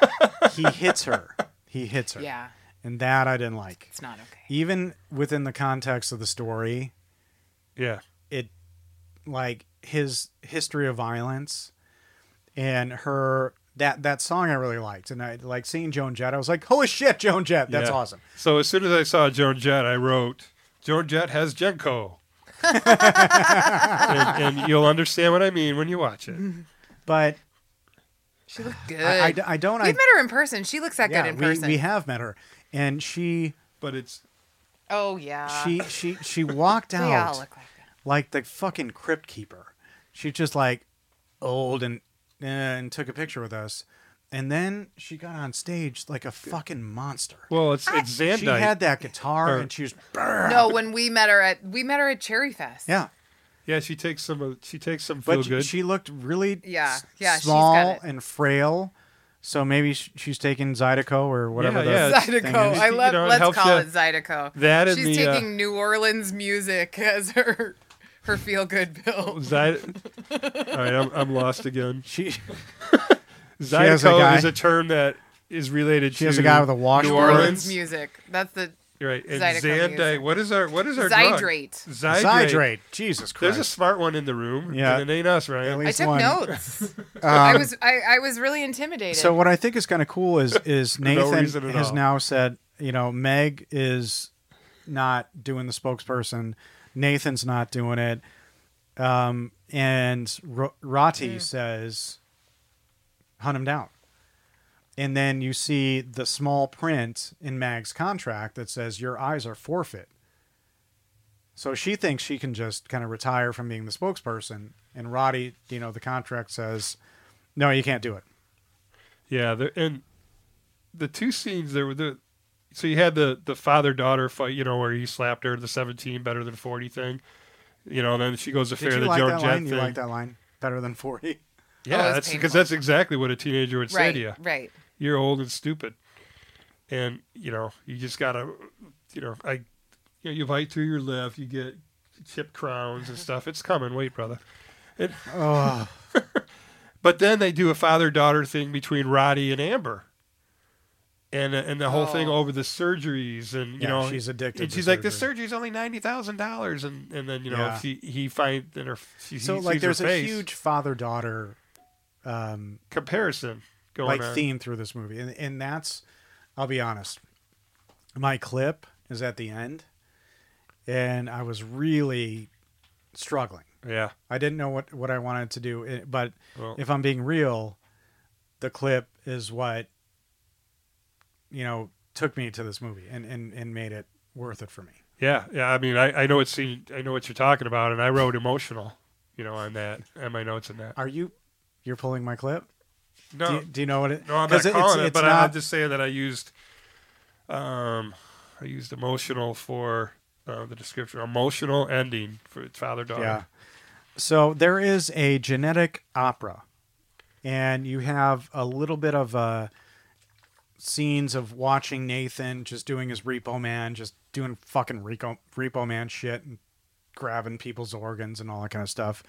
[SPEAKER 2] he hits her. He hits her.
[SPEAKER 5] yeah,
[SPEAKER 2] And that I didn't like.
[SPEAKER 5] it's not okay.
[SPEAKER 2] Even within the context of the story,
[SPEAKER 1] yeah,
[SPEAKER 2] it like his history of violence and her that that song I really liked. And I like seeing Joan Jett, I was like, Holy shit, Joan Jett, that's
[SPEAKER 1] Yeah.
[SPEAKER 2] awesome.
[SPEAKER 1] So as soon as I saw Joan Jett, I wrote, Joan Jett has
[SPEAKER 2] *laughs*
[SPEAKER 1] Genko. and, and you'll understand what I mean when you watch it.
[SPEAKER 2] But
[SPEAKER 5] She looked good.
[SPEAKER 2] I, I, I don't I
[SPEAKER 5] We've met her in person. She looks that
[SPEAKER 2] yeah,
[SPEAKER 5] good in
[SPEAKER 2] we,
[SPEAKER 5] person.
[SPEAKER 2] we have met her. And she
[SPEAKER 1] But it's
[SPEAKER 5] oh yeah.
[SPEAKER 2] she she
[SPEAKER 5] *laughs*
[SPEAKER 2] she walked
[SPEAKER 5] we
[SPEAKER 2] out
[SPEAKER 5] all look like that.
[SPEAKER 2] like the fucking crypt keeper. She's just like old and eh, and took a picture with us, and then she got on stage like a fucking monster.
[SPEAKER 1] well, it's it's Zandite.
[SPEAKER 2] She had that guitar
[SPEAKER 1] Or-
[SPEAKER 2] and she was
[SPEAKER 5] *laughs* No, when we met her at we met her at Cherry Fest.
[SPEAKER 2] yeah,
[SPEAKER 1] Yeah, she takes some. of- She takes some feel
[SPEAKER 2] But she-
[SPEAKER 1] good.
[SPEAKER 2] she looked really
[SPEAKER 5] Yeah,
[SPEAKER 2] s-
[SPEAKER 5] yeah, she's got
[SPEAKER 2] small
[SPEAKER 5] it.
[SPEAKER 2] and frail. So maybe sh- she's taking Zydeco or whatever.
[SPEAKER 1] Yeah,
[SPEAKER 2] the
[SPEAKER 1] yeah.
[SPEAKER 2] thing
[SPEAKER 5] Zydeco.
[SPEAKER 2] is.
[SPEAKER 5] I
[SPEAKER 1] You
[SPEAKER 5] love.
[SPEAKER 1] know, it
[SPEAKER 5] let's
[SPEAKER 1] helps
[SPEAKER 5] call
[SPEAKER 1] you-
[SPEAKER 5] it Zydeco.
[SPEAKER 1] that and
[SPEAKER 5] she's
[SPEAKER 1] the, uh,
[SPEAKER 5] taking New Orleans music *laughs* as her her feel good pill. *laughs*
[SPEAKER 1] Zy- All right, I'm, I'm lost again.
[SPEAKER 2] *laughs* She has a guy-
[SPEAKER 1] Zydeco is a term that is related
[SPEAKER 2] she
[SPEAKER 1] to
[SPEAKER 2] has a guy with a washboard.
[SPEAKER 1] New
[SPEAKER 5] New
[SPEAKER 1] Orleans.
[SPEAKER 5] Orleans music. That's the
[SPEAKER 1] right and
[SPEAKER 5] Zydeco
[SPEAKER 1] Xandi-
[SPEAKER 5] music.
[SPEAKER 1] What is our what is our drug?
[SPEAKER 5] Zydrate.
[SPEAKER 1] Zydrate.
[SPEAKER 2] Zydrate. Jesus Christ.
[SPEAKER 1] There's a smart one in the room.
[SPEAKER 2] Yeah.
[SPEAKER 1] and it ain't us,
[SPEAKER 2] At
[SPEAKER 1] Ryan.
[SPEAKER 5] I
[SPEAKER 2] least
[SPEAKER 5] took
[SPEAKER 2] one.
[SPEAKER 5] notes.
[SPEAKER 2] *laughs*
[SPEAKER 5] I
[SPEAKER 2] Um,
[SPEAKER 5] was I, I was really intimidated.
[SPEAKER 2] So what I think is kind of
[SPEAKER 1] *laughs*
[SPEAKER 2] cool is is
[SPEAKER 1] no
[SPEAKER 2] Nathan
[SPEAKER 1] reason at
[SPEAKER 2] has
[SPEAKER 1] all.
[SPEAKER 2] now said, you know, Meg is not doing the spokesperson, Nathan's not doing it, um, and R- Rati says, hunt him down. And then you see the small print in Mag's contract that says your eyes are forfeit. So she thinks she can just kind of retire from being the spokesperson, and Roddy, you know, the contract says, no, you can't do it.
[SPEAKER 1] Yeah, there, and the two scenes there were the. So you had the the father daughter fight, you know, where he slapped her, the 17 better than 40 thing, you know, and then she goes to
[SPEAKER 2] Did
[SPEAKER 1] fair
[SPEAKER 2] you
[SPEAKER 1] the
[SPEAKER 2] like
[SPEAKER 1] Joan
[SPEAKER 2] that
[SPEAKER 1] Jett
[SPEAKER 2] line?
[SPEAKER 1] thing.
[SPEAKER 2] You like that line better
[SPEAKER 1] *laughs*
[SPEAKER 2] than forty?
[SPEAKER 1] Yeah,
[SPEAKER 5] Oh, it's
[SPEAKER 1] that's because
[SPEAKER 5] painful.
[SPEAKER 1] that's exactly what a teenager would say
[SPEAKER 5] right,
[SPEAKER 1] to you.
[SPEAKER 5] right.
[SPEAKER 1] You're old and stupid, and you know you just gotta, you know, I, you know, you bite through your lip, you get chip crowns and stuff. It's coming. Wait, brother.
[SPEAKER 2] Oh,
[SPEAKER 1] But then they do a father daughter thing between Roddy and Amber. And, uh, and the whole thing
[SPEAKER 5] Oh.
[SPEAKER 1] over the surgeries and you
[SPEAKER 2] Yeah,
[SPEAKER 1] know
[SPEAKER 2] she's addicted
[SPEAKER 1] and
[SPEAKER 2] to
[SPEAKER 1] she's like this
[SPEAKER 2] surgery.
[SPEAKER 1] surgery's only ninety thousand dollars and and then you know
[SPEAKER 2] Yeah.
[SPEAKER 1] he he finds and her she
[SPEAKER 2] *laughs* so
[SPEAKER 1] he
[SPEAKER 2] like
[SPEAKER 1] sees her
[SPEAKER 2] there's a
[SPEAKER 1] face.
[SPEAKER 2] huge father-daughter, um,
[SPEAKER 1] comparison going
[SPEAKER 2] like
[SPEAKER 1] on.
[SPEAKER 2] theme through this movie, and and that's, I'll be honest, my clip is at the end, and I was really struggling.
[SPEAKER 1] yeah
[SPEAKER 2] I didn't know what what I wanted to do, eh, but
[SPEAKER 1] well,
[SPEAKER 2] if I'm being real, the clip is what you know took me to this movie and and and made it worth it for me.
[SPEAKER 1] yeah yeah I mean I, I know what scene I know what you're talking about and I wrote emotional you know on that on my notes on that
[SPEAKER 2] Are you? You're pulling my clip.
[SPEAKER 1] no
[SPEAKER 2] Do you, do you know what it?
[SPEAKER 1] No, I'm
[SPEAKER 2] 'cause
[SPEAKER 1] not
[SPEAKER 2] it- it's-
[SPEAKER 1] calling it,
[SPEAKER 2] it's
[SPEAKER 1] but I,
[SPEAKER 2] not-
[SPEAKER 1] I'm just saying that I used, um, I used emotional for uh, the description. Emotional ending for father daughter.
[SPEAKER 2] yeah. So there is a genetic opera, and you have a little bit of uh, scenes of watching Nathan just doing his Repo Man, just doing fucking Repo Repo Man shit and grabbing people's organs and all that kind of stuff.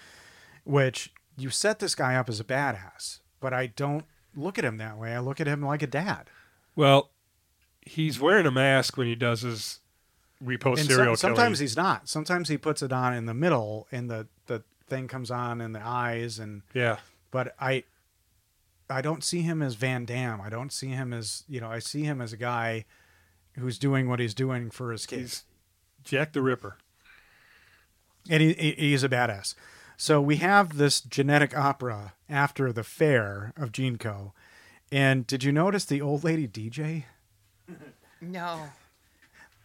[SPEAKER 2] Which you set this guy up as a badass, but I don't look at him that way. I look at him like a dad.
[SPEAKER 1] Well, he's wearing a mask when he does his repo
[SPEAKER 2] and
[SPEAKER 1] serial
[SPEAKER 2] some- sometimes
[SPEAKER 1] killing.
[SPEAKER 2] he's not. Sometimes he puts it on in the middle, and the the thing comes on in the eyes, and
[SPEAKER 1] yeah,
[SPEAKER 2] but I I don't see him as Van Damme. I don't see him as you know. I see him as a guy who's doing what he's doing for his kids,
[SPEAKER 1] he's Jack the Ripper.
[SPEAKER 2] and he, he he's a badass. So we have this genetic opera after the fair of Genco. And did you notice the old lady DJ?
[SPEAKER 5] No.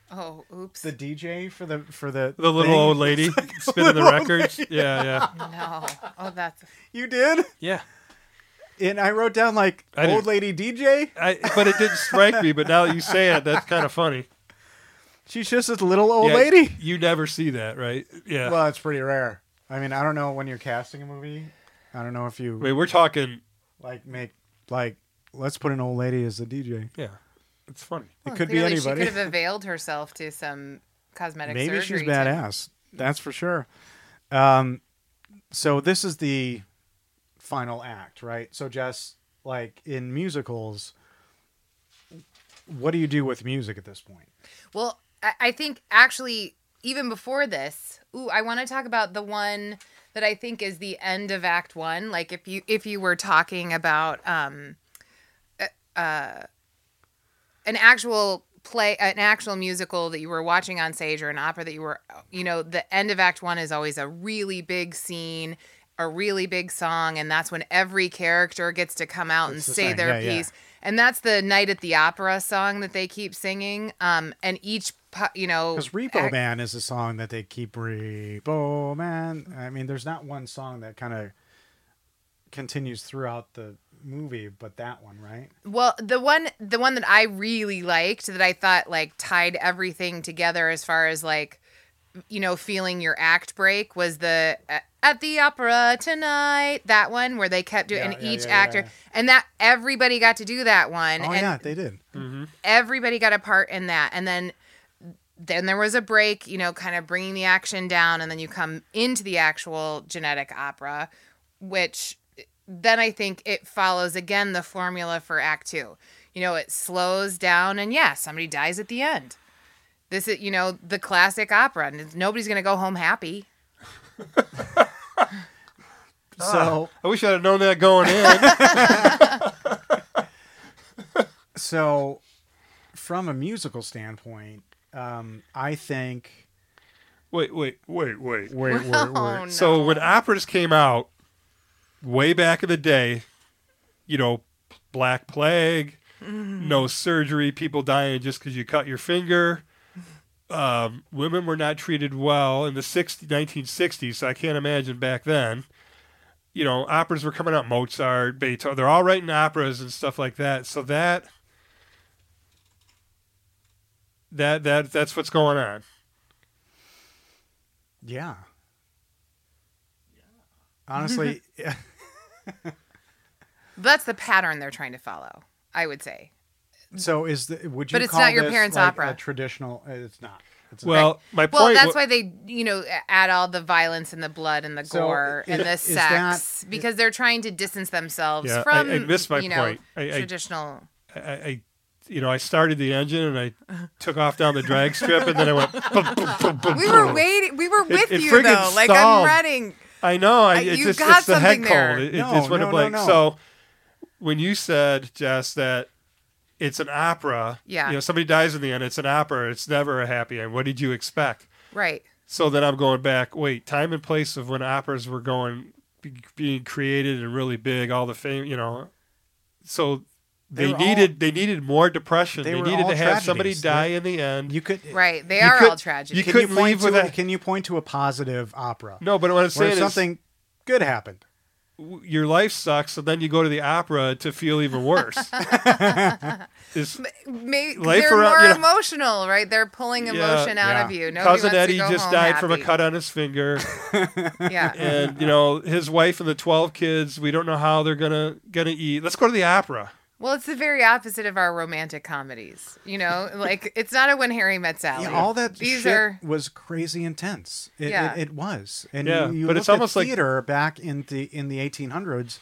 [SPEAKER 5] Oh, oops.
[SPEAKER 2] The DJ for the for the
[SPEAKER 1] The little
[SPEAKER 2] thing? *laughs*
[SPEAKER 1] old lady spinning the records. Yeah, yeah,
[SPEAKER 5] no. Oh, that's
[SPEAKER 2] You did,
[SPEAKER 1] yeah.
[SPEAKER 2] and I wrote down like
[SPEAKER 1] I did.
[SPEAKER 2] old lady DJ.
[SPEAKER 1] I, but it didn't strike me. But now that you say it, that's kind of funny.
[SPEAKER 2] She's just this little *laughs* old
[SPEAKER 1] Yeah,
[SPEAKER 2] lady.
[SPEAKER 1] You never see that, right? Yeah.
[SPEAKER 2] Well, it's pretty rare. I mean, I don't know when you're casting a movie. I don't know if you
[SPEAKER 1] I mean, we're talking.
[SPEAKER 2] like make like let's put an old lady as the DJ.
[SPEAKER 1] Yeah, it's funny.
[SPEAKER 5] well,
[SPEAKER 2] could be
[SPEAKER 5] clearly
[SPEAKER 2] anybody.
[SPEAKER 5] She could have availed herself to some cosmetic
[SPEAKER 2] Maybe
[SPEAKER 5] surgery.
[SPEAKER 2] she's
[SPEAKER 5] to-
[SPEAKER 2] badass. That's for sure. Um, so this is the final act, right? So Jess, like in musicals, what do you do with music at this point?
[SPEAKER 5] Well, I, I think actually, even before this, ooh, I want to talk about the one that I think is the end of Act One. Like if you if you were talking about um, uh, an actual play, an actual musical that you were watching on stage or an opera that you were, you know, the end of Act One is always a really big scene. A really big song, and that's when every character gets to come out and
[SPEAKER 2] It's the
[SPEAKER 5] say
[SPEAKER 2] thing.
[SPEAKER 5] their
[SPEAKER 2] Yeah, yeah.
[SPEAKER 5] piece and that's the night at the opera song that they keep singing um and each pu- you know
[SPEAKER 2] Because Repo
[SPEAKER 5] act-
[SPEAKER 2] Man is a song that they keep Repo Man. I mean, there's not one song that kind of continues throughout the movie, but that one, right?
[SPEAKER 5] well the one the one that i really liked that i thought like tied everything together as far as like you know, feeling your act break was the uh, at the opera tonight, that one where they kept doing
[SPEAKER 2] Yeah,
[SPEAKER 5] and
[SPEAKER 2] yeah,
[SPEAKER 5] each
[SPEAKER 2] yeah,
[SPEAKER 5] actor
[SPEAKER 2] yeah.
[SPEAKER 5] and that everybody got to do that one.
[SPEAKER 2] Oh
[SPEAKER 5] and
[SPEAKER 2] yeah, they did.
[SPEAKER 5] everybody got a part in that and then then there was a break you know kind of bringing the action down and then you come into the actual genetic opera which then i think it follows again the formula for act 2 you know it slows down and yeah somebody dies at the end this is you know the classic opera and nobody's going to go home happy
[SPEAKER 2] So
[SPEAKER 1] I wish I'd have known that going in.
[SPEAKER 2] so from a musical standpoint, um, I think
[SPEAKER 1] wait, wait, wait, wait.
[SPEAKER 2] we're, we're,
[SPEAKER 5] *laughs* Oh,
[SPEAKER 2] we're
[SPEAKER 5] no.
[SPEAKER 1] So when operas came out, way back in the day, you know, Black Plague,
[SPEAKER 5] Mm-hmm.
[SPEAKER 1] no surgery, people dying just because you cut your finger. Um, women were not treated well in the 60, 1960s, so I can't imagine back then. You know, operas were coming out, Mozart, Beethoven, they're all writing operas and stuff like that. So that, that, that, that's what's going on.
[SPEAKER 5] *laughs*
[SPEAKER 2] yeah. Honestly, *laughs* yeah,
[SPEAKER 5] that's the pattern they're trying to follow i would say
[SPEAKER 2] so is the would you?
[SPEAKER 5] But it's
[SPEAKER 2] call
[SPEAKER 5] not your
[SPEAKER 2] this,
[SPEAKER 5] parents'
[SPEAKER 2] like,
[SPEAKER 5] opera.
[SPEAKER 2] A traditional, uh, it's not. It's not.
[SPEAKER 1] Well, my point.
[SPEAKER 5] Well, that's
[SPEAKER 1] wa-
[SPEAKER 5] why they, you know, add all the violence and the blood and the
[SPEAKER 2] So,
[SPEAKER 5] gore
[SPEAKER 2] i-
[SPEAKER 5] and the
[SPEAKER 2] is that-
[SPEAKER 5] sex because they're trying to distance themselves
[SPEAKER 1] Yeah, I-
[SPEAKER 5] from,
[SPEAKER 1] I missed my
[SPEAKER 5] you know,
[SPEAKER 1] point. I- I-
[SPEAKER 5] traditional.
[SPEAKER 1] I, I you know, I started the engine and I took off down the drag strip and then I went. *laughs* "Bum, bum, bum, bum,
[SPEAKER 5] we were
[SPEAKER 1] bum."
[SPEAKER 5] waiting. We were with
[SPEAKER 1] it
[SPEAKER 5] you
[SPEAKER 1] friggin'
[SPEAKER 5] though. Like
[SPEAKER 1] stalled.
[SPEAKER 5] I'm running.
[SPEAKER 1] I know. I,
[SPEAKER 5] I-
[SPEAKER 1] it
[SPEAKER 5] you
[SPEAKER 1] just,
[SPEAKER 5] got
[SPEAKER 1] it's the head
[SPEAKER 5] something there.
[SPEAKER 1] cold. It,
[SPEAKER 2] No,
[SPEAKER 1] it just went
[SPEAKER 2] no, no,
[SPEAKER 1] blank.
[SPEAKER 2] no.
[SPEAKER 1] So when you said Jess that it's an opera,
[SPEAKER 5] Yeah.
[SPEAKER 1] you know, somebody dies in the end. It's an opera. It's never a happy end. What did you expect?
[SPEAKER 5] Right.
[SPEAKER 1] So then I'm going back. Wait, time and place of when operas were going be- being created and really big. All the fame, you know. So
[SPEAKER 2] They
[SPEAKER 1] they,
[SPEAKER 2] were all-
[SPEAKER 1] needed they needed more depression.
[SPEAKER 2] They
[SPEAKER 1] They,
[SPEAKER 2] were
[SPEAKER 1] needed
[SPEAKER 2] all
[SPEAKER 1] to have somebody
[SPEAKER 2] tragedies.
[SPEAKER 1] die in the end.
[SPEAKER 2] you could.
[SPEAKER 5] Right. They
[SPEAKER 1] You
[SPEAKER 5] are
[SPEAKER 1] could-
[SPEAKER 5] all tragic.
[SPEAKER 1] you
[SPEAKER 2] Can you
[SPEAKER 1] couldn't
[SPEAKER 2] point
[SPEAKER 1] leave
[SPEAKER 2] to
[SPEAKER 1] with
[SPEAKER 2] a,
[SPEAKER 1] a-
[SPEAKER 2] Can you point to a positive opera
[SPEAKER 1] No, but what I'm
[SPEAKER 2] where
[SPEAKER 1] saying
[SPEAKER 2] something good happened?
[SPEAKER 1] is your life sucks, and then you go to the opera to feel even
[SPEAKER 5] *laughs*
[SPEAKER 1] worse. It's-
[SPEAKER 5] May,
[SPEAKER 1] Life
[SPEAKER 5] they're
[SPEAKER 1] around-
[SPEAKER 5] more
[SPEAKER 1] you know-
[SPEAKER 5] emotional, right? They're pulling
[SPEAKER 1] Yeah,
[SPEAKER 5] emotion out of
[SPEAKER 2] yeah.
[SPEAKER 5] you. Nobody
[SPEAKER 1] cousin
[SPEAKER 5] wants
[SPEAKER 1] Eddie
[SPEAKER 5] to go
[SPEAKER 1] just
[SPEAKER 5] home
[SPEAKER 1] died from a
[SPEAKER 5] happy.
[SPEAKER 1] cut on his finger,
[SPEAKER 5] *laughs* Yeah.
[SPEAKER 1] and you know his wife and the twelve kids. We don't know how they're gonna gonna eat. Let's go to the opera.
[SPEAKER 5] Well, it's the very opposite of our romantic comedies. You know, like it's not a When Harry Met Sally.
[SPEAKER 2] Yeah, all that
[SPEAKER 5] These
[SPEAKER 2] shit
[SPEAKER 1] *laughs*
[SPEAKER 5] are
[SPEAKER 2] was crazy intense. It,
[SPEAKER 5] Yeah.
[SPEAKER 2] it, it was, and
[SPEAKER 1] Yeah,
[SPEAKER 2] you, you
[SPEAKER 1] but it's
[SPEAKER 2] look at
[SPEAKER 1] almost like-
[SPEAKER 2] theater back in the in the eighteen hundreds.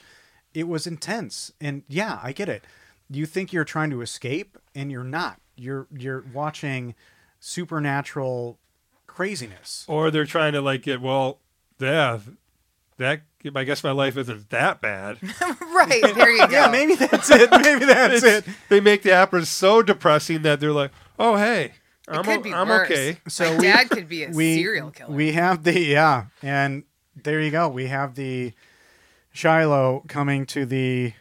[SPEAKER 2] It was intense, and yeah, I get it. You think you're trying to escape, and you're not. You're you're watching supernatural craziness.
[SPEAKER 1] Or they're trying to like get well. Yeah, that I guess my life isn't that
[SPEAKER 5] *laughs*
[SPEAKER 1] bad.
[SPEAKER 5] right there. You go.
[SPEAKER 2] Yeah, maybe that's it. Maybe that's it.
[SPEAKER 1] They make the operas so depressing that they're like, oh hey, I'm,
[SPEAKER 5] It could be
[SPEAKER 1] o- I'm
[SPEAKER 5] worse.
[SPEAKER 1] okay.
[SPEAKER 2] So
[SPEAKER 5] So
[SPEAKER 2] we-
[SPEAKER 5] dad could be a
[SPEAKER 2] *laughs* we
[SPEAKER 5] serial killer.
[SPEAKER 2] we have the yeah, and there you go. We have the Shiloh coming to the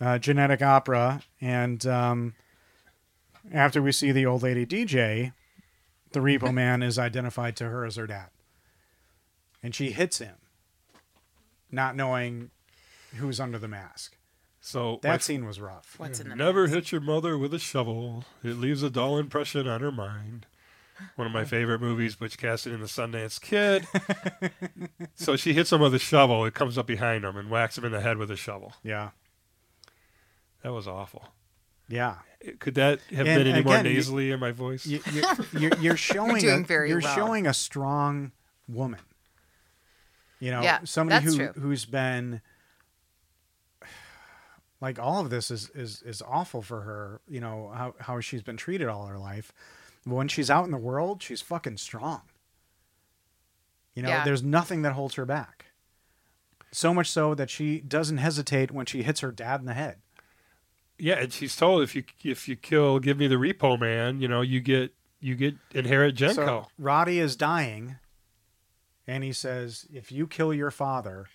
[SPEAKER 2] uh, genetic opera, and um, after we see the old lady DJ, the
[SPEAKER 5] Mm-hmm.
[SPEAKER 2] Repo Man is identified to her as her dad, and she hits him, not knowing who's under the mask.
[SPEAKER 1] So my
[SPEAKER 2] That scene was rough.
[SPEAKER 5] What's in the
[SPEAKER 1] Never
[SPEAKER 5] mask?
[SPEAKER 1] hit your mother with a shovel. It leaves a dull impression on her mind. One of my favorite movies, Butch Cassidy and the Sundance
[SPEAKER 2] *laughs*
[SPEAKER 1] Kid. so she hits him with a shovel. It comes up behind him and whacks him in the head with a shovel.
[SPEAKER 2] Yeah,
[SPEAKER 1] That was awful.
[SPEAKER 2] yeah.
[SPEAKER 1] Could that have
[SPEAKER 2] And
[SPEAKER 1] been any more
[SPEAKER 2] again, you-
[SPEAKER 1] nasally in my voice?
[SPEAKER 2] you, you're, you're,
[SPEAKER 5] *laughs*
[SPEAKER 2] you're showing
[SPEAKER 5] doing
[SPEAKER 2] a,
[SPEAKER 5] very
[SPEAKER 2] you're
[SPEAKER 5] well.
[SPEAKER 2] showing a strong woman. You know,
[SPEAKER 5] Yeah,
[SPEAKER 2] somebody
[SPEAKER 5] that's
[SPEAKER 2] who
[SPEAKER 5] true.
[SPEAKER 2] who's been *sighs* like all of this is is is awful for her. You know how how she's been treated all her life. But when she's out in the world, she's fucking strong. You know,
[SPEAKER 5] Yeah.
[SPEAKER 2] there's nothing that holds her back. So much so that she doesn't hesitate when she hits her dad in the head.
[SPEAKER 1] yeah, and she's told if you if you kill, give me the repo man. You know, you get you get inherit Genko.
[SPEAKER 2] So Roddy is dying, and he says, "If you kill your father,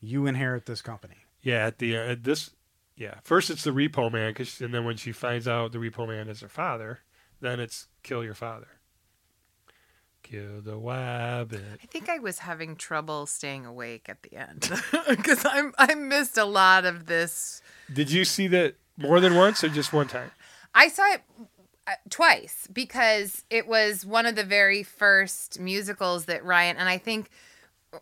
[SPEAKER 2] you inherit this company."
[SPEAKER 1] Yeah, at the uh, at this, yeah. First, it's the repo man, 'cause- and then when she finds out the repo man is her father, then it's kill your father. Kill the wabbit.
[SPEAKER 5] I think I was having trouble staying awake at the end *laughs* because I'm I missed a lot of this.
[SPEAKER 1] Did you see that more than once or just one time?
[SPEAKER 5] I saw it. uh, twice because it was one of the very first musicals that Ryan and I think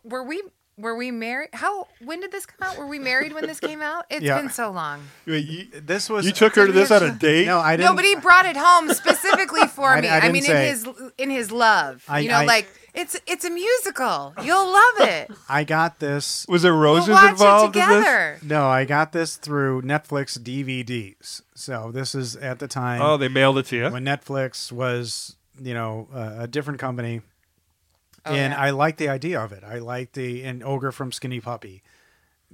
[SPEAKER 5] were we were we married? How when did this come out? Were we married when this came out? It's
[SPEAKER 2] Yeah.
[SPEAKER 5] been so long.
[SPEAKER 1] Wait, you,
[SPEAKER 2] This was
[SPEAKER 1] you took her to this on a date?
[SPEAKER 2] No, I didn't.
[SPEAKER 5] No, but he brought it home
[SPEAKER 2] *laughs*
[SPEAKER 5] specifically for
[SPEAKER 2] I-
[SPEAKER 5] me.
[SPEAKER 2] I
[SPEAKER 5] I,
[SPEAKER 2] didn't
[SPEAKER 5] mean,
[SPEAKER 2] say-
[SPEAKER 5] in his in his love,
[SPEAKER 2] I-
[SPEAKER 5] you know,
[SPEAKER 2] I-
[SPEAKER 5] like it's it's a musical. You'll love
[SPEAKER 2] *laughs*
[SPEAKER 5] it.
[SPEAKER 2] I got this.
[SPEAKER 1] Was there
[SPEAKER 5] We'll
[SPEAKER 1] roses
[SPEAKER 5] watch it
[SPEAKER 1] involved in this?
[SPEAKER 5] together.
[SPEAKER 2] No, I got this through Netflix DVDs. So this is at the time
[SPEAKER 1] Oh, they mailed it to you.
[SPEAKER 2] when Netflix was, you know, uh, a different company.
[SPEAKER 5] Oh,
[SPEAKER 2] and
[SPEAKER 5] yeah.
[SPEAKER 2] I liked the idea of it. I liked the and ogre from Skinny Puppy.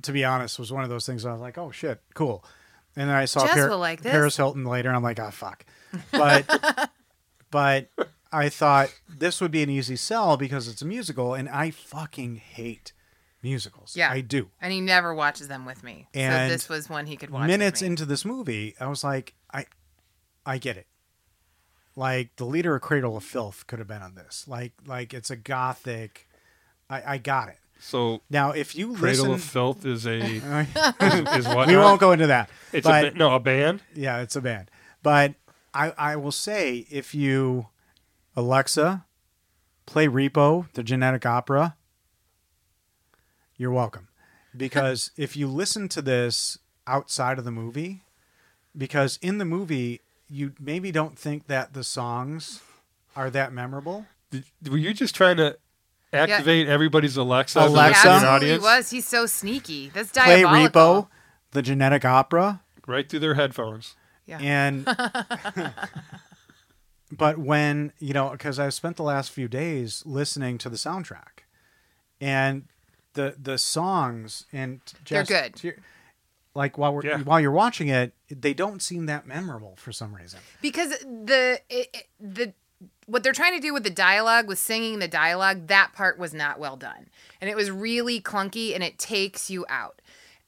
[SPEAKER 2] To be honest, was one of those things I was like, oh shit, cool. And then I saw
[SPEAKER 5] Jess will like this.
[SPEAKER 2] Paris Hilton later, and I'm like, oh fuck. But
[SPEAKER 5] *laughs*
[SPEAKER 2] but I thought this would be an easy sell because it's a musical, and I fucking hate musicals.
[SPEAKER 5] Yeah.
[SPEAKER 2] I do.
[SPEAKER 5] And he never watches them with me.
[SPEAKER 2] And
[SPEAKER 5] so this was one he could watch. with
[SPEAKER 2] minutes
[SPEAKER 5] me.
[SPEAKER 2] into this movie, I was like, I, I get it. Like the leader of Cradle of Filth could have been on this. Like, like it's a gothic. I, I got it.
[SPEAKER 1] So,
[SPEAKER 2] Now, if you
[SPEAKER 1] Cradle
[SPEAKER 2] listen,
[SPEAKER 1] of Filth is *laughs* a is,
[SPEAKER 2] Uh,
[SPEAKER 1] is what?
[SPEAKER 2] *laughs*
[SPEAKER 1] *laughs*
[SPEAKER 2] we
[SPEAKER 1] now?
[SPEAKER 2] won't go into that.
[SPEAKER 1] It's
[SPEAKER 2] but
[SPEAKER 1] a, ba- no a band.
[SPEAKER 2] yeah, it's a band. But I, I will say, if you, Alexa, play Repo, the genetic opera. You're welcome, because if you listen to this outside of the movie, because in the movie you maybe don't think that the songs are that memorable.
[SPEAKER 1] Did, were you just trying to activate everybody's Alexa? as a
[SPEAKER 5] He
[SPEAKER 2] Alexa?
[SPEAKER 1] listening
[SPEAKER 5] absolutely
[SPEAKER 1] audience,
[SPEAKER 5] was. He's so sneaky. That's
[SPEAKER 2] Play
[SPEAKER 5] diabolical.
[SPEAKER 2] Repo, the genetic opera.
[SPEAKER 1] right through their headphones.
[SPEAKER 5] Yeah.
[SPEAKER 2] And but when you know, because I've spent the last few days listening to the soundtrack, and the the songs and
[SPEAKER 5] They're
[SPEAKER 2] just,
[SPEAKER 5] good.
[SPEAKER 2] to your- Like while we're
[SPEAKER 1] Yeah.
[SPEAKER 2] while you're watching it, they don't seem that memorable for some reason.
[SPEAKER 5] because the it, it- the what they're trying to do with the dialogue with singing the dialogue that part was not well done and it was really clunky and it takes you out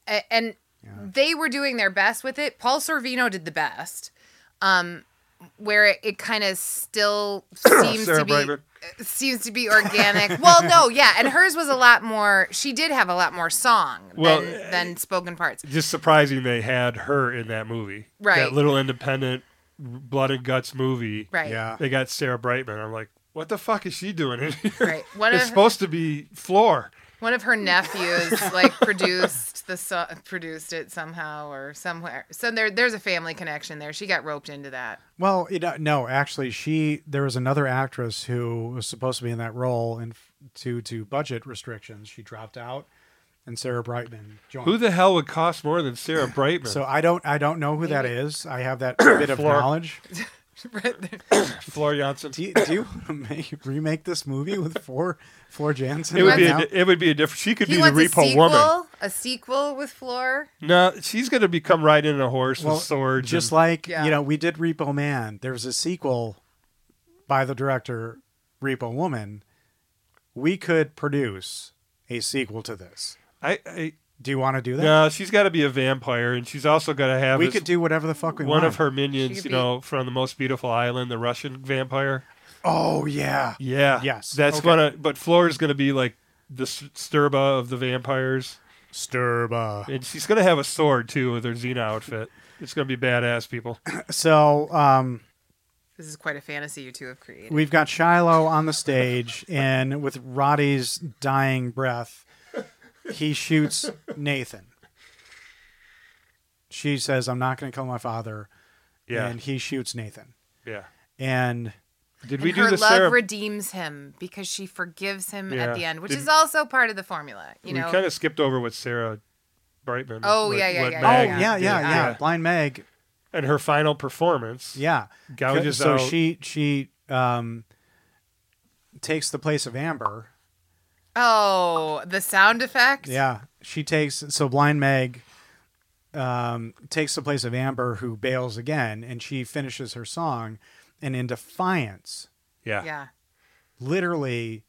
[SPEAKER 5] A- and they were doing their best with it paul sorvino did the best um where it, it kind of
[SPEAKER 1] *coughs*
[SPEAKER 5] still seems
[SPEAKER 1] Sarah
[SPEAKER 5] to be uh,
[SPEAKER 1] Brightman.
[SPEAKER 5] seems to be organic well no yeah and hers was a lot more she did have a lot more song
[SPEAKER 1] Well,
[SPEAKER 5] than, than spoken parts
[SPEAKER 1] Just surprising they had her in that movie.
[SPEAKER 5] Right.
[SPEAKER 1] That little independent blood and guts movie.
[SPEAKER 5] right
[SPEAKER 2] Yeah.
[SPEAKER 1] They got Sarah Brightman. I'm like, what the fuck is she doing in here?
[SPEAKER 5] right
[SPEAKER 1] *laughs*
[SPEAKER 5] one
[SPEAKER 1] It's
[SPEAKER 5] of
[SPEAKER 1] supposed to be floor.
[SPEAKER 5] One of her nephews like produced the so- produced it somehow or somewhere. So there there's a family connection there. She got roped into that. *laughs*
[SPEAKER 2] Well, you know, no, actually, she there was another actress who was supposed to be in that role, and f- due to budget restrictions, she dropped out, and Sarah Brightman joined.
[SPEAKER 1] Who the hell would cost more than
[SPEAKER 2] *laughs*
[SPEAKER 1] Sarah Brightman?
[SPEAKER 2] So I don't I don't know who that is. I
[SPEAKER 1] *coughs*
[SPEAKER 2] have that bit of
[SPEAKER 1] Flora.
[SPEAKER 2] knowledge.
[SPEAKER 1] Floor Janssen.
[SPEAKER 2] Do you, do you make, remake this movie with four four Jansen?
[SPEAKER 1] It would
[SPEAKER 2] right
[SPEAKER 1] be.
[SPEAKER 2] now?
[SPEAKER 1] A, it would be a different. She could
[SPEAKER 5] He
[SPEAKER 1] be the
[SPEAKER 5] wants a
[SPEAKER 1] Repo
[SPEAKER 5] sequel,
[SPEAKER 1] Woman.
[SPEAKER 5] a sequel with Floor.
[SPEAKER 1] No, she's gonna become riding a horse
[SPEAKER 2] Well,
[SPEAKER 1] with swords.
[SPEAKER 2] just
[SPEAKER 1] and-
[SPEAKER 2] like
[SPEAKER 5] Yeah.
[SPEAKER 2] you know we did Repo Man. There's a sequel by the director Repo Woman. We could produce a sequel to this.
[SPEAKER 1] I. I
[SPEAKER 2] Do you want to do that?
[SPEAKER 1] no, she's got to be a vampire, and she's also got to have
[SPEAKER 2] we
[SPEAKER 1] this-
[SPEAKER 2] could do whatever the fuck we
[SPEAKER 1] one
[SPEAKER 2] want.
[SPEAKER 1] of her
[SPEAKER 5] She
[SPEAKER 1] minions,
[SPEAKER 5] could
[SPEAKER 1] you
[SPEAKER 5] be-
[SPEAKER 1] know, from the most beautiful island, the Russian vampire.
[SPEAKER 2] Oh yeah.
[SPEAKER 1] Yeah.
[SPEAKER 2] Yes.
[SPEAKER 1] That's
[SPEAKER 2] Okay.
[SPEAKER 1] gonna. But Floor is gonna be like the S- Sturba of the vampires,
[SPEAKER 2] Sturba.
[SPEAKER 1] and she's gonna have a sword too with her Xena outfit. It's gonna be badass, *laughs* people.
[SPEAKER 2] So um,
[SPEAKER 5] This is quite a fantasy you two have created.
[SPEAKER 2] We've got Shiloh on the stage, and with Roddy's dying breath, he shoots Nathan. She says, I'm not going to kill my father.
[SPEAKER 1] Yeah.
[SPEAKER 2] And he shoots Nathan.
[SPEAKER 1] yeah.
[SPEAKER 2] And
[SPEAKER 1] Did
[SPEAKER 5] And
[SPEAKER 1] we do
[SPEAKER 5] her
[SPEAKER 1] the
[SPEAKER 5] love
[SPEAKER 1] Sarah?
[SPEAKER 5] redeems him because she forgives him
[SPEAKER 1] Yeah.
[SPEAKER 5] at the end, which
[SPEAKER 1] Did-
[SPEAKER 5] is also part of the formula. You
[SPEAKER 1] we
[SPEAKER 5] know,
[SPEAKER 1] kind of skipped over what Sarah Brightman.
[SPEAKER 5] Oh,
[SPEAKER 1] what-
[SPEAKER 5] yeah, yeah,
[SPEAKER 1] what
[SPEAKER 5] yeah,
[SPEAKER 2] oh,
[SPEAKER 1] Maggie
[SPEAKER 2] yeah,
[SPEAKER 5] Meg
[SPEAKER 2] yeah,
[SPEAKER 1] did.
[SPEAKER 2] yeah. Blind Meg.
[SPEAKER 1] And her final performance.
[SPEAKER 2] Yeah.
[SPEAKER 1] Gouges
[SPEAKER 2] so
[SPEAKER 1] out.
[SPEAKER 2] she, she um, takes the place of Amber.
[SPEAKER 5] oh, the sound effects.
[SPEAKER 2] Yeah, she takes so blind Meg um, takes the place of Amber, who bails again, and she finishes her song, and in defiance,
[SPEAKER 1] yeah, yeah,
[SPEAKER 5] yeah.
[SPEAKER 2] literally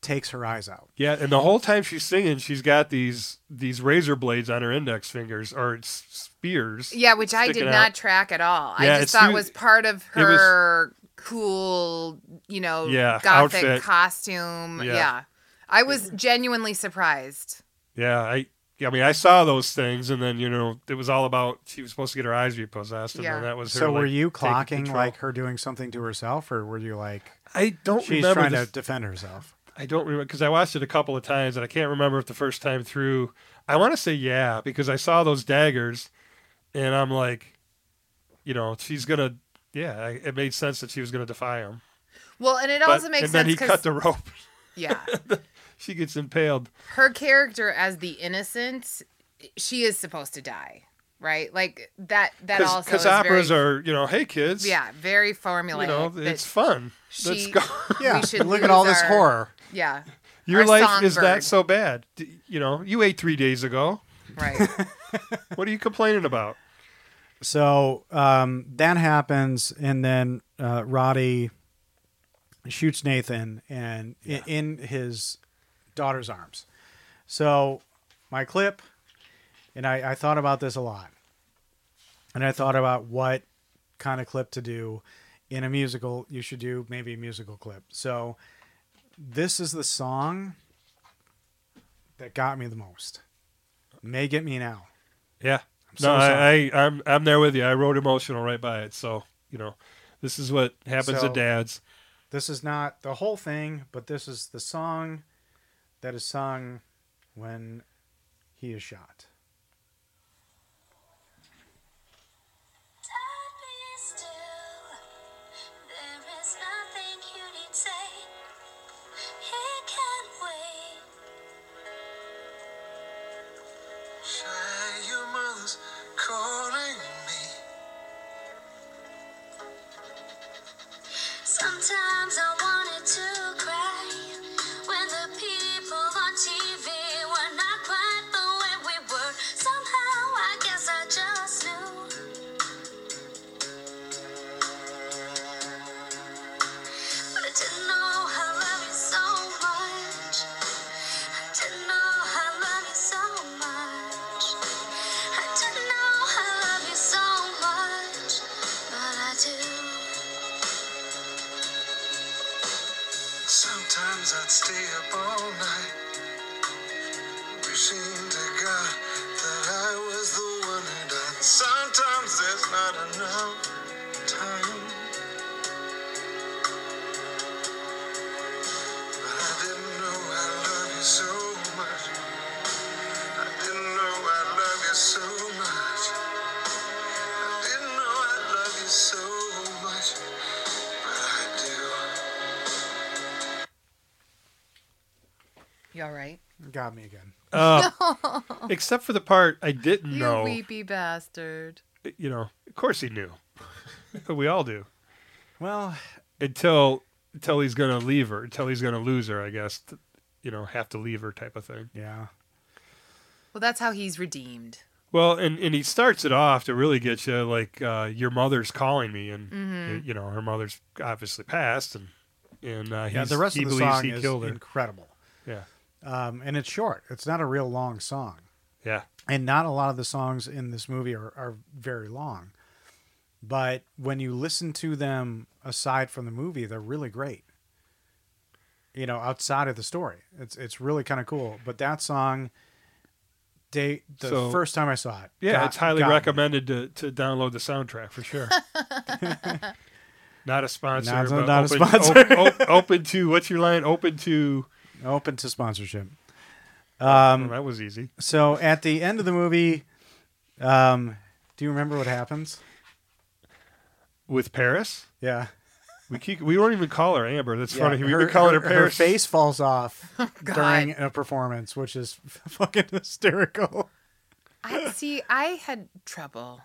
[SPEAKER 2] takes her eyes out.
[SPEAKER 1] And the whole time she's singing, she's got these these razor blades on her index fingers or s- spears.
[SPEAKER 5] Yeah, which I did
[SPEAKER 1] sticking out.
[SPEAKER 5] not track at all.
[SPEAKER 1] Yeah,
[SPEAKER 5] I
[SPEAKER 1] it's
[SPEAKER 5] just thought
[SPEAKER 1] hu-
[SPEAKER 5] was part of
[SPEAKER 1] it was-
[SPEAKER 5] her cool, you know,
[SPEAKER 1] Yeah,
[SPEAKER 5] gothic
[SPEAKER 1] outfit.
[SPEAKER 5] costume.
[SPEAKER 1] Yeah.
[SPEAKER 5] Yeah. I was genuinely surprised.
[SPEAKER 1] Yeah, I I mean, I saw those things, and then you know, it was all about she was supposed to get her eyes repossessed, and
[SPEAKER 5] Yeah.
[SPEAKER 1] then that was. Her,
[SPEAKER 2] So were
[SPEAKER 1] like,
[SPEAKER 2] you
[SPEAKER 1] taking
[SPEAKER 2] clocking
[SPEAKER 1] control.
[SPEAKER 2] like her doing something to herself, or were you like
[SPEAKER 1] I don't
[SPEAKER 2] she's
[SPEAKER 1] remember.
[SPEAKER 2] trying
[SPEAKER 1] the-
[SPEAKER 2] to defend herself?
[SPEAKER 1] I don't remember because I watched it a couple of times, and I can't remember if the first time through. I want to say yeah because I saw those daggers, and I'm like, you know, she's gonna. Yeah, I- it made sense that she was gonna defy him.
[SPEAKER 5] Well, and it
[SPEAKER 1] But-
[SPEAKER 5] also makes
[SPEAKER 1] and
[SPEAKER 5] sense
[SPEAKER 1] then he
[SPEAKER 5] 'cause-
[SPEAKER 1] cut the rope.
[SPEAKER 5] *laughs*
[SPEAKER 1] *laughs*
[SPEAKER 5] yeah,
[SPEAKER 1] she gets impaled.
[SPEAKER 5] her character as the innocent, she is supposed to die, right? Like that. That also
[SPEAKER 1] because
[SPEAKER 5] is
[SPEAKER 1] operas
[SPEAKER 5] very,
[SPEAKER 1] are you know, hey kids,
[SPEAKER 5] yeah, very formulaic.
[SPEAKER 1] you know,
[SPEAKER 5] that
[SPEAKER 1] it's fun. Let's
[SPEAKER 5] she-
[SPEAKER 1] go. *laughs*
[SPEAKER 2] Yeah.
[SPEAKER 5] We should
[SPEAKER 2] Look at all
[SPEAKER 5] lose
[SPEAKER 2] this
[SPEAKER 5] our-
[SPEAKER 2] horror.
[SPEAKER 5] yeah,
[SPEAKER 1] Your
[SPEAKER 5] our
[SPEAKER 1] life is
[SPEAKER 5] songbird.
[SPEAKER 1] that so bad? D- You know, you ate three days ago.
[SPEAKER 5] right.
[SPEAKER 1] *laughs* What are you complaining about?
[SPEAKER 2] So um, that happens, and then uh, Roddy shoots Nathan and i in his daughter's arms. So my clip, and I, I thought about this a lot, and I thought about what kind of clip to do in a musical. You should do maybe a musical clip. So this is the song that got me the most. May get me now.
[SPEAKER 1] Yeah.
[SPEAKER 2] so
[SPEAKER 1] no, I,
[SPEAKER 2] sorry.
[SPEAKER 1] I, I'm I'm there with you. I wrote emotional right by it. So you know, this is what happens
[SPEAKER 2] So-
[SPEAKER 1] to
[SPEAKER 5] *laughs*
[SPEAKER 1] dads.
[SPEAKER 2] This is not the whole thing, but this is the song that is sung when he is shot.
[SPEAKER 6] Time be still. There is nothing you need say. It can wait.
[SPEAKER 7] Shy, your mother's calling me.
[SPEAKER 6] Sometimes I wanted to cry when the people on TV were not quite the way we were. Somehow I guess I just knew. But I didn't know I love you so much. I didn't know I love you so much. I didn't know I love you so much, but I do.
[SPEAKER 7] Sometimes I'd stay up all night, wishing to God that I was the one who died. Sometimes there's not enough time. But I didn't know I love you so much. I didn't know I love you so much. I didn't know I love you so much. But I do.
[SPEAKER 5] You all right?
[SPEAKER 2] Got me again.
[SPEAKER 1] Uh, Except for the part I didn't
[SPEAKER 5] You
[SPEAKER 1] know.
[SPEAKER 5] weepy bastard.
[SPEAKER 1] You know, of course he knew. *laughs* we all do.
[SPEAKER 2] Well,
[SPEAKER 1] Until until he's gonna leave her. Until he's gonna lose her. I guess. t- you know, have to leave her type of thing.
[SPEAKER 2] yeah.
[SPEAKER 5] Well, that's how he's redeemed.
[SPEAKER 1] Well, and, and he starts it off to really get you like uh, your mother's calling me, and
[SPEAKER 5] Mm-hmm.
[SPEAKER 1] you know her mother's obviously passed, and and uh,
[SPEAKER 2] Yeah,
[SPEAKER 1] he's-
[SPEAKER 2] the rest
[SPEAKER 1] he
[SPEAKER 2] of the
[SPEAKER 1] believes
[SPEAKER 2] song
[SPEAKER 1] he
[SPEAKER 2] is
[SPEAKER 1] killed her.
[SPEAKER 2] incredible.
[SPEAKER 1] yeah,
[SPEAKER 2] Um, and it's short. It's not a real long song.
[SPEAKER 1] yeah,
[SPEAKER 2] And not a lot of the songs in this movie are, are very long. But when you listen to them aside from the movie, they're really great. You know, outside of the story. It's it's really kind of cool. But that song they the
[SPEAKER 1] So-
[SPEAKER 2] first time I saw it.
[SPEAKER 1] yeah.
[SPEAKER 2] got-
[SPEAKER 1] it's highly
[SPEAKER 2] got me.
[SPEAKER 1] recommended to, to download the soundtrack for
[SPEAKER 5] *laughs*
[SPEAKER 1] sure. *laughs* not a sponsor,
[SPEAKER 2] Not-
[SPEAKER 1] but
[SPEAKER 2] not a
[SPEAKER 1] open,
[SPEAKER 2] sponsor.
[SPEAKER 1] op- op-
[SPEAKER 2] *laughs*
[SPEAKER 1] open to what's your line? Open to
[SPEAKER 2] Open to sponsorship. Um,
[SPEAKER 1] well, that was easy.
[SPEAKER 2] So at the end of the movie, um, do you remember what happens?
[SPEAKER 1] With Paris,
[SPEAKER 2] Yeah.
[SPEAKER 1] we keep, we don't even call her Amber. That's
[SPEAKER 2] Yeah,
[SPEAKER 1] funny. We were calling her, Paris.
[SPEAKER 2] face falls
[SPEAKER 5] *laughs*
[SPEAKER 2] off
[SPEAKER 5] Oh, God.
[SPEAKER 2] during a performance, which is *laughs* fucking hysterical.
[SPEAKER 1] *gasps*
[SPEAKER 5] I see. I had trouble.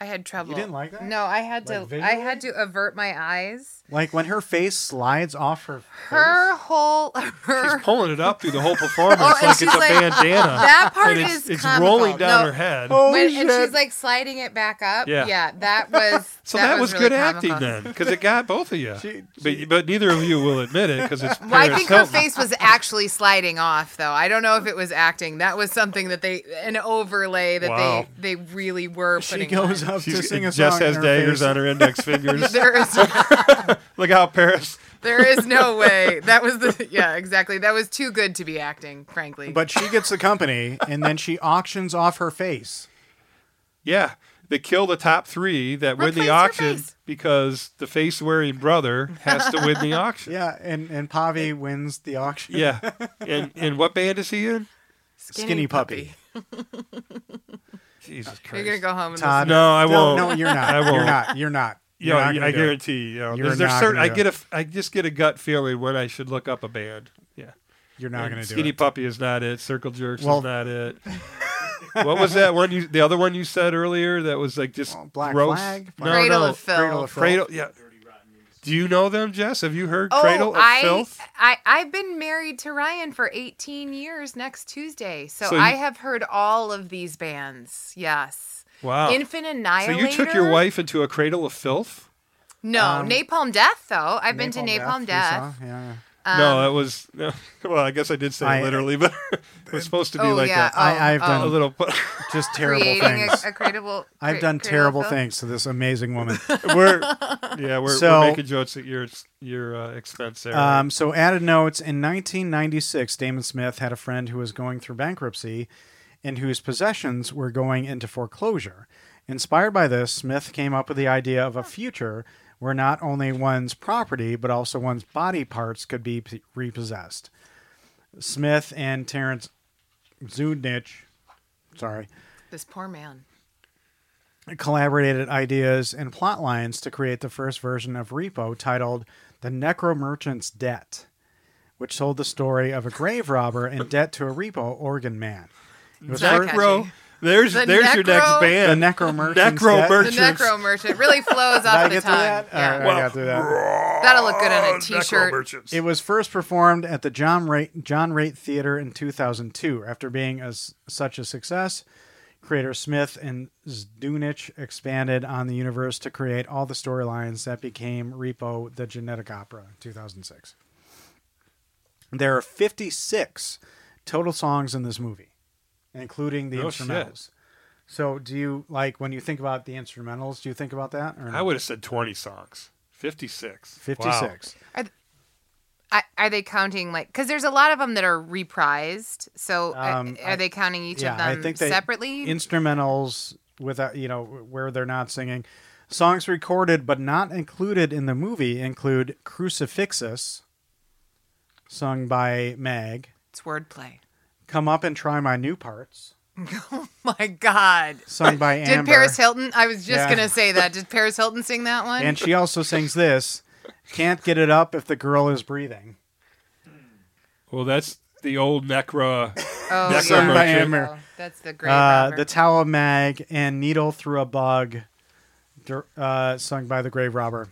[SPEAKER 5] I had trouble.
[SPEAKER 2] didn't like that?
[SPEAKER 5] No, I had
[SPEAKER 2] Like,
[SPEAKER 5] to. I
[SPEAKER 2] visually?
[SPEAKER 5] had to avert my eyes.
[SPEAKER 2] Like when her face slides off her
[SPEAKER 5] Her
[SPEAKER 2] face.
[SPEAKER 5] whole. *laughs*
[SPEAKER 1] She's
[SPEAKER 5] Her,
[SPEAKER 1] pulling it up through the whole performance
[SPEAKER 5] *laughs* Oh, and
[SPEAKER 1] like it's
[SPEAKER 5] she's
[SPEAKER 1] a
[SPEAKER 5] like,
[SPEAKER 1] bandana.
[SPEAKER 5] that part
[SPEAKER 1] and it's,
[SPEAKER 5] is
[SPEAKER 1] it's
[SPEAKER 5] comical.
[SPEAKER 1] rolling down
[SPEAKER 5] No,
[SPEAKER 1] her head.
[SPEAKER 2] Oh,
[SPEAKER 5] when, and
[SPEAKER 2] shit.
[SPEAKER 5] she's like sliding it back up.
[SPEAKER 1] Yeah. *laughs*
[SPEAKER 5] that was.
[SPEAKER 1] So that, was,
[SPEAKER 5] really
[SPEAKER 1] good acting
[SPEAKER 5] comical.
[SPEAKER 1] then, because it got both of you.
[SPEAKER 2] *laughs* She-
[SPEAKER 1] but, but neither of you will admit it, because it's.
[SPEAKER 5] *laughs* Well, I
[SPEAKER 1] Paris
[SPEAKER 5] think her
[SPEAKER 1] Hilton.
[SPEAKER 5] face was actually sliding off, though. I don't know if it was acting. That was something that they an overlay that
[SPEAKER 1] Wow.
[SPEAKER 5] they they really were
[SPEAKER 2] she
[SPEAKER 5] putting.
[SPEAKER 1] *laughs*
[SPEAKER 2] goes
[SPEAKER 5] on.
[SPEAKER 2] up to
[SPEAKER 1] She's,
[SPEAKER 2] sing a
[SPEAKER 1] Jess
[SPEAKER 2] song.
[SPEAKER 1] has
[SPEAKER 2] and her *laughs*
[SPEAKER 1] daggers
[SPEAKER 2] face-
[SPEAKER 1] on her index fingers.
[SPEAKER 5] There is
[SPEAKER 1] Look out, Paris!
[SPEAKER 5] There is no way. That was the yeah, exactly. That was too good to be acting, frankly.
[SPEAKER 2] But she gets the company, and then she auctions off her face.
[SPEAKER 1] Yeah, they kill the top three that win
[SPEAKER 5] Replace
[SPEAKER 1] the
[SPEAKER 5] her
[SPEAKER 1] auction
[SPEAKER 5] face.
[SPEAKER 1] because the face wearing brother has to win
[SPEAKER 5] *laughs*
[SPEAKER 1] the auction.
[SPEAKER 2] Yeah, and and Pavi wins the auction.
[SPEAKER 1] Yeah.
[SPEAKER 2] *laughs*
[SPEAKER 1] And and what band is he in?
[SPEAKER 2] Skinny, puppy.
[SPEAKER 1] Jesus Christ.
[SPEAKER 5] You're gonna go home and
[SPEAKER 2] Todd.
[SPEAKER 1] No, I won't.
[SPEAKER 2] No, you're not.
[SPEAKER 1] I
[SPEAKER 2] You're
[SPEAKER 1] won't.
[SPEAKER 2] not. You're not.
[SPEAKER 1] you
[SPEAKER 2] You're not gonna
[SPEAKER 1] I
[SPEAKER 2] do it.
[SPEAKER 1] guarantee you. know,
[SPEAKER 2] You're
[SPEAKER 1] there's, there's
[SPEAKER 2] not
[SPEAKER 1] certain,
[SPEAKER 2] gonna
[SPEAKER 1] I
[SPEAKER 2] do
[SPEAKER 1] get a, f- I just get a gut feeling when I should look up a band. Yeah,
[SPEAKER 2] You're not
[SPEAKER 1] And
[SPEAKER 2] going to do
[SPEAKER 1] Skinny
[SPEAKER 2] it.
[SPEAKER 1] Puppy is not it. Circle Jerks
[SPEAKER 2] Well-
[SPEAKER 1] is not
[SPEAKER 5] *laughs*
[SPEAKER 1] it. what was that one? You, the other one you said earlier that was like just
[SPEAKER 2] Well, Black
[SPEAKER 1] gross.
[SPEAKER 2] Flag,
[SPEAKER 1] No,
[SPEAKER 5] Oh, Cradle
[SPEAKER 1] no,
[SPEAKER 5] of Filth.
[SPEAKER 2] Cradle of Filth.
[SPEAKER 1] Cradle. Yeah. Do you know them, Jess? Have you heard
[SPEAKER 5] Oh,
[SPEAKER 1] Cradle of
[SPEAKER 5] I,
[SPEAKER 1] Filth?
[SPEAKER 5] I I've been married to Ryan for 18 years next Tuesday, so,
[SPEAKER 1] So you-
[SPEAKER 5] I have heard all of these bands. Yes,
[SPEAKER 1] Wow.
[SPEAKER 5] Infant
[SPEAKER 1] Oh. so
[SPEAKER 5] Annihilator.
[SPEAKER 1] you took your wife into a Cradle of Filth?
[SPEAKER 5] No,
[SPEAKER 2] Um,
[SPEAKER 5] Napalm Death though. I've been to Napalm Death.
[SPEAKER 2] we saw, Yeah.
[SPEAKER 5] Um,
[SPEAKER 1] no, that was. No, *laughs* well, I guess I did say
[SPEAKER 2] I-
[SPEAKER 1] literally, but *laughs* it was supposed to be
[SPEAKER 5] oh
[SPEAKER 1] like
[SPEAKER 5] yeah,
[SPEAKER 1] a-
[SPEAKER 2] I-
[SPEAKER 5] oh,
[SPEAKER 2] I've
[SPEAKER 5] oh,
[SPEAKER 1] a,
[SPEAKER 2] done-
[SPEAKER 1] little.
[SPEAKER 2] Just terrible
[SPEAKER 5] creating
[SPEAKER 2] things.
[SPEAKER 5] a, a credible.
[SPEAKER 2] I've done terrible things to this amazing woman.
[SPEAKER 1] we're *laughs* yeah, we're,
[SPEAKER 2] So-
[SPEAKER 1] we're making jokes at your your uh, expense there.
[SPEAKER 2] Um, so, added notes in 1996, Damon Smith had a friend who was going through bankruptcy and whose possessions were going into foreclosure. Inspired by this, Smith came up with the idea of a future where not only one's property, but also one's body parts could be p- repossessed. Smith and Terrence Zudnich, sorry,
[SPEAKER 5] This poor man.
[SPEAKER 2] collaborated ideas and plot lines to create the first version of Repo titled The Necromerchant's Debt, which told the story of a grave robber in debt to a repo organ man. It was
[SPEAKER 5] Not
[SPEAKER 2] first,
[SPEAKER 5] catchy.
[SPEAKER 1] Necro. There's
[SPEAKER 5] The
[SPEAKER 1] there's your next
[SPEAKER 5] necro-
[SPEAKER 2] the
[SPEAKER 1] band.
[SPEAKER 2] *laughs* Necromerchant's
[SPEAKER 5] The
[SPEAKER 1] Necromerchant.
[SPEAKER 2] Debt.
[SPEAKER 1] Merchants.
[SPEAKER 5] Necro Merchant really
[SPEAKER 2] *laughs*
[SPEAKER 5] flows
[SPEAKER 2] Did I
[SPEAKER 5] off the
[SPEAKER 2] get
[SPEAKER 5] tongue.
[SPEAKER 2] through that? All
[SPEAKER 5] Yeah.
[SPEAKER 2] Oh, right, I got through that.
[SPEAKER 5] That'll look good on a T-shirt.
[SPEAKER 1] Necromerchants.
[SPEAKER 2] It was first performed at the John Raitt, John Raitt Theater in 2002. After being as such a success, creator Smith and Zdunich expanded on the universe to create all the storylines that became Repo: The Genetic Opera in 2006. There are 56 total songs in this movie, including the
[SPEAKER 1] No shit.
[SPEAKER 2] instrumentals. So, do you like when you think about the instrumentals? Do you think about that? Or no?
[SPEAKER 1] I would have said 20 songs. 56.
[SPEAKER 2] 56.
[SPEAKER 5] I, are they counting like because there's a lot of them that are reprised? So I-
[SPEAKER 2] Um,
[SPEAKER 5] are
[SPEAKER 2] I-
[SPEAKER 5] they counting each
[SPEAKER 2] yeah,
[SPEAKER 5] of
[SPEAKER 2] I
[SPEAKER 5] them
[SPEAKER 2] think they-
[SPEAKER 5] separately?
[SPEAKER 2] instrumentals without you know where they're not singing songs recorded but not included in the movie include crucifixus sung by mag
[SPEAKER 5] it's wordplay. *laughs* Oh
[SPEAKER 2] come up and try my new parts
[SPEAKER 5] My God.
[SPEAKER 2] sung by amber
[SPEAKER 5] *laughs* Did Paris Hilton? I was just
[SPEAKER 2] Yeah.
[SPEAKER 5] gonna
[SPEAKER 2] *laughs*
[SPEAKER 5] say that. Did Paris Hilton sing that one?
[SPEAKER 2] and she also sings this can't get it up if the girl is breathing
[SPEAKER 1] Well, that's the old Necra.
[SPEAKER 5] oh,
[SPEAKER 1] That's
[SPEAKER 5] yeah.
[SPEAKER 1] sung by
[SPEAKER 2] Amber.
[SPEAKER 5] Oh, that's the great.
[SPEAKER 2] uh,
[SPEAKER 5] Uh,
[SPEAKER 2] the towel of mag and needle through a bug dir- uh, sung by the grave robber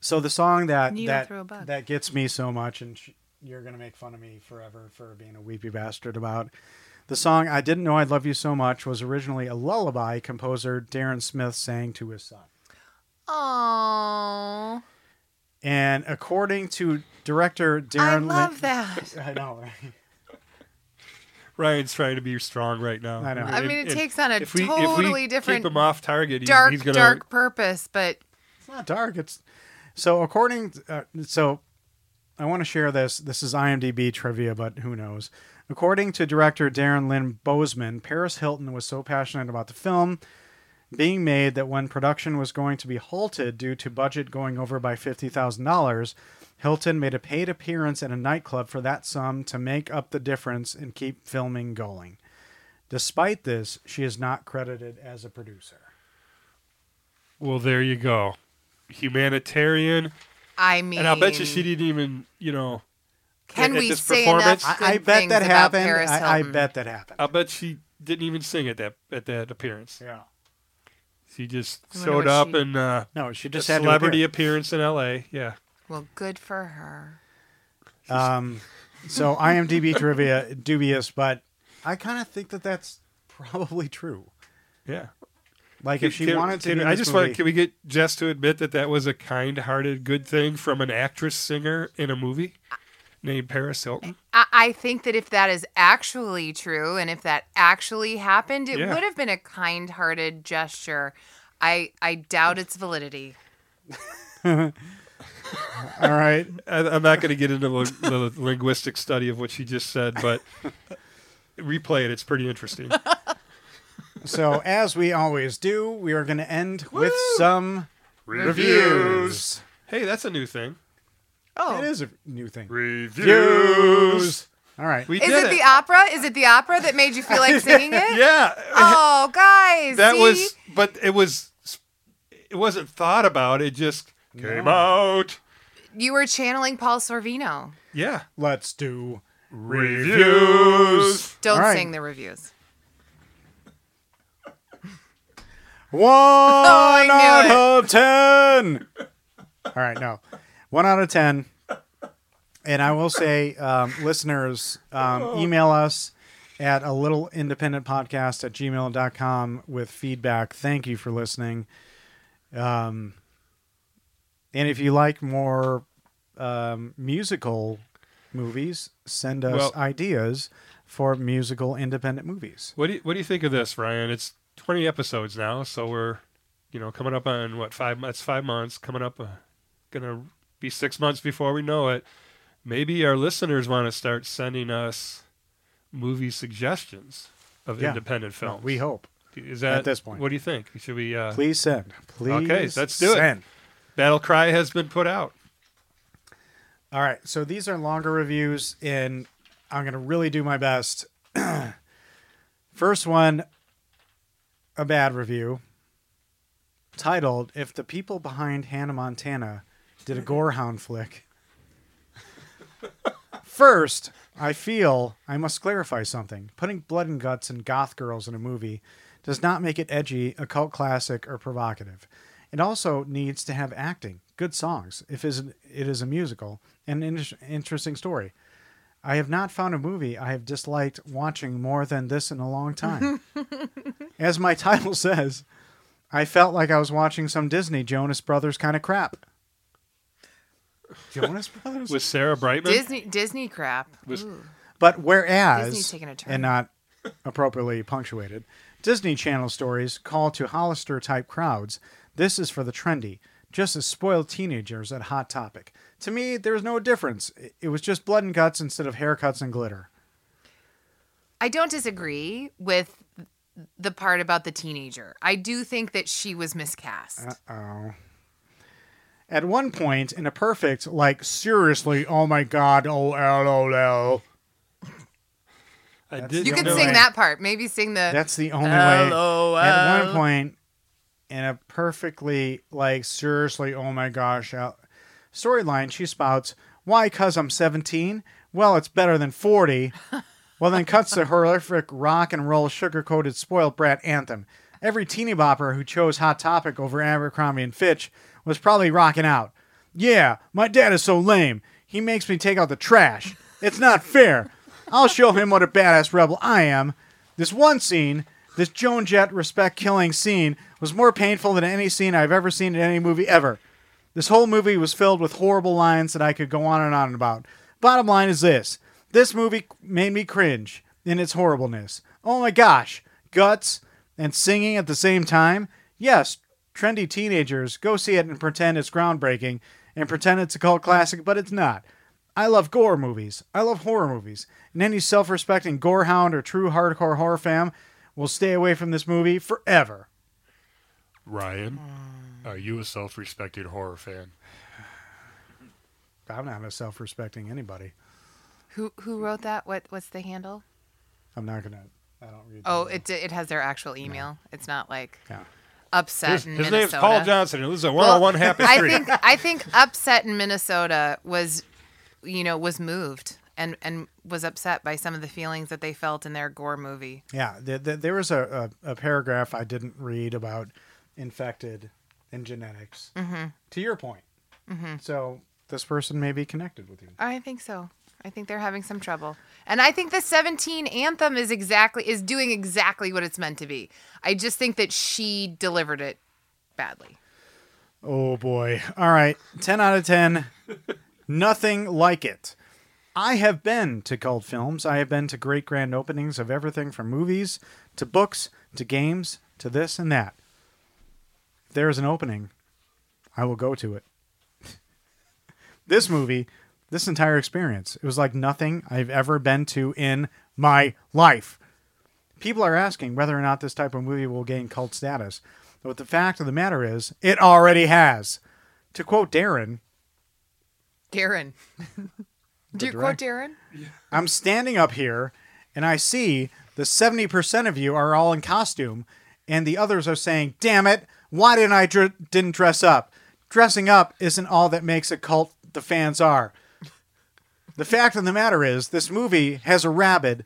[SPEAKER 2] so the song that
[SPEAKER 5] Needle
[SPEAKER 2] that,
[SPEAKER 5] through a bug.
[SPEAKER 2] that gets me so much and sh- you're gonna make fun of me forever for being a weepy bastard about the song i didn't know i'd love you so much was originally a lullaby composer darren smith sang to his son
[SPEAKER 5] oh,
[SPEAKER 2] and according to director
[SPEAKER 5] I
[SPEAKER 2] darren Lin-
[SPEAKER 5] love that.
[SPEAKER 2] *laughs* i know right?
[SPEAKER 1] *laughs* Ryan's trying to be strong right now.
[SPEAKER 2] I know.
[SPEAKER 5] I mean, it
[SPEAKER 1] And-
[SPEAKER 5] takes on a
[SPEAKER 1] and if we, if we
[SPEAKER 5] totally
[SPEAKER 1] Keep him
[SPEAKER 5] different
[SPEAKER 1] off target. He's,
[SPEAKER 5] dark,
[SPEAKER 1] he's gonna,
[SPEAKER 5] dark purpose, but
[SPEAKER 2] It's not dark. It's so according. Uh, so I want to share this. This is IMDb trivia, but who knows? According to director Darren Lynn Bozeman, Paris Hilton was so passionate about the film being made that when production was going to be halted due to budget going over by fifty thousand dollars, Hilton made a paid appearance at a nightclub for that sum to make up the difference and keep filming going. Despite this, she is not credited as a producer.
[SPEAKER 1] Well, there you go. Humanitarian.
[SPEAKER 5] I mean,
[SPEAKER 1] And I'll bet you she didn't even, you know,
[SPEAKER 5] Can
[SPEAKER 1] at
[SPEAKER 5] we
[SPEAKER 1] this
[SPEAKER 5] say enough?
[SPEAKER 1] performance.
[SPEAKER 2] I,
[SPEAKER 5] Good
[SPEAKER 2] I bet
[SPEAKER 5] things
[SPEAKER 2] that
[SPEAKER 5] about
[SPEAKER 2] happened.
[SPEAKER 5] Paris
[SPEAKER 2] I, I
[SPEAKER 5] Hilton.
[SPEAKER 2] bet that happened.
[SPEAKER 1] I'll bet she didn't even sing at that at that appearance.
[SPEAKER 2] yeah.
[SPEAKER 1] She just
[SPEAKER 5] I wonder
[SPEAKER 1] showed
[SPEAKER 5] what
[SPEAKER 1] up
[SPEAKER 5] she-
[SPEAKER 1] and uh,
[SPEAKER 2] No, she
[SPEAKER 1] a
[SPEAKER 2] just had
[SPEAKER 1] celebrity
[SPEAKER 2] To
[SPEAKER 1] appearance in L.A. Yeah.
[SPEAKER 5] Well, good for her.
[SPEAKER 2] appear. um, so *laughs* IMDb trivia dubious, but I kind of think that that's probably true.
[SPEAKER 1] Yeah.
[SPEAKER 2] Like if she
[SPEAKER 1] Can-
[SPEAKER 2] wanted to,
[SPEAKER 1] can-
[SPEAKER 2] be in
[SPEAKER 1] I
[SPEAKER 2] this
[SPEAKER 1] just
[SPEAKER 2] movie,
[SPEAKER 1] want. Can we get Jess to admit that that was a kind-hearted, good thing from an actress singer in a movie named Paris Hilton?
[SPEAKER 5] I, I think that if that is actually true and if that actually happened, it
[SPEAKER 1] Yeah.
[SPEAKER 5] would have been a kind hearted gesture. I, I doubt its validity.
[SPEAKER 2] All right.
[SPEAKER 1] I, I'm not going to get into the, the *laughs* linguistic study of what she just said,
[SPEAKER 2] *laughs*
[SPEAKER 1] but replay it. It's pretty interesting.
[SPEAKER 2] So, as we always do, we are going to end with some reviews.
[SPEAKER 1] Hey, that's a new thing.
[SPEAKER 2] It
[SPEAKER 4] Oh,
[SPEAKER 2] is a new thing.
[SPEAKER 1] Reviews.
[SPEAKER 2] All right.
[SPEAKER 1] We
[SPEAKER 5] Is
[SPEAKER 1] did
[SPEAKER 5] it, the opera? Is it the opera that made you
[SPEAKER 1] *laughs*
[SPEAKER 5] feel like singing it?
[SPEAKER 1] yeah. Uh,
[SPEAKER 5] Oh, guys.
[SPEAKER 1] that
[SPEAKER 5] see?
[SPEAKER 1] was, but it was, it wasn't thought about. It just came out.
[SPEAKER 5] You were channeling Paul Sorvino.
[SPEAKER 1] Yeah.
[SPEAKER 2] Let's do.
[SPEAKER 1] Reviews.
[SPEAKER 5] Don't
[SPEAKER 2] All right.
[SPEAKER 5] sing the reviews.
[SPEAKER 2] One
[SPEAKER 5] knew
[SPEAKER 2] out
[SPEAKER 5] it.
[SPEAKER 2] of ten. All right, no, one out of ten. And I will say, um, listeners, um, email us at a little independent podcast at gmail.com with feedback. Thank you for listening. Um, and if you like more um, musical movies, send us
[SPEAKER 1] Well-
[SPEAKER 2] ideas for musical independent movies.
[SPEAKER 1] What do you, What do you think of this, Ryan? It's 20 episodes now, so we're, you know, coming up on what five? That's five months coming up. Uh, gonna be six months before we know it. Maybe our listeners want to start sending us movie suggestions of
[SPEAKER 2] Yeah.
[SPEAKER 1] independent
[SPEAKER 2] Well,
[SPEAKER 1] films.
[SPEAKER 2] we hope.
[SPEAKER 1] Is that
[SPEAKER 2] at this point.
[SPEAKER 1] What do you think? Should we? Uh,
[SPEAKER 2] Please send. Please
[SPEAKER 1] Okay, let's do it.
[SPEAKER 2] send.
[SPEAKER 1] Battle cry has been put out.
[SPEAKER 2] All right, so these are longer reviews, and I'm gonna really do my best. *clears throat* First one, a bad review, titled "If the people behind Hannah Montana did a gorehound flick." First, I feel I must clarify something. Putting blood and guts and goth girls in a movie does not make it edgy, a cult classic, or provocative. It also needs to have acting, good songs, if is- it is a musical, and an inter- interesting story. I have not found a movie I have disliked watching more than this in a long time. As my title says, I felt like I was watching some Disney Jonas Brothers kind of crap. Jonas Brothers?
[SPEAKER 1] with Sarah Brightman.
[SPEAKER 5] Disney Disney crap.
[SPEAKER 1] Was-
[SPEAKER 5] Ooh.
[SPEAKER 2] But whereas,
[SPEAKER 5] Disney's taking a turn.
[SPEAKER 2] and not appropriately punctuated, Disney Channel stories call to Hollister type crowds. This is for the trendy, just as spoiled teenagers at Hot Topic. To me, there was no difference. It- It was just blood and guts instead of haircuts and glitter.
[SPEAKER 5] I don't disagree with the part about the teenager. I do think that she was miscast.
[SPEAKER 2] At one point, in a perfect, like, seriously, oh my god, oh, oh, oh, oh.
[SPEAKER 1] I did
[SPEAKER 5] you
[SPEAKER 2] the
[SPEAKER 5] can
[SPEAKER 2] only
[SPEAKER 5] sing
[SPEAKER 2] way.
[SPEAKER 5] that part. Maybe sing the
[SPEAKER 2] That's the only
[SPEAKER 5] LOL.
[SPEAKER 2] way. At one point, in a perfectly like seriously, oh my gosh, uh, storyline, she spouts, "Why? Cause I'm 17. Well, it's better than 40." well, then cuts the horrific rock and roll sugar-coated spoiled brat anthem. Every teeny bopper who chose Hot Topic over Abercrombie and Fitch was probably rocking out. Yeah, my dad is so lame. He makes me take out the trash. It's not fair. I'll show him what a badass rebel I am. This one scene, this Joan Jett respect killing scene, was more painful than any scene I've ever seen in any movie ever. This whole movie was filled with horrible lines that I could go on and on about. Bottom line is this this movie made me cringe in its horribleness. Oh my gosh, guts and singing at the same time? Yes, trendy teenagers go see it and pretend it's groundbreaking and pretend it's a cult classic, but it's not. I love gore movies. I love horror movies. And any self respecting gorehound or true hardcore horror fan will stay away from this movie forever.
[SPEAKER 1] Ryan, are you a self-respected horror fan?
[SPEAKER 2] I'm not a self respecting anybody.
[SPEAKER 5] who who wrote that? What what's the handle?
[SPEAKER 2] I'm not going to. I don't read.
[SPEAKER 5] Oh, it it has their actual email. It's not like
[SPEAKER 2] Yeah.
[SPEAKER 5] upset
[SPEAKER 1] His,
[SPEAKER 5] in
[SPEAKER 1] his name's
[SPEAKER 5] Minnesota.
[SPEAKER 1] Paul Johnson. He lives at 101
[SPEAKER 5] Well,
[SPEAKER 1] Happy
[SPEAKER 5] I
[SPEAKER 1] Street.
[SPEAKER 5] think I think upset in Minnesota was, you know, was moved and and was upset by some of the feelings that they felt in their gore movie.
[SPEAKER 2] Yeah, th th there was a, a, a paragraph I didn't read about infected and genetics. Mm-hmm. To your point, so this person may be connected with you.
[SPEAKER 5] I think so. I think they're having some trouble. And I think the 17 anthem is exactly is doing exactly what it's meant to be. I just think that she delivered it badly.
[SPEAKER 2] Oh boy! All right, ten out of ten. Nothing like it. I have been to cult films. I have been to great grand openings of everything from movies to books to games to this and that. If there is an opening, I will go to it. *laughs* this movie, this entire experience, it was like nothing I've ever been to in my life. People are asking whether or not this type of movie will gain cult status. But the fact of the matter is, it already has. To quote Darren, *laughs*
[SPEAKER 5] Darren. Do you quote Darren?
[SPEAKER 2] I'm standing up here and I see the 70% of you are all in costume and the others are saying, "Damn it, why didn't I dr- didn't dress up? Dressing up isn't all that makes a cult the fans are." The fact of the matter is, this movie has a rabid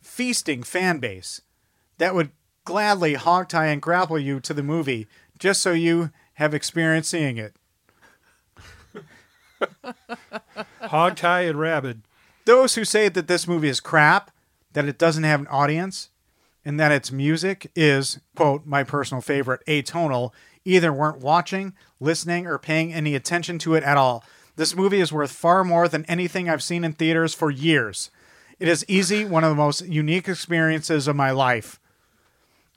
[SPEAKER 2] feasting fan base that would gladly hogtie and grapple you to the movie just so you have experience seeing it.
[SPEAKER 1] Hog tie and
[SPEAKER 5] *laughs*
[SPEAKER 1] rabid.
[SPEAKER 2] those who say that this movie is crap, that it doesn't have an audience, and that its music is, quote, my personal favorite, atonal, either weren't watching, listening, or paying any attention to it at all. This movie is worth far more than anything I've seen in theaters for years. It is easy one of the most unique experiences of my life.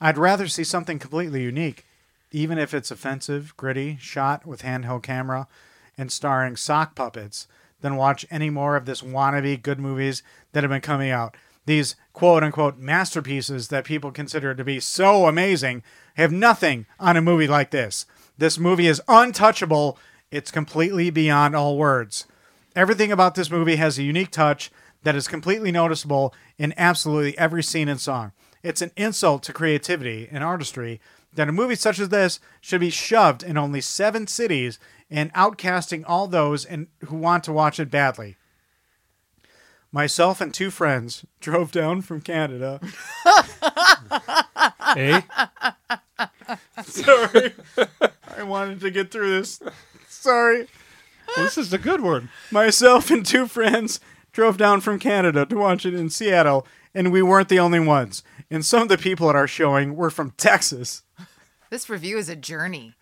[SPEAKER 2] I'd rather see something completely unique, even if it's offensive, gritty, shot with handheld camera, and starring sock puppets, than watch any more of this wannabe good movies that have been coming out. These quote unquote masterpieces that people consider to be so amazing have nothing on a movie like this. This movie is untouchable. It's completely beyond all words. Everything about this movie has a unique touch that is completely noticeable in absolutely every scene and song. It's an insult to creativity and artistry that a movie such as this should be shoved in only seven cities and outcasting all those and who want to watch it badly. Myself and two friends drove down from Canada.
[SPEAKER 1] Eh?
[SPEAKER 2] Sorry. I wanted to get through this. *laughs* Sorry.
[SPEAKER 1] this is a good one.
[SPEAKER 2] Myself and two friends drove down from Canada to watch it in Seattle, and we weren't the only ones. And some of the people at our showing were from Texas.
[SPEAKER 5] This review is a journey.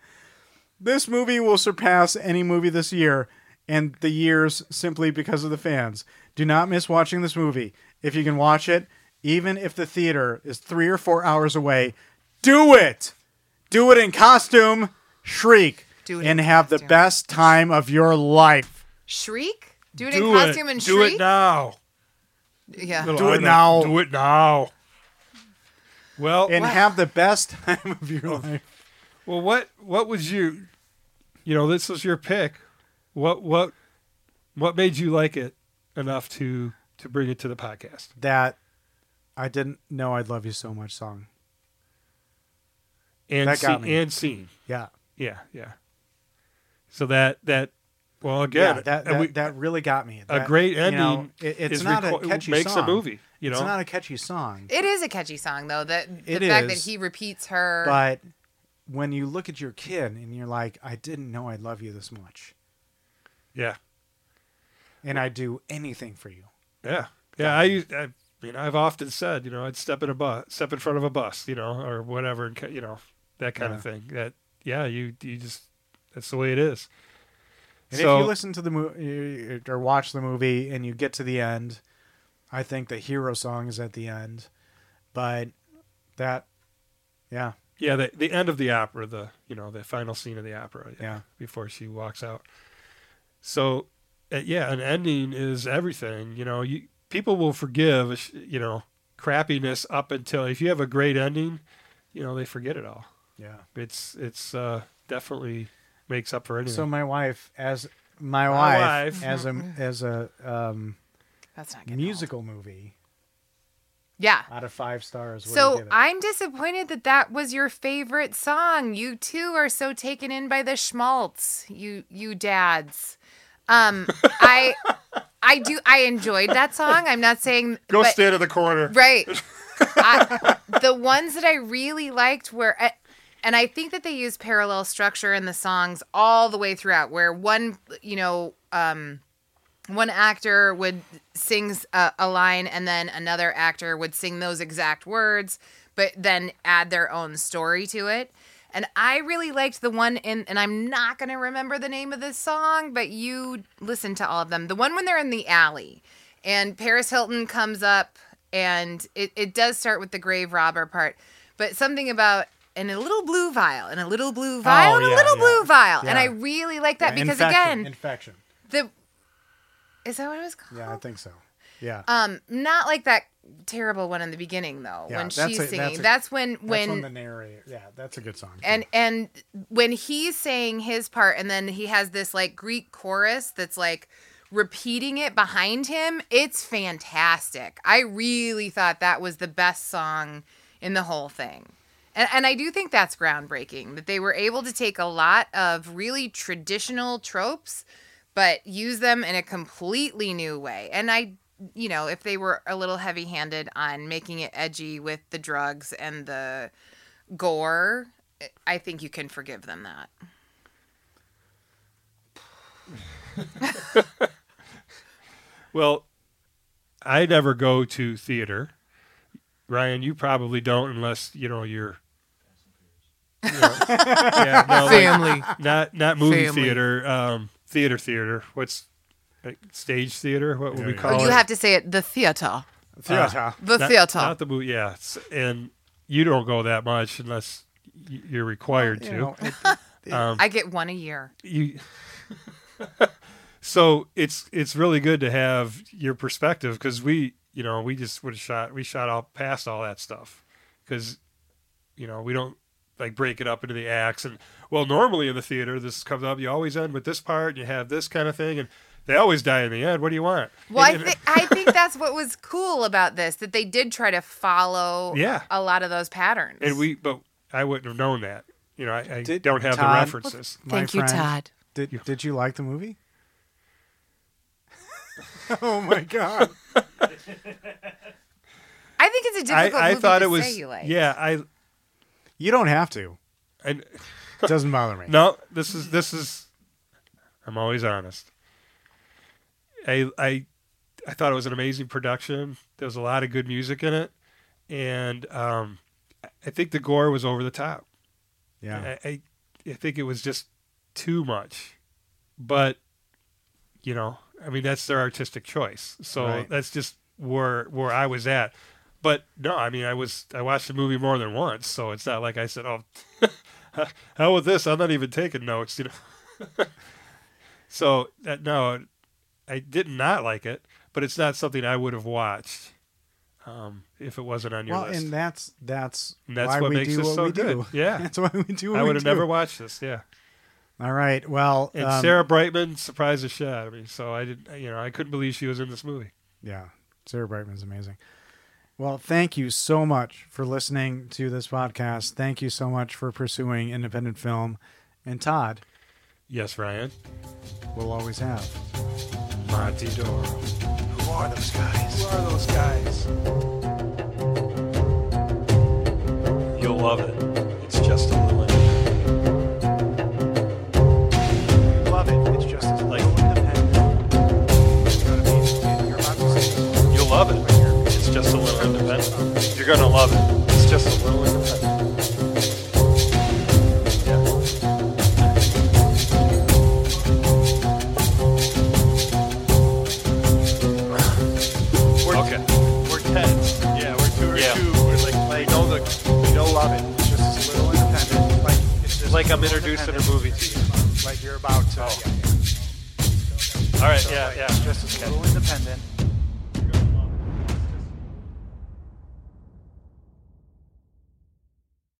[SPEAKER 2] This movie will surpass any movie this year and the years simply because of the fans. Do not miss watching this movie. If you can watch it, even if the theater is three or four hours away, do it! Do it in costume, shriek,
[SPEAKER 5] Do it
[SPEAKER 2] and
[SPEAKER 5] in
[SPEAKER 2] have the
[SPEAKER 5] costume.
[SPEAKER 2] best time of your life.
[SPEAKER 5] Shriek? Do it in
[SPEAKER 1] Do it.
[SPEAKER 5] costume and
[SPEAKER 1] Do
[SPEAKER 5] shriek?
[SPEAKER 1] it now.
[SPEAKER 5] Yeah.
[SPEAKER 1] Little
[SPEAKER 2] Do
[SPEAKER 1] Arnold,
[SPEAKER 2] it now.
[SPEAKER 1] Do it now. Well,
[SPEAKER 2] And have the best *laughs* time of your life.
[SPEAKER 1] well, what what was you? You know, this was your pick. What what what made you like it enough to to bring it to the podcast?
[SPEAKER 2] That I didn't know I'd love you so much song.
[SPEAKER 1] And
[SPEAKER 2] That
[SPEAKER 1] scene,
[SPEAKER 2] got me.
[SPEAKER 1] and scene.
[SPEAKER 2] Yeah.
[SPEAKER 1] Yeah, yeah. So that that well again
[SPEAKER 2] that
[SPEAKER 1] and
[SPEAKER 2] that,
[SPEAKER 1] we-
[SPEAKER 2] that really got me.
[SPEAKER 1] a
[SPEAKER 2] That,
[SPEAKER 1] great
[SPEAKER 2] you
[SPEAKER 1] ending.
[SPEAKER 2] know, it- it's
[SPEAKER 1] is
[SPEAKER 2] not
[SPEAKER 1] reco-
[SPEAKER 2] a catchy
[SPEAKER 1] makes
[SPEAKER 2] song.
[SPEAKER 1] a movie. You know,
[SPEAKER 2] It's not a catchy song,
[SPEAKER 5] It is a catchy song though. That the
[SPEAKER 2] It
[SPEAKER 5] fact
[SPEAKER 2] is,
[SPEAKER 5] that he repeats her
[SPEAKER 2] but when you look at your kid and you're like, "I didn't know I love you this much,
[SPEAKER 1] yeah,
[SPEAKER 2] and I'd do anything for you."
[SPEAKER 1] yeah, yeah. I, used- I mean, I've often said, you know, I'd step in a bus, step in front of a bus, you know, or whatever, and ca- you know, that kind
[SPEAKER 2] Yeah.
[SPEAKER 1] of thing. That yeah, you you just that's the way it is.
[SPEAKER 2] And
[SPEAKER 1] So-
[SPEAKER 2] if you listen to the movie or watch the movie and you get to the end, I think the hero song is at the end, but that, yeah,
[SPEAKER 1] Yeah, the the end of the opera, the you know, the final scene of the opera.
[SPEAKER 2] Yeah.
[SPEAKER 1] before she walks out. So, uh, yeah, an ending is everything. You know, you people will forgive a sh- you know crappiness up until if you have a great ending, you know they forget it all.
[SPEAKER 2] yeah.
[SPEAKER 1] It's it's uh, definitely makes up for anything.
[SPEAKER 2] So my wife, as my,
[SPEAKER 1] My
[SPEAKER 2] wife,
[SPEAKER 1] wife.
[SPEAKER 2] as a
[SPEAKER 5] Mm-hmm.
[SPEAKER 2] as a um,
[SPEAKER 5] That's not good.
[SPEAKER 2] musical movie
[SPEAKER 5] Yeah.
[SPEAKER 2] out of five stars. What do you
[SPEAKER 5] So
[SPEAKER 2] give it?
[SPEAKER 5] I'm disappointed that that was your favorite song. You too are so taken in by the schmaltz, you you dads.
[SPEAKER 2] *laughs*
[SPEAKER 5] Um, I I do I enjoyed that song. I'm not saying
[SPEAKER 1] Go
[SPEAKER 5] but-
[SPEAKER 1] stand in the corner.
[SPEAKER 5] Right.
[SPEAKER 2] *laughs*
[SPEAKER 5] I, the ones that I really liked were, and I think that they use parallel structure in the songs all the way throughout, where one, you know, um, one actor would sings a, a line and then another actor would sing those exact words, but then add their own story to it. And I really liked the one in, and I'm not going to remember the name of this song, but you listen to all of them. The one when they're in the alley and Paris Hilton comes up and it, it does start with the grave robber part, but something about and a little blue vial and a little blue vial and
[SPEAKER 2] Oh, yeah,
[SPEAKER 5] a little
[SPEAKER 2] yeah.
[SPEAKER 5] blue vial. And
[SPEAKER 2] Yeah.
[SPEAKER 5] I really like that because
[SPEAKER 2] Infection,
[SPEAKER 5] again,
[SPEAKER 2] infection.
[SPEAKER 5] The is that what it was called?
[SPEAKER 2] Yeah, I think so. Yeah.
[SPEAKER 5] Um, not like that terrible one in the beginning though.
[SPEAKER 2] Yeah,
[SPEAKER 5] when
[SPEAKER 2] that's
[SPEAKER 5] she's
[SPEAKER 2] a- that's
[SPEAKER 5] singing, that's,
[SPEAKER 2] a-
[SPEAKER 5] when
[SPEAKER 2] that's
[SPEAKER 5] when
[SPEAKER 2] when the narrator. Yeah, that's a good song.
[SPEAKER 5] and and when he's saying his part, and then he has this like Greek chorus that's like repeating it behind him. It's fantastic. I really thought that was the best song in the whole thing. And, and I do think that's groundbreaking that they were able to take a lot of really traditional tropes but use them in a completely new way. And I, you know, if they were a little heavy handed on making it edgy with the drugs and the gore, I think you can forgive them that.
[SPEAKER 1] Well, I never go to theater. Ryan, you probably don't unless, you know, you're you know, yeah, no,
[SPEAKER 4] Oh,
[SPEAKER 1] like,
[SPEAKER 4] Family.
[SPEAKER 1] not not movie
[SPEAKER 4] Family.
[SPEAKER 1] theater, um, theater theater. What's like, stage theater? What would we
[SPEAKER 2] yeah.
[SPEAKER 1] call
[SPEAKER 4] Oh,
[SPEAKER 1] it?
[SPEAKER 5] you have to say it the theater.
[SPEAKER 2] Theater.
[SPEAKER 5] The
[SPEAKER 1] not,
[SPEAKER 5] theater.
[SPEAKER 1] not the movie. Yeah, It's- and you don't go that much unless y- you're required
[SPEAKER 2] You
[SPEAKER 1] to.
[SPEAKER 2] know,
[SPEAKER 5] *laughs*
[SPEAKER 2] it-
[SPEAKER 1] um,
[SPEAKER 5] I get one a year.
[SPEAKER 1] you *laughs* so it's it's really good to have your perspective because we you know we just would have shot we shot all past all that stuff because you know we don't like break it up into the acts and well normally in the theater this comes up you always end with this part and you have this kind of thing and they always die in the end what do you want
[SPEAKER 5] Well, I,
[SPEAKER 1] And-
[SPEAKER 5] thi- I think that's what was cool about this that they did try to follow
[SPEAKER 1] Yeah.
[SPEAKER 5] a lot of those patterns.
[SPEAKER 1] and we but i wouldn't have known that you know i, I
[SPEAKER 2] Did-
[SPEAKER 1] don't have the
[SPEAKER 2] Todd-
[SPEAKER 1] references
[SPEAKER 2] my
[SPEAKER 4] Thank you,
[SPEAKER 2] friend,
[SPEAKER 4] Todd.
[SPEAKER 2] Did Did you like
[SPEAKER 1] *laughs*
[SPEAKER 2] the movie? oh my god!
[SPEAKER 5] I think it's a difficult
[SPEAKER 1] i, I
[SPEAKER 5] movie
[SPEAKER 1] thought
[SPEAKER 5] to
[SPEAKER 1] it was
[SPEAKER 5] say you like.
[SPEAKER 1] yeah i
[SPEAKER 2] *laughs* You don't have to.
[SPEAKER 1] and
[SPEAKER 2] It doesn't bother me.
[SPEAKER 1] *laughs* No, this is this is. I'm always honest. I I I thought it was an amazing production. There was a lot of good music in it, and um, I think the gore was over the top.
[SPEAKER 2] Yeah.
[SPEAKER 1] I, I I think it was just too much, but you know, I mean, that's their artistic choice. So
[SPEAKER 2] Right.
[SPEAKER 1] that's just where where I was at. But no, I mean, I was I watched the movie more than once, so it's not like I said, "Oh, *laughs* hell with this," I'm not even taking notes, you know. *laughs* so that no, I did not like it, but it's not something I would have watched um, if it wasn't on your
[SPEAKER 2] Well,
[SPEAKER 1] list.
[SPEAKER 2] and that's that's,
[SPEAKER 1] And that's
[SPEAKER 2] why
[SPEAKER 1] what
[SPEAKER 2] we
[SPEAKER 1] makes
[SPEAKER 2] do
[SPEAKER 1] this
[SPEAKER 2] what
[SPEAKER 1] so
[SPEAKER 2] we do.
[SPEAKER 1] good. Yeah.
[SPEAKER 2] *laughs* that's why we do. What
[SPEAKER 1] I
[SPEAKER 2] we
[SPEAKER 1] would have
[SPEAKER 2] do.
[SPEAKER 1] never watched this. Yeah.
[SPEAKER 2] All right. Well,
[SPEAKER 1] And
[SPEAKER 2] um,
[SPEAKER 1] Sarah Brightman surprised the shit out of me. So I did, not you know, I couldn't believe she was in this movie.
[SPEAKER 2] Yeah, Sarah Brightman's amazing. Well, thank you so much for listening to this podcast. Thank you so much for pursuing independent film. And Todd
[SPEAKER 1] Yes, Ryan.
[SPEAKER 2] will always have.
[SPEAKER 1] Monty Doro.
[SPEAKER 7] Who are those guys?
[SPEAKER 1] Who are those guys? You'll love it. It's just a little
[SPEAKER 7] Love it. It's just as
[SPEAKER 1] Like-
[SPEAKER 7] independent. It's gotta be- you're about to say-
[SPEAKER 1] You'll love it. It's just a little independent. You're gonna love it. It's just a little independent. Yeah.
[SPEAKER 7] We're
[SPEAKER 1] Okay.
[SPEAKER 7] We're tense. Yeah, we're two or
[SPEAKER 1] Yeah.
[SPEAKER 7] two. We're like, like we know the we know love it. It's just this little independent. Like it's just
[SPEAKER 1] Like I'm
[SPEAKER 7] little
[SPEAKER 1] introducing a
[SPEAKER 7] independent.
[SPEAKER 1] movie to you.
[SPEAKER 7] Like you're about uh, to.
[SPEAKER 1] Oh.
[SPEAKER 7] yeah, yeah.
[SPEAKER 1] All right.
[SPEAKER 7] So,
[SPEAKER 1] Yeah.
[SPEAKER 7] like,
[SPEAKER 1] Yeah.
[SPEAKER 7] It's just this little independent.